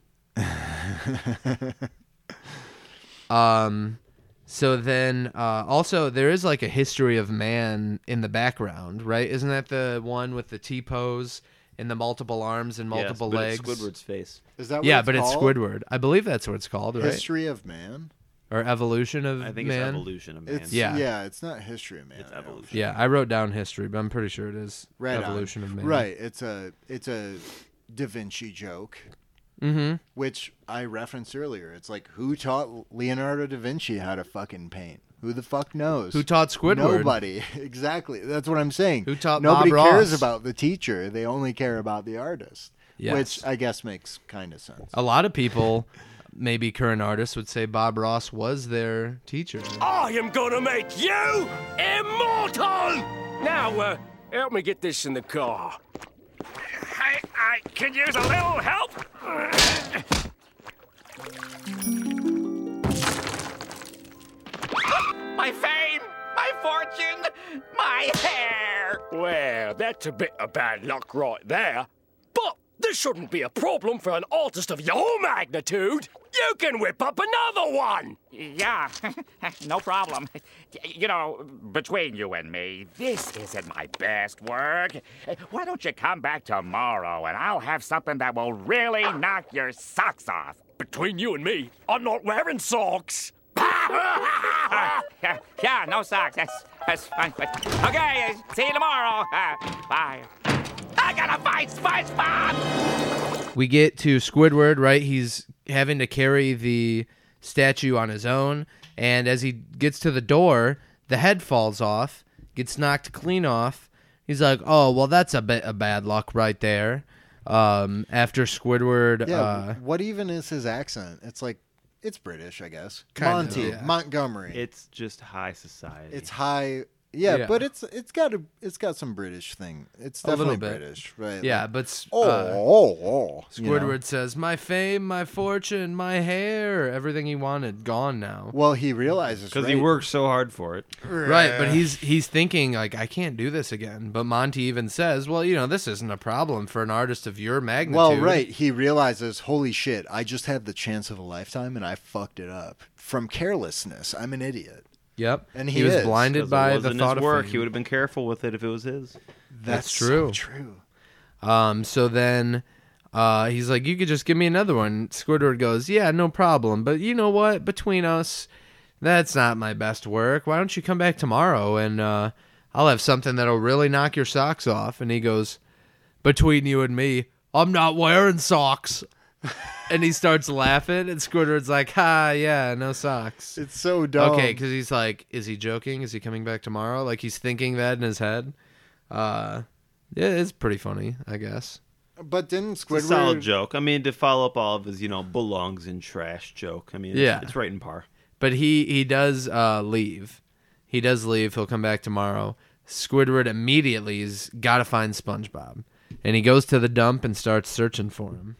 Um, so then, uh, also there is like a history of man in the background, right? Isn't that the one with the T pose and the multiple arms and multiple
yes,
legs?
but it's Squidward's face.
Is that what
yeah,
it's
but it's
called?
Squidward. I believe that's what it's called, right?
History of man.
Or evolution of
I think
man.
it's evolution of man.
It's
Yeah.
yeah. it's not history of man.
It's
I don't
evolution.
Yeah, I wrote down history, but I'm pretty sure it is
Right on.
evolution of man.
Right. It's a it's a Da Vinci joke,
Mm-hmm.
which I referenced earlier. It's like who taught Leonardo da Vinci how to fucking paint? Who the fuck knows?
Who taught Squidward?
Nobody. (laughs) Exactly. That's what I'm saying.
Who taught
Nobody
Bob
cares
Ross?
about the teacher. They only care about the artist.
Yes. Oh,
Which I guess makes kind of sense.
A lot of people, (laughs) maybe current artists, would say Bob Ross was their teacher.
I am gonna make you immortal! Now, uh, help me get this in the car.
I, I could use a little help. My fame, my fortune, my hair.
Well, that's a bit of bad luck right there. But this shouldn't be a problem for an artist of your magnitude. You can whip up another one!
Yeah, (laughs) no problem. You know, between you and me, this isn't my best work. Why don't you come back tomorrow and I'll have something that will really knock your socks off? (laughs)
Between you and me, I'm not wearing socks.
Ah, yeah, yeah, no socks. That's that's fine. But okay, see you tomorrow. (laughs) Uh, bye. I gotta fight SpongeBob.
we get to Squidward, right? He's having to carry the statue on his own, and as he gets to the door, the head falls off. gets knocked clean off. He's like, oh, well, that's a bit of bad luck right there. Um, after Squidward,
Yeah.
uh,
what even is his accent? It's like it's British, I guess.
Kinda,
Monty
yeah.
Montgomery.
It's just high society.
it's high. Yeah,
Yeah.
but it's it's got a it's got some British thing. It's
A little
definitely
bit.
British, right?
yeah,
Like,
but s-
oh,
uh,
oh, oh, you know?
Squidward says, my fame, my fortune, my hair, everything he wanted, gone now.
Well, he realizes
because
right,
he worked so hard for it.
Right, but he's he's thinking like I can't do this again. But Monty even says, "Well, you know, this isn't a problem for an artist of your magnitude."
Well, right. He realizes, holy shit, I just had the chance of a lifetime and I fucked it up from carelessness. I'm an idiot.
Yep.
And
he,
he
was
is.
blinded
'Cause it
by the
wasn't
thought
his
of
work.
fame.
He would have been careful with it if it was his.
That's,
true.
so true.
Um, so then uh, he's like, "You could just give me another one." Squidward goes, "Yeah, no problem. But you know what? Between us, that's not my best work. Why don't you come back tomorrow and uh, I'll have something that'll really knock your socks off?" And he goes, "Between you and me, I'm not wearing socks." (laughs) and he starts laughing, and Squidward's like, "Ha, yeah, no socks."
It's so dumb.
Okay, because he's like, is he joking? Is he coming back tomorrow? Like he's thinking that in his head. Uh, yeah, it's pretty funny, I guess.
But didn't
It's a solid
Squidward?
joke. I mean, to follow up all of his, you know, belongs in trash joke. I mean,
Yeah.
it's, it's right in par.
But he he does uh, leave. He does leave. He'll come back tomorrow. Squidward immediately has got to find SpongeBob, and he goes to the dump and starts searching for him.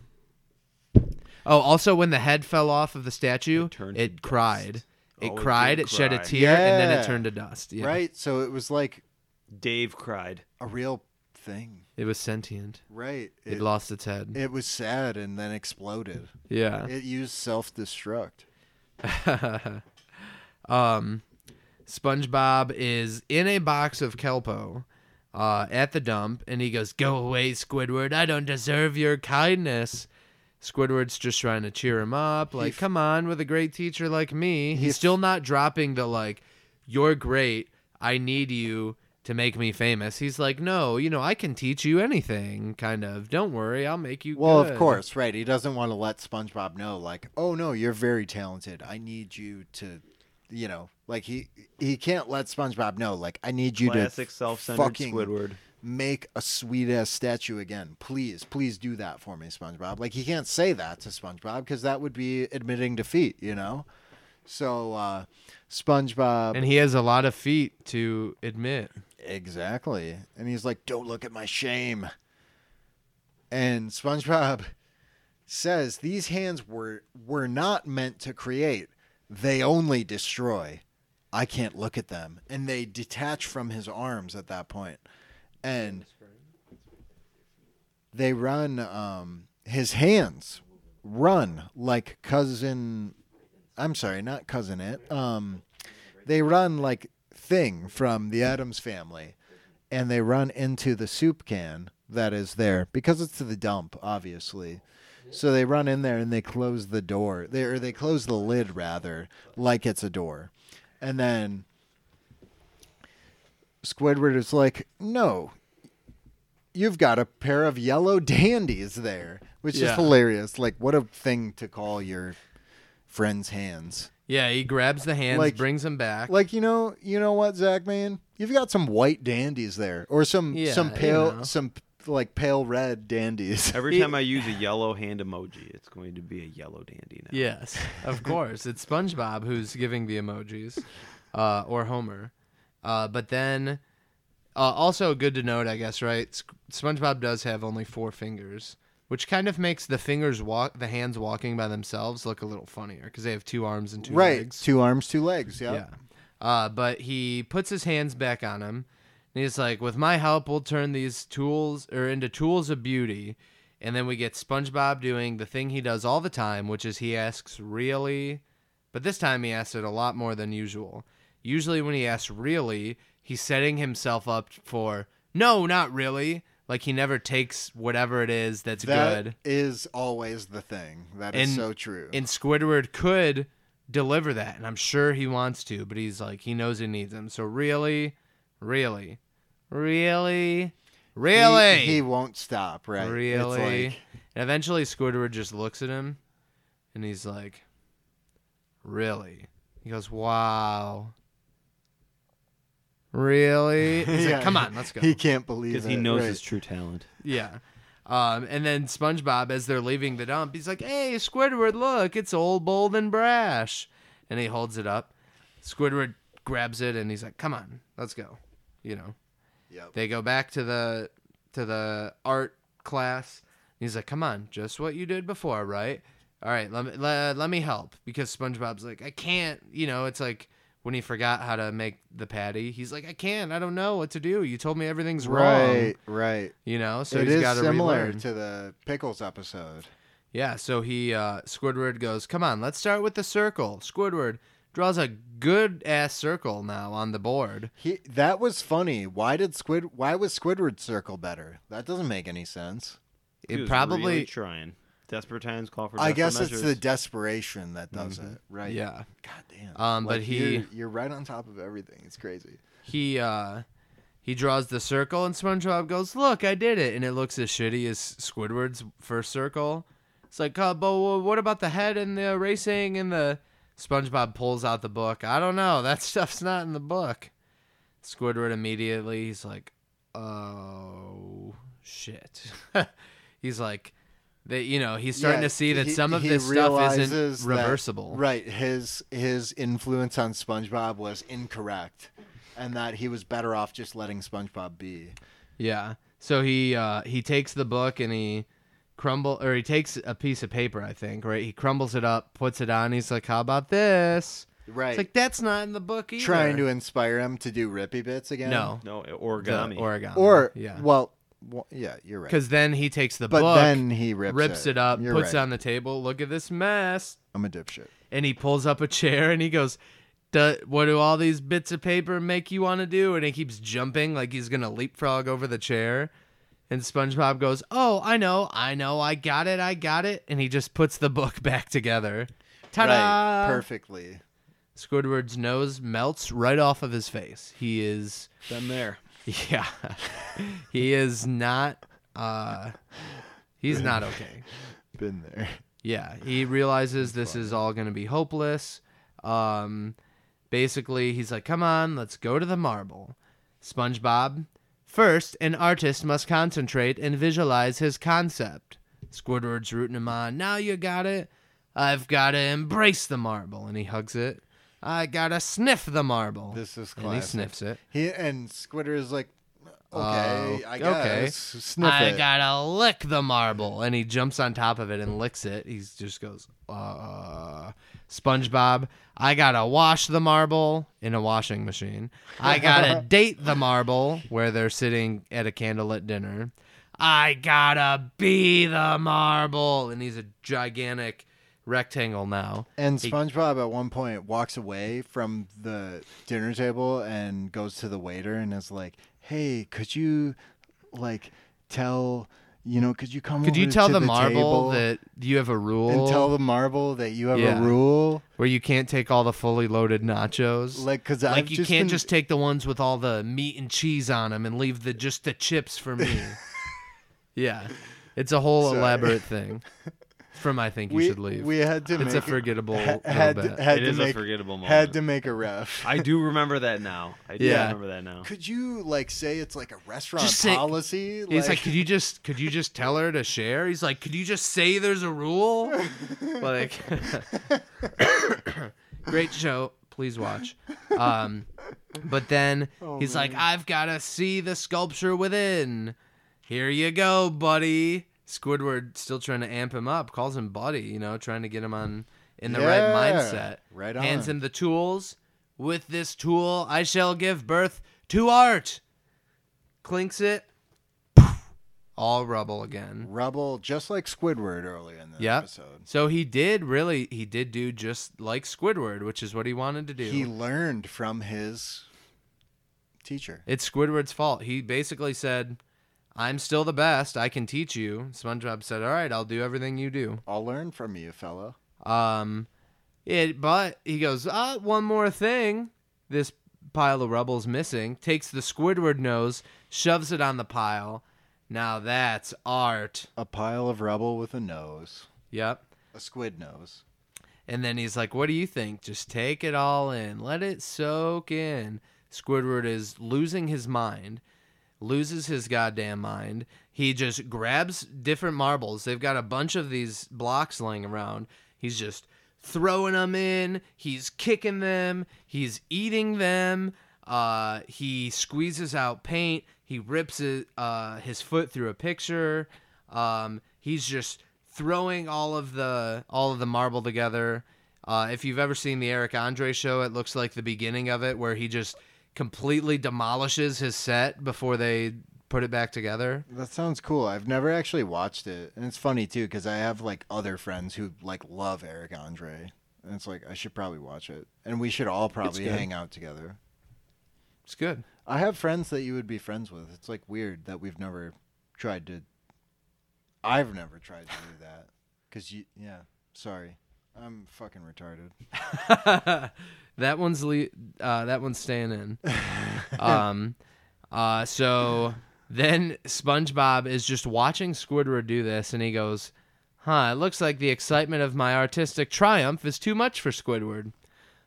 Oh, also when the head fell off of the statue,
turned
it,
to
cried.
Oh, it
It
did
cried. It shed a
cry.
tear, and then it
Yeah.
turned to dust. Yeah.
Right. So it was like
Dave cried.
a real thing.
It was sentient.
Right.
It,
It,
lost its head.
it was sad and then
(laughs)
exploded.
yeah.
It used self destruct.
SpongeBob is in a box of Kelpo uh, at the dump, and he goes, "Go away, Squidward! I don't deserve your kindness." Squidward's just trying to cheer him up, like, "Come on, with a great teacher like me." He's still not dropping the like, "You're great. I need you to make me famous." He's like, "No, you know, I can teach you anything. Kind of. Don't worry, I'll make you."
Well,
good."
of course, right. He doesn't want to let SpongeBob know, like, oh no, you're very talented. I need you to, you know, like he he can't let SpongeBob know, like, I need you
Classic
to
self-centered
fucking
Squidward.
make a sweet ass statue again, please, please do that for me, SpongeBob. Like he can't say that to SpongeBob because that would be admitting defeat, you know. So uh, SpongeBob
And he has a lot of feet to admit.
Exactly. And he's like, don't look at my shame. And SpongeBob says these hands were were not meant to create. They only destroy. I can't look at them. And they detach from his arms at that point. And they run um his hands run like cousin I'm sorry, not cousin it. Um they run like thing from the Adams family and they run into the soup can that is there because it's to the dump obviously. So they run in there and they close the door. They or they close the lid rather like it's a door. And then Squidward is like, "No. You've got a pair of yellow (laughs) dandies there." Which
Yeah.
is hilarious. Like what a thing to call your friend's hands.
Yeah, he grabs the hands,
Like-
brings them back.
Like you know, you know what, Zach, man, you've got some white dandies there, or some
Yeah,
some
you
pale,
know.
some like pale red dandies. (laughs)
Every time I use a yellow hand emoji, it's going to be a yellow dandy now.
Yes, of course. It's SpongeBob who's giving the emojis, uh, or Homer. Uh, but then, uh, also good to note, I guess, right? S- SpongeBob does have only four fingers, which kind of makes the fingers walk, the hands walking by themselves, look a little funnier because they have two arms and two
right,
legs.
two arms, two legs. Yeah.
Yeah. Uh, but he puts his hands back on him, and he's like, "With my help, we'll turn these tools or into tools of beauty." And then we get SpongeBob doing the thing he does all the time, which is he asks really, but this time he asks it a lot more than usual. Usually, when he asks really, he's setting himself up for no, not really. Like he never takes whatever it is that's
That
good.
is always the thing. That is so true.
And Squidward could deliver that, and I'm sure he wants to, but he's like, he knows he needs him. So really, really, really,
He-
really,
he, won't stop. Right, It's
really.
like,
and eventually, Squidward just looks at him, and he's like, really. He goes, wow. really? He's
(laughs) Yeah.
like, come on, let's go.
He can't believe
because he
it,
knows
right.
his true talent.
Yeah. Um, and then SpongeBob, as they're leaving the dump, he's like, "Hey, Squidward, look, it's old, bold, and brash," and he holds it up. Squidward grabs it, and he's like, "Come on, let's go." You know.
Yep.
They go back to the to the art class. And he's like, "Come on, just what you did before, right? All right, let me let, let me help." Because SpongeBob's like, "I can't," you know. It's like when he forgot how to make the patty. He's like, "I can't. I don't know what to do. You told me everything's wrong."
Right, right.
You know, so
it
he's
is
got to
similar
relearn.
to the pickles episode.
Yeah, so he uh, Squidward goes, "Come on, let's start with the circle." Squidward draws a good ass circle now on the board.
He that was funny. Why did Squid? Why was Squidward circle better? That doesn't make any sense.
He
It
was
probably
really trying. Desperate times call for.
I
desperate
guess it's the
measures.
desperation that does it, right?
Mm-hmm. yeah.
God damn.
Um, but he-
you're, you're right on top of everything. It's crazy.
He uh he draws the circle and SpongeBob goes, "Look, I did it." And it looks as shitty as Squidward's first circle. It's like, uh, "But wha- what about the head and the racing and the SpongeBob pulls out the book. I don't know. That (laughs) stuff's not in the book. Squidward immediately he's like, "Oh shit." (laughs) he's like that you know, he's starting
Yeah,
to see that
he-
some of
he
this stuff
realizes
isn't
that-
reversible.
right. His his influence on SpongeBob was incorrect, and that he was better off just letting SpongeBob be.
Yeah. So he uh, he takes the book and he crumble or he takes a piece of paper, I think, right? He crumbles it up, puts it on. He's like, "How about this?"
Right.
It's like that's not in the book either.
Trying to inspire him to do rippy bits again.
no
no
the
origami.
origami
Or
yeah.
Well, well, yeah, you're right.
because then he takes the
But
book,
then he rips,
it. up,
You're
puts it
right.
on the table. Look at this mess,
I'm a dipshit.
and he pulls up a chair and he goes. "Duh, what do all these bits of paper make you want to do? And he keeps jumping like he's gonna leapfrog over the chair. And SpongeBob goes, "Oh, I know, I know, I got it, I got it," and he just puts the book (laughs) back together. Ta-da!
Right, perfectly.
Squidward's nose melts right off of his face. He is,
Been there.
yeah, (laughs) he is not. uh He's not okay.
Been there.
Yeah, he realizes this is all going to be hopeless. Um, basically, he's like, "Come on, let's go to the marble." SpongeBob, first, an artist must concentrate and visualize his concept. Squidward's rooting him on. Now you got it. I've got to embrace the marble, and he hugs it. I gotta sniff the marble.
This is
And he
classic.
sniffs it.
He and Squitter is like, okay,
Oh,
I
okay.
guess. Sniff
I
it.
gotta lick the marble, and he jumps on top of it and licks it. He just goes, uh, SpongeBob. I gotta wash the marble in a washing machine. I
(laughs)
gotta date the marble where they're sitting at a candlelit dinner. I gotta be the marble, and he's a gigantic rectangle now.
and SpongeBob at one point walks away from the dinner table and goes to the waiter and is like, "Hey, could you, like, tell, you know, could you come?
Could you
over
tell
to
the, marble
table
that you have a rule
and tell the marble that you have
Yeah.
a rule,
where you can't take all the fully loaded nachos?
like, because
like
I've
you
just
can't
been-
just take the ones with all the meat and cheese on them and leave the just the chips for
(laughs)
me. yeah, it's a whole
Sorry.
elaborate thing. From I think you
we,
should leave.
We had to.
it's
make
a forgettable
ha-
little
had to-
bit.
had
It
to
is a
make,
forgettable moment.
Had to make a ref.
I do remember that now. I do
Yeah.
remember that now.
Could you like say it's like a restaurant
Just say-
policy?
He's like, could you just could you just tell her to share? He's like, could you just say there's a
(laughs)
rule? like, (laughs) (coughs) great show. Please watch. Um, but
(laughs)
then
Oh,
he's like, I've gotta see the sculpture within. Here you go, buddy. Squidward still trying to amp him up, calls him buddy. You know, trying to get him on in the right
Yeah,
mindset.
right
Hands
on.
him the tools. With this tool, I shall give birth to art. Clinks it, all rubble again.
rubble, just like Squidward earlier in the
Yep.
episode.
So he did really, he did do just like Squidward, which is what he wanted to do.
He learned from his teacher.
it's Squidward's fault. He basically said, I'm still the best. I can teach you. SpongeBob said, All right, I'll do everything you do.
I'll learn from you, fella.
Um, it, but he goes, uh, one more thing. This pile of rubble's missing. Takes the Squidward nose, shoves it on the pile. Now that's art.
A pile of rubble with a nose,
Yep.
a squid nose.
And then he's like, What do you think? Just take it all in. Let it soak in. Squidward is losing his mind, loses his goddamn mind. He just grabs different marbles. They've got a bunch of these blocks laying around. He's just throwing them in. He's kicking them. He's eating them. Uh, he squeezes out paint. He rips it, uh, his foot through a picture. Um, he's just throwing all of the all of the marble together. Uh, if you've ever seen the Eric Andre show, it looks like the beginning of it where he just completely demolishes his set before they put it back together.
That sounds cool. I've never actually watched it, and it's funny too because I have like other friends who like love Eric Andre, and it's like I should probably watch it, and we should all probably hang out together.
It's good.
I have friends that you would be friends with. It's like weird that we've never tried to. I've never tried to do that because you. Yeah, sorry, I'm fucking retarded.
That one's le- uh, that one's staying
(laughs)
in. um, uh, so then SpongeBob is just watching Squidward do this, and he goes, "Huh, it looks like the excitement of my artistic triumph is too much for Squidward."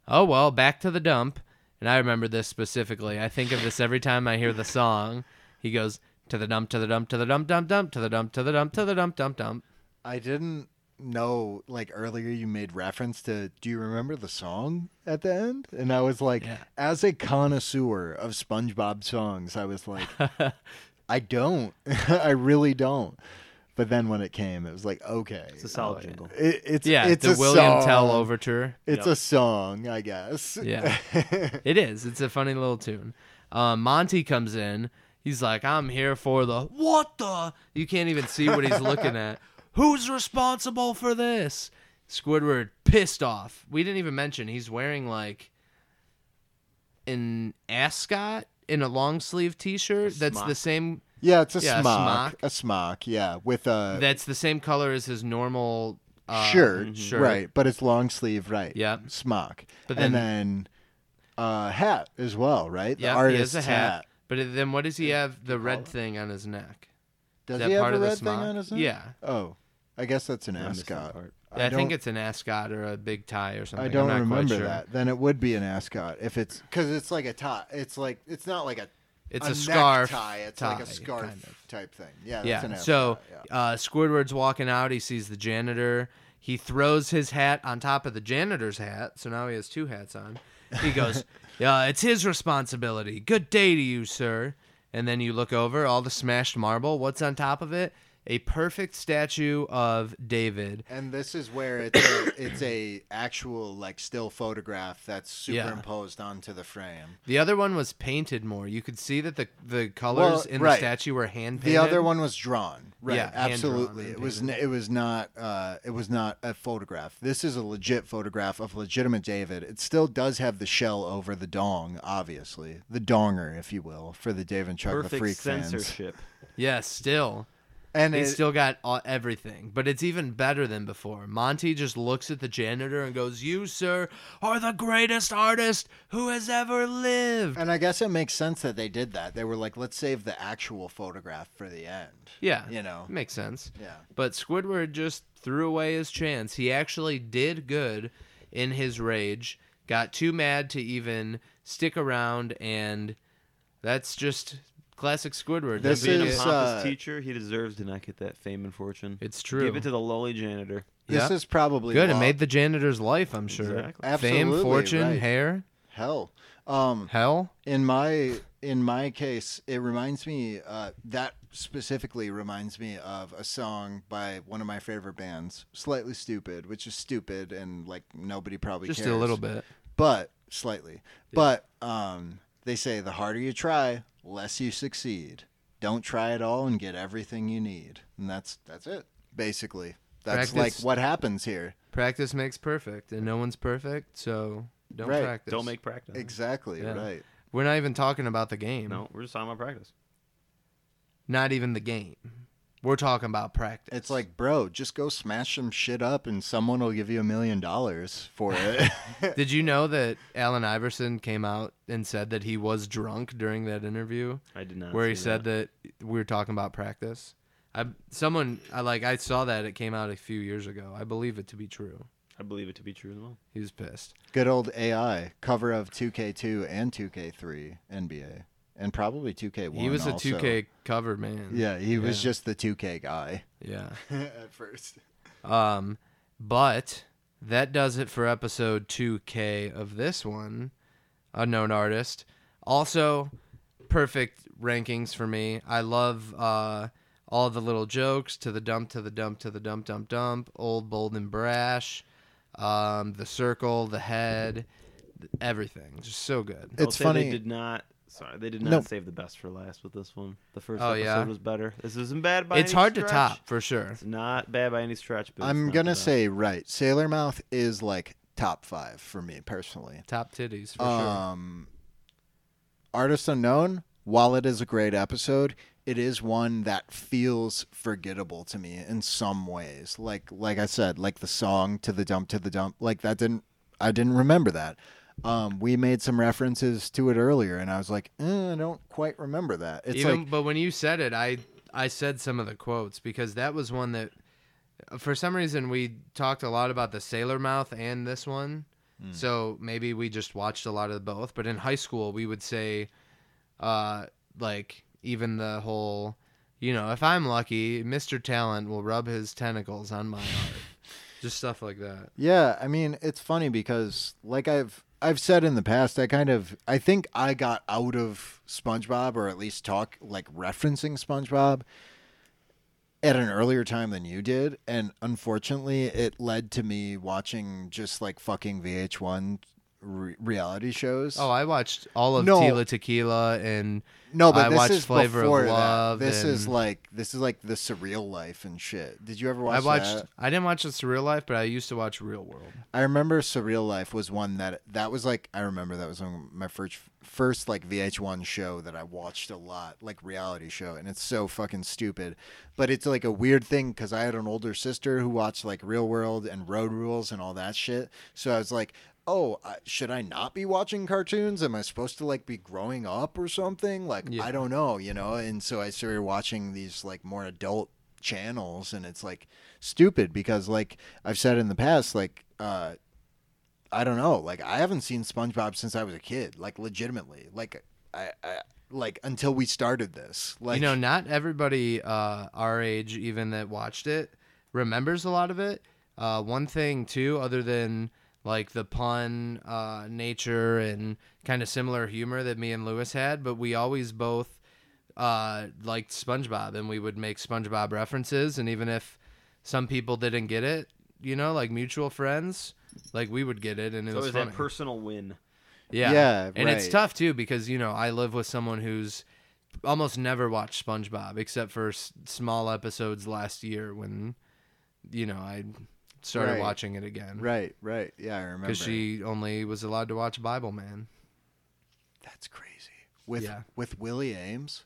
Oh well, back to the dump. And I remember this specifically. I think of this every time I hear the song. He goes to the dump, to the dump, to the dump, dump, dump, to the dump, to the dump, to the dump, dump, dump.
I didn't know like earlier you made reference to do you remember the song at the end and i was like as a connoisseur of spongebob songs i was
(laughs)
like i don't (laughs) i really don't but then when it came it was like okay
It's a solid jingle.
It- it's
Yeah,
it's
the
a
William
song.
Tell overture.
it's a song i guess (laughs)
Yeah. it is. It's a funny little tune. Uh, Monty comes in. He's like, I'm here for the what the? You can't even see what he's looking
(laughs)
at. Who's responsible for this? Squidward pissed off. We didn't even mention he's wearing like an ascot in a long sleeve t shirt that's the same
yeah it's a
Yeah, a
smock
smock.
a smock yeah with a
that's the same color as his normal uh,
shirt,
shirt.
right? But it's long sleeve, right?
Yeah.
smock.
But
and then uh, hat as well, right? The
Yeah, he has
artist's
a hat. But then what does he have the red thing on his neck?
Does
that
he have
part
a
of the
red thing
smock?
on his neck?
Yeah.
Oh, I guess that's an
missed that
ascot.
part.
I, think
don't-
it's an ascot or a big tie or something.
I
I'm
don't
not quite
remember
sure.
that. Then it would be an ascot if it's because it's like a tie. It's like it's not like a
It's
a,
a scarf
tie. It's like
tie,
a scarf
kind of.
type thing. Yeah, that's
Yeah.
An
so
ascot, yeah.
Uh, Squidward's walking out. He sees the janitor. He throws his hat on top of the janitor's hat. So now he has two hats on. He
(laughs)
goes, "Yeah, it's his responsibility. Good day to you, sir." And then you look over all the smashed marble. What's on top of it? A perfect statue of David.
And this is
(coughs)
where it's a, it's a actual like still photograph that's
Yeah.
superimposed onto the frame.
The other one was painted more. You could see that the the colors in
right.
the statue were hand
The
painted.
other one was drawn, right?
Yeah, hand drawn
absolutely.
and
It was n- it was not uh, it was not a photograph. This is a legit photograph of legitimate David. It still does have the shell over the dong, obviously, the donger, if you will, for the Dave and Chuck the
Perfect
Freak fans.
censorship.
Yeah, still.
And
They
it,
still got all, everything, but it's even better than before. Monty just looks at the janitor and goes, "You, sir, are the greatest artist who has ever lived."
and I guess it makes sense that they did that. They were like, let's save the actual photograph for the end.
Yeah,
you know.
makes sense.
Yeah.
but Squidward just threw away his chance. He actually did good in his rage. Got too mad to even stick around, and that's just classic Squidward. That's
This
what
Being a
he
is,
did.
pompous
uh,
teacher, he deserves to not get that fame and fortune.
It's true.
Give it to the lowly janitor.
This
Yeah.
is probably
good. It
law-
made the janitor's life, I'm sure.
Exactly.
Absolutely,
Fame, fortune,
right.
hair,
hell. Um,
hell.
in my in my case it reminds me uh, that specifically reminds me of a song by one of my favorite bands slightly stupid which is stupid and like nobody probably
Just
cares.
a little bit.
but slightly but um, they say the harder you try less you succeed don't try at all and get everything you need and that's that's it basically that's
Practice.
like what happens here
Practice makes perfect, and no one's perfect, so don't
Right.
practice.
Don't make practice.
exactly
Mm-hmm. Yeah.
right
We're not even talking about the game.
No, we're just talking about practice.
Not even the game. We're talking about practice.
It's like, bro, just go smash some shit up and someone will give you a million dollars for it.
(laughs)
(laughs)
Did you know that Allen Iverson came out and said that he was drunk during that interview?
I did not
Where he
see
said that. we were talking about practice. I someone I like I saw that it came out a few years ago. I believe it to be true.
I believe it to be true as well.
He was pissed.
Good old AI cover of 2K2 and 2K3 NBA, and probably 2K1.
He was a
also.
2K cover man.
Yeah, he was just the 2K guy
Yeah.
at first.
Um, but that does it for episode 2K of this one, Unknown Artist. Also, perfect rankings for me. I love uh, all the little jokes to the dump, to the dump, to the dump, dump, dump, old, bold, and brash, um, the circle, the head, th- everything. Just so good.
I'll
It's
say
funny.
They did not. Sorry, they did not
Nope.
save the best for last with this one. The first
Oh,
episode
yeah.
was better. This isn't bad by
it's
any
hard to
stretch.
top for sure.
It's not bad by any stretch. But it's
I'm
not
going
the
to
best.
say, right, Sailor Mouth is like top five for me personally.
Top titties for sure.
Um, Artist Unknown, while it is a great episode, it is one that feels forgettable to me in some ways. Like like I said, like the song to the dump to the dump, like that didn't I didn't remember that. Um, we made some references to it earlier, and I was like, eh, I don't quite remember that. It's
Even
like
but when you said it, I I said some of the quotes because that was one that uh, for some reason we talked a lot about the sailor mouth and this one.
Hmm.
So maybe we just watched a lot of both, but in high school we would say uh like even the whole you know, if I'm lucky, Mr. Talent will rub his tentacles on my
(laughs)
heart. just stuff like that.
Yeah, I mean, it's funny because like I've I've said in the past, I kind of I think I got out of SpongeBob or at least talk like referencing SpongeBob at an earlier time than you did, and unfortunately, it led to me watching just like fucking VH1 re- reality shows.
Oh, I watched all of
No.
Tila Tequila and
no, but
I
this
watched
is
Flavor of
before that.
Love
This is
and-
like this is like the surreal life and shit. Did you ever watch?
I watched.
that?
I didn't watch It's Real Life, but I used to watch Real World.
I remember Surreal Life was one that that was like I remember that was on my first first like VH1 show that I watched a lot, like reality show, and it's so fucking stupid, but it's like a weird thing because I had an older sister who watched like Real World and Road Rules and all that shit, so I was like. Oh, I, should I not be watching cartoons? Am I supposed to like be growing up or something? Like I don't know, you know. And so I started watching these like more adult channels and it's like stupid because like I've said in the past like uh I don't know like I haven't seen SpongeBob since I was a kid like legitimately like I, I like until we started this like
you know, not everybody uh, our age, even that watched it, remembers a lot of it. Uh, one thing too, other than like the pun uh, nature and kind of similar humor that me and Lewis had, but we always both uh, liked SpongeBob, and we would make SpongeBob references, and even if some people didn't get it, you know, like mutual friends, like we would get it, and it
So
was
is that
funny.
(laughs)
personal win?
Yeah.
Yeah,
And it's
right.
tough too because you know, I live with someone who's almost never watched SpongeBob except for s- small episodes last year when you know, I started
Right.
watching it again.
right right yeah I remember
Cuz she only was allowed to watch Bible Man.
that's crazy with
Yeah.
with Willie Ames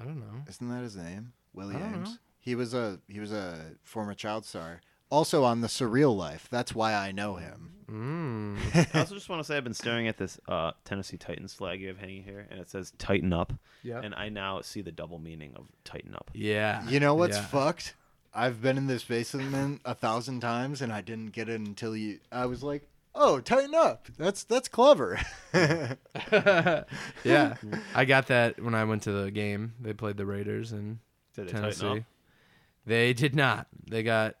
I don't know.
isn't that his name Willie Ames he was a he was a former child star also on the Surreal Life that's why I know him Hmm.
I also just want to say I've been staring at this uh, Tennessee Titans flag you have hanging here, and it says "Tighten Up."
Yeah.
And I now see the double meaning of "Tighten Up."
Yeah.
You know what's
Yeah.
fucked? I've been in this basement a thousand times and I didn't get it until you. I was like, "Oh, tighten up. That's that's clever." (laughs)
yeah. I got that when I went to the game. They played the Raiders and
Did they tighten
Tennessee.
up?
They did not. They got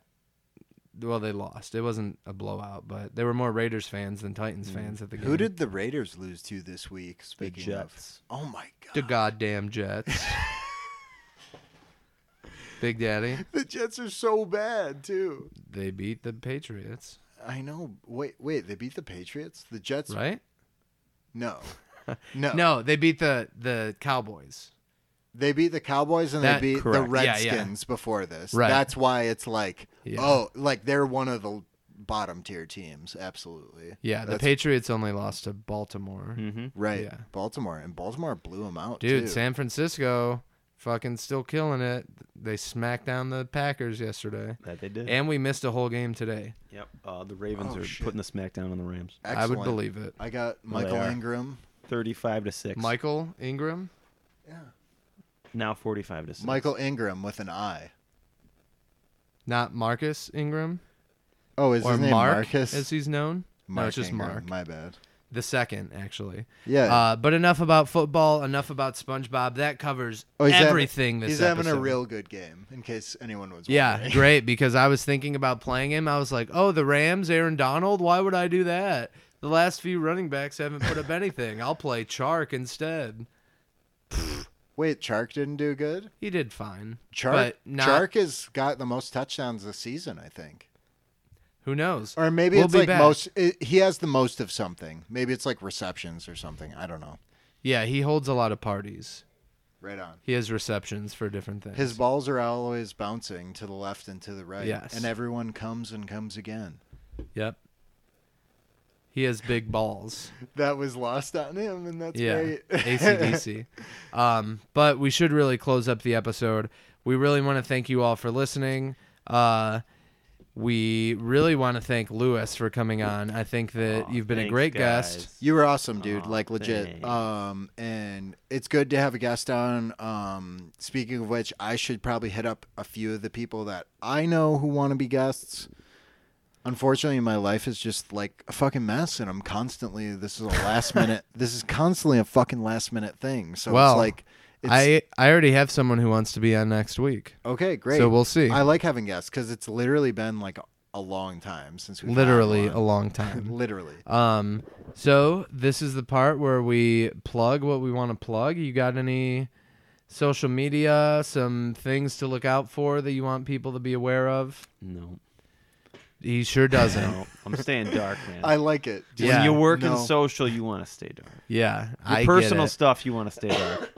well, they lost. It wasn't a blowout, but there were more Raiders fans than Titans fans at the game.
Hmm. Who did the Raiders lose to this week?
The
Speaking
Jets.
of, oh my
the
god,
goddamn Jets. Big Daddy,
the Jets are so bad too.
they beat the Patriots,
I know. Wait, wait, they beat the Patriots. The Jets?
right? (laughs) Oh.
No, no,
No, they beat the the Cowboys.
They beat the Cowboys and
That-
they beat the
correct.
Yeah, yeah.
Redskins before this.
Right.
That's why it's like,
Yeah.
oh, like they're one of the bottom tier teams. Absolutely.
Yeah, the
That's
Patriots only lost to Baltimore.
Right.
Yeah.
Baltimore. And Baltimore blew him out.
Mhm. Dude,
too.
San Francisco fucking still killing it. They smacked down the Packers yesterday.
That they did.
And we missed a whole game today.
yep. Uh, the Ravens
Oh,
are
shit.
putting the smack down on the Rams,
I would
Excellent.
believe it.
I got Michael
are.
Ingram.
thirty-five to six.
Michael Ingram?
now forty-five to six.
Michael Ingram with an I.
Not Marcus Ingram.
Oh, is
or
his name
Mark,
Marcus?
as he's known. no, it's just
Mark.
Mark.
Ingram, My bad.
The second, actually.
Yeah.
Uh, but enough about football. Enough about SpongeBob. That covers
Oh, he's having-
everything. this
he's having a
episode.
real good game. In case anyone was.
Yeah,
(laughs) wondering.
great. Because I was thinking about playing him. I was like, oh, the Rams, Aaron Donald. Why would I do that? The last few running backs haven't put up anything. I'll play Chark instead.
Wait, Chark didn't do good.
He did fine.
Chark.
but not,
Chark has got the most touchdowns this season, I think.
Who knows?
Or maybe
We'll
it's
be
like
back.
most. It, he has the most of something. Maybe it's like receptions or something. I don't know.
Yeah, he holds a lot of parties.
Right on.
He has receptions for different things.
His balls are always bouncing to the left and to the right.
Yes.
And everyone comes and comes again.
yep. He has big balls.
That was lost on him, and that's
yeah. (laughs)
great.
ACDC. Um, but we should really close up the episode. We really want to thank you all for listening. Uh, we really want to thank Lewis for coming on. I think that you've been a
Thanks,
great guest.
guys.
You were awesome, dude.
Aw,
like legit.
thanks.
Um, and it's good to have a guest on. Um, speaking of which, I should probably hit up a few of the people that I know who want to be guests. Unfortunately, my life is just like a fucking mess, and I'm constantly. This is
(laughs)
a last minute. This is constantly a fucking last minute thing. So
Well,
it's like, it's,
I I already have someone who wants to be on next week.
okay, great.
so we'll see.
I like having guests because it's literally been like a long time since we
Literally a long time.
(laughs) literally.
Um, so this is the part where we plug what we want to plug. You got any social media, some things to look out for that you want people to be aware of?
No,
He sure doesn't.
no, I'm staying dark, man.
I like it. Just-
Yeah.
When you work in
No.
social, you want to stay dark. Your
yeah, I
personal
get it.
stuff, you want to
(laughs)
stay dark.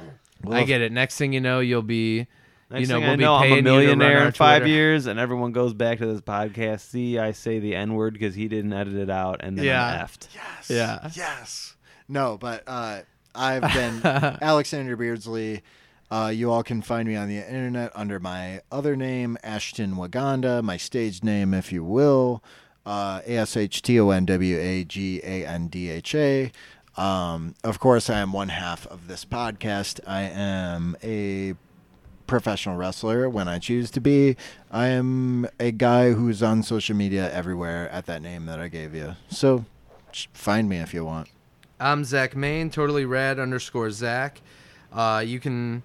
I get it. Next thing you know, you'll be,
Next
you know,
thing
we'll
I
be
know,
paying
I'm a
you to run
millionaire
our
in five
Twitter.
years, and everyone goes back to this podcast. See, I say the N word because he didn't edit it out, and then
Yeah.
I'm effed.
Yes.
Yeah.
Yes. No, but uh, I've
(laughs)
been Alexander Beardsley. Uh, you all can find me on the internet under my other name, Ashton Waganda, my stage name, if you will, uh, A S H T O N W A G A N D H A. Um, of course, I am one half of this podcast. I am a professional wrestler when I choose to be. I am a guy who's on social media everywhere at that name that I gave you. So just find me if you want.
I'm Zach Main, totally rad underscore Zach. Uh, you can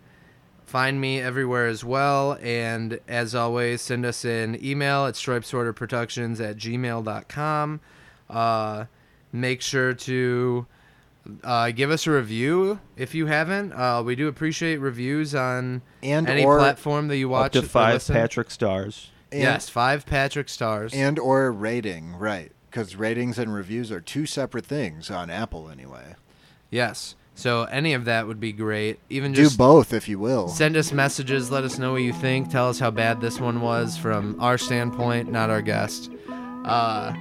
find me everywhere as well. And as always, send us an email at stripesorderproductions at gmail.com. Uh, make sure to uh, give us a review if you haven't. Uh, we do appreciate reviews on
And
any
or-
platform that you watch.
Up to
or
five
listen.
Patrick stars.
And,
yes, five Patrick stars.
And or rating, right. Because ratings and reviews are two separate things on Apple anyway.
yes. So any of that would be great. Even
Do
just
both if you will.
Send us messages. Let us know what you think. Tell us how bad this one was from our standpoint, not our guest. Uh,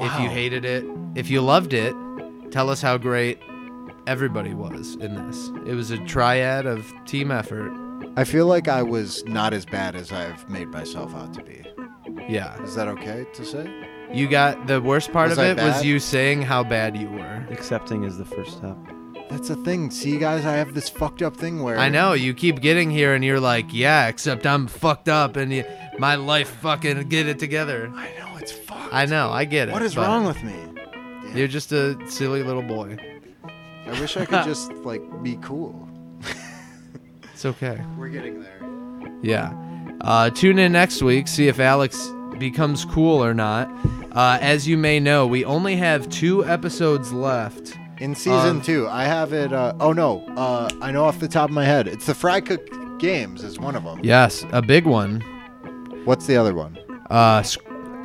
If you hated it, if you loved it, tell us how great everybody was in this. It was a triad of team effort.
I feel like I was not as bad as I've made myself out to be.
Yeah.
Is that okay to say?
You got the worst part
Was
of
I
it was
bad?
you saying how bad you were.
Accepting is the first step.
That's a thing. See, guys, I have this fucked up thing where
I know you keep getting here and you're like, yeah, except I'm fucked up and you, my life fucking get it together.
I know it's fucked.
I know, I get it.
What is
but
wrong with me?
You're just a silly little boy.
I wish
(laughs)
I could just like be cool.
It's okay.
We're getting there.
Yeah. Uh, tune in next week, see if Alex becomes cool or not. Uh, as you may know, we only have two episodes left.
In season
Um,
two, I have it. Uh, oh no, uh, I know off the top of my head. It's the Fry Cook Games is one of them.
Yes, a big one.
What's the other one?
Uh, sc-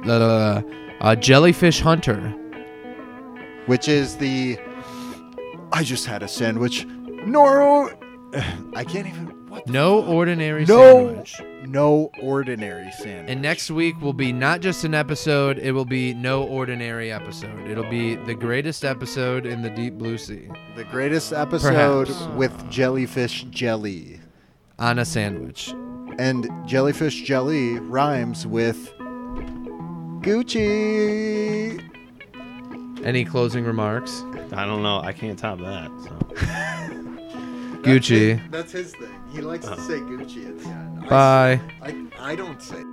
uh, uh, Jellyfish Hunter.
Which is the? I just had a sandwich. Nor, (sighs) I can't even. What?
No ordinary
No,
sandwich.
no ordinary sandwich.
And next week will be not just an episode, it will be no ordinary episode. It'll be the greatest episode in the deep blue sea
the greatest episode
Perhaps.
with jellyfish jelly,
on a sandwich.
and jellyfish jelly rhymes with Gucci.
Any closing remarks?
I don't know. I can't top that. So.
Gucci.
That's his thing. He likes to say Gucci at the end.
Uh. Bye.
I, I don't say.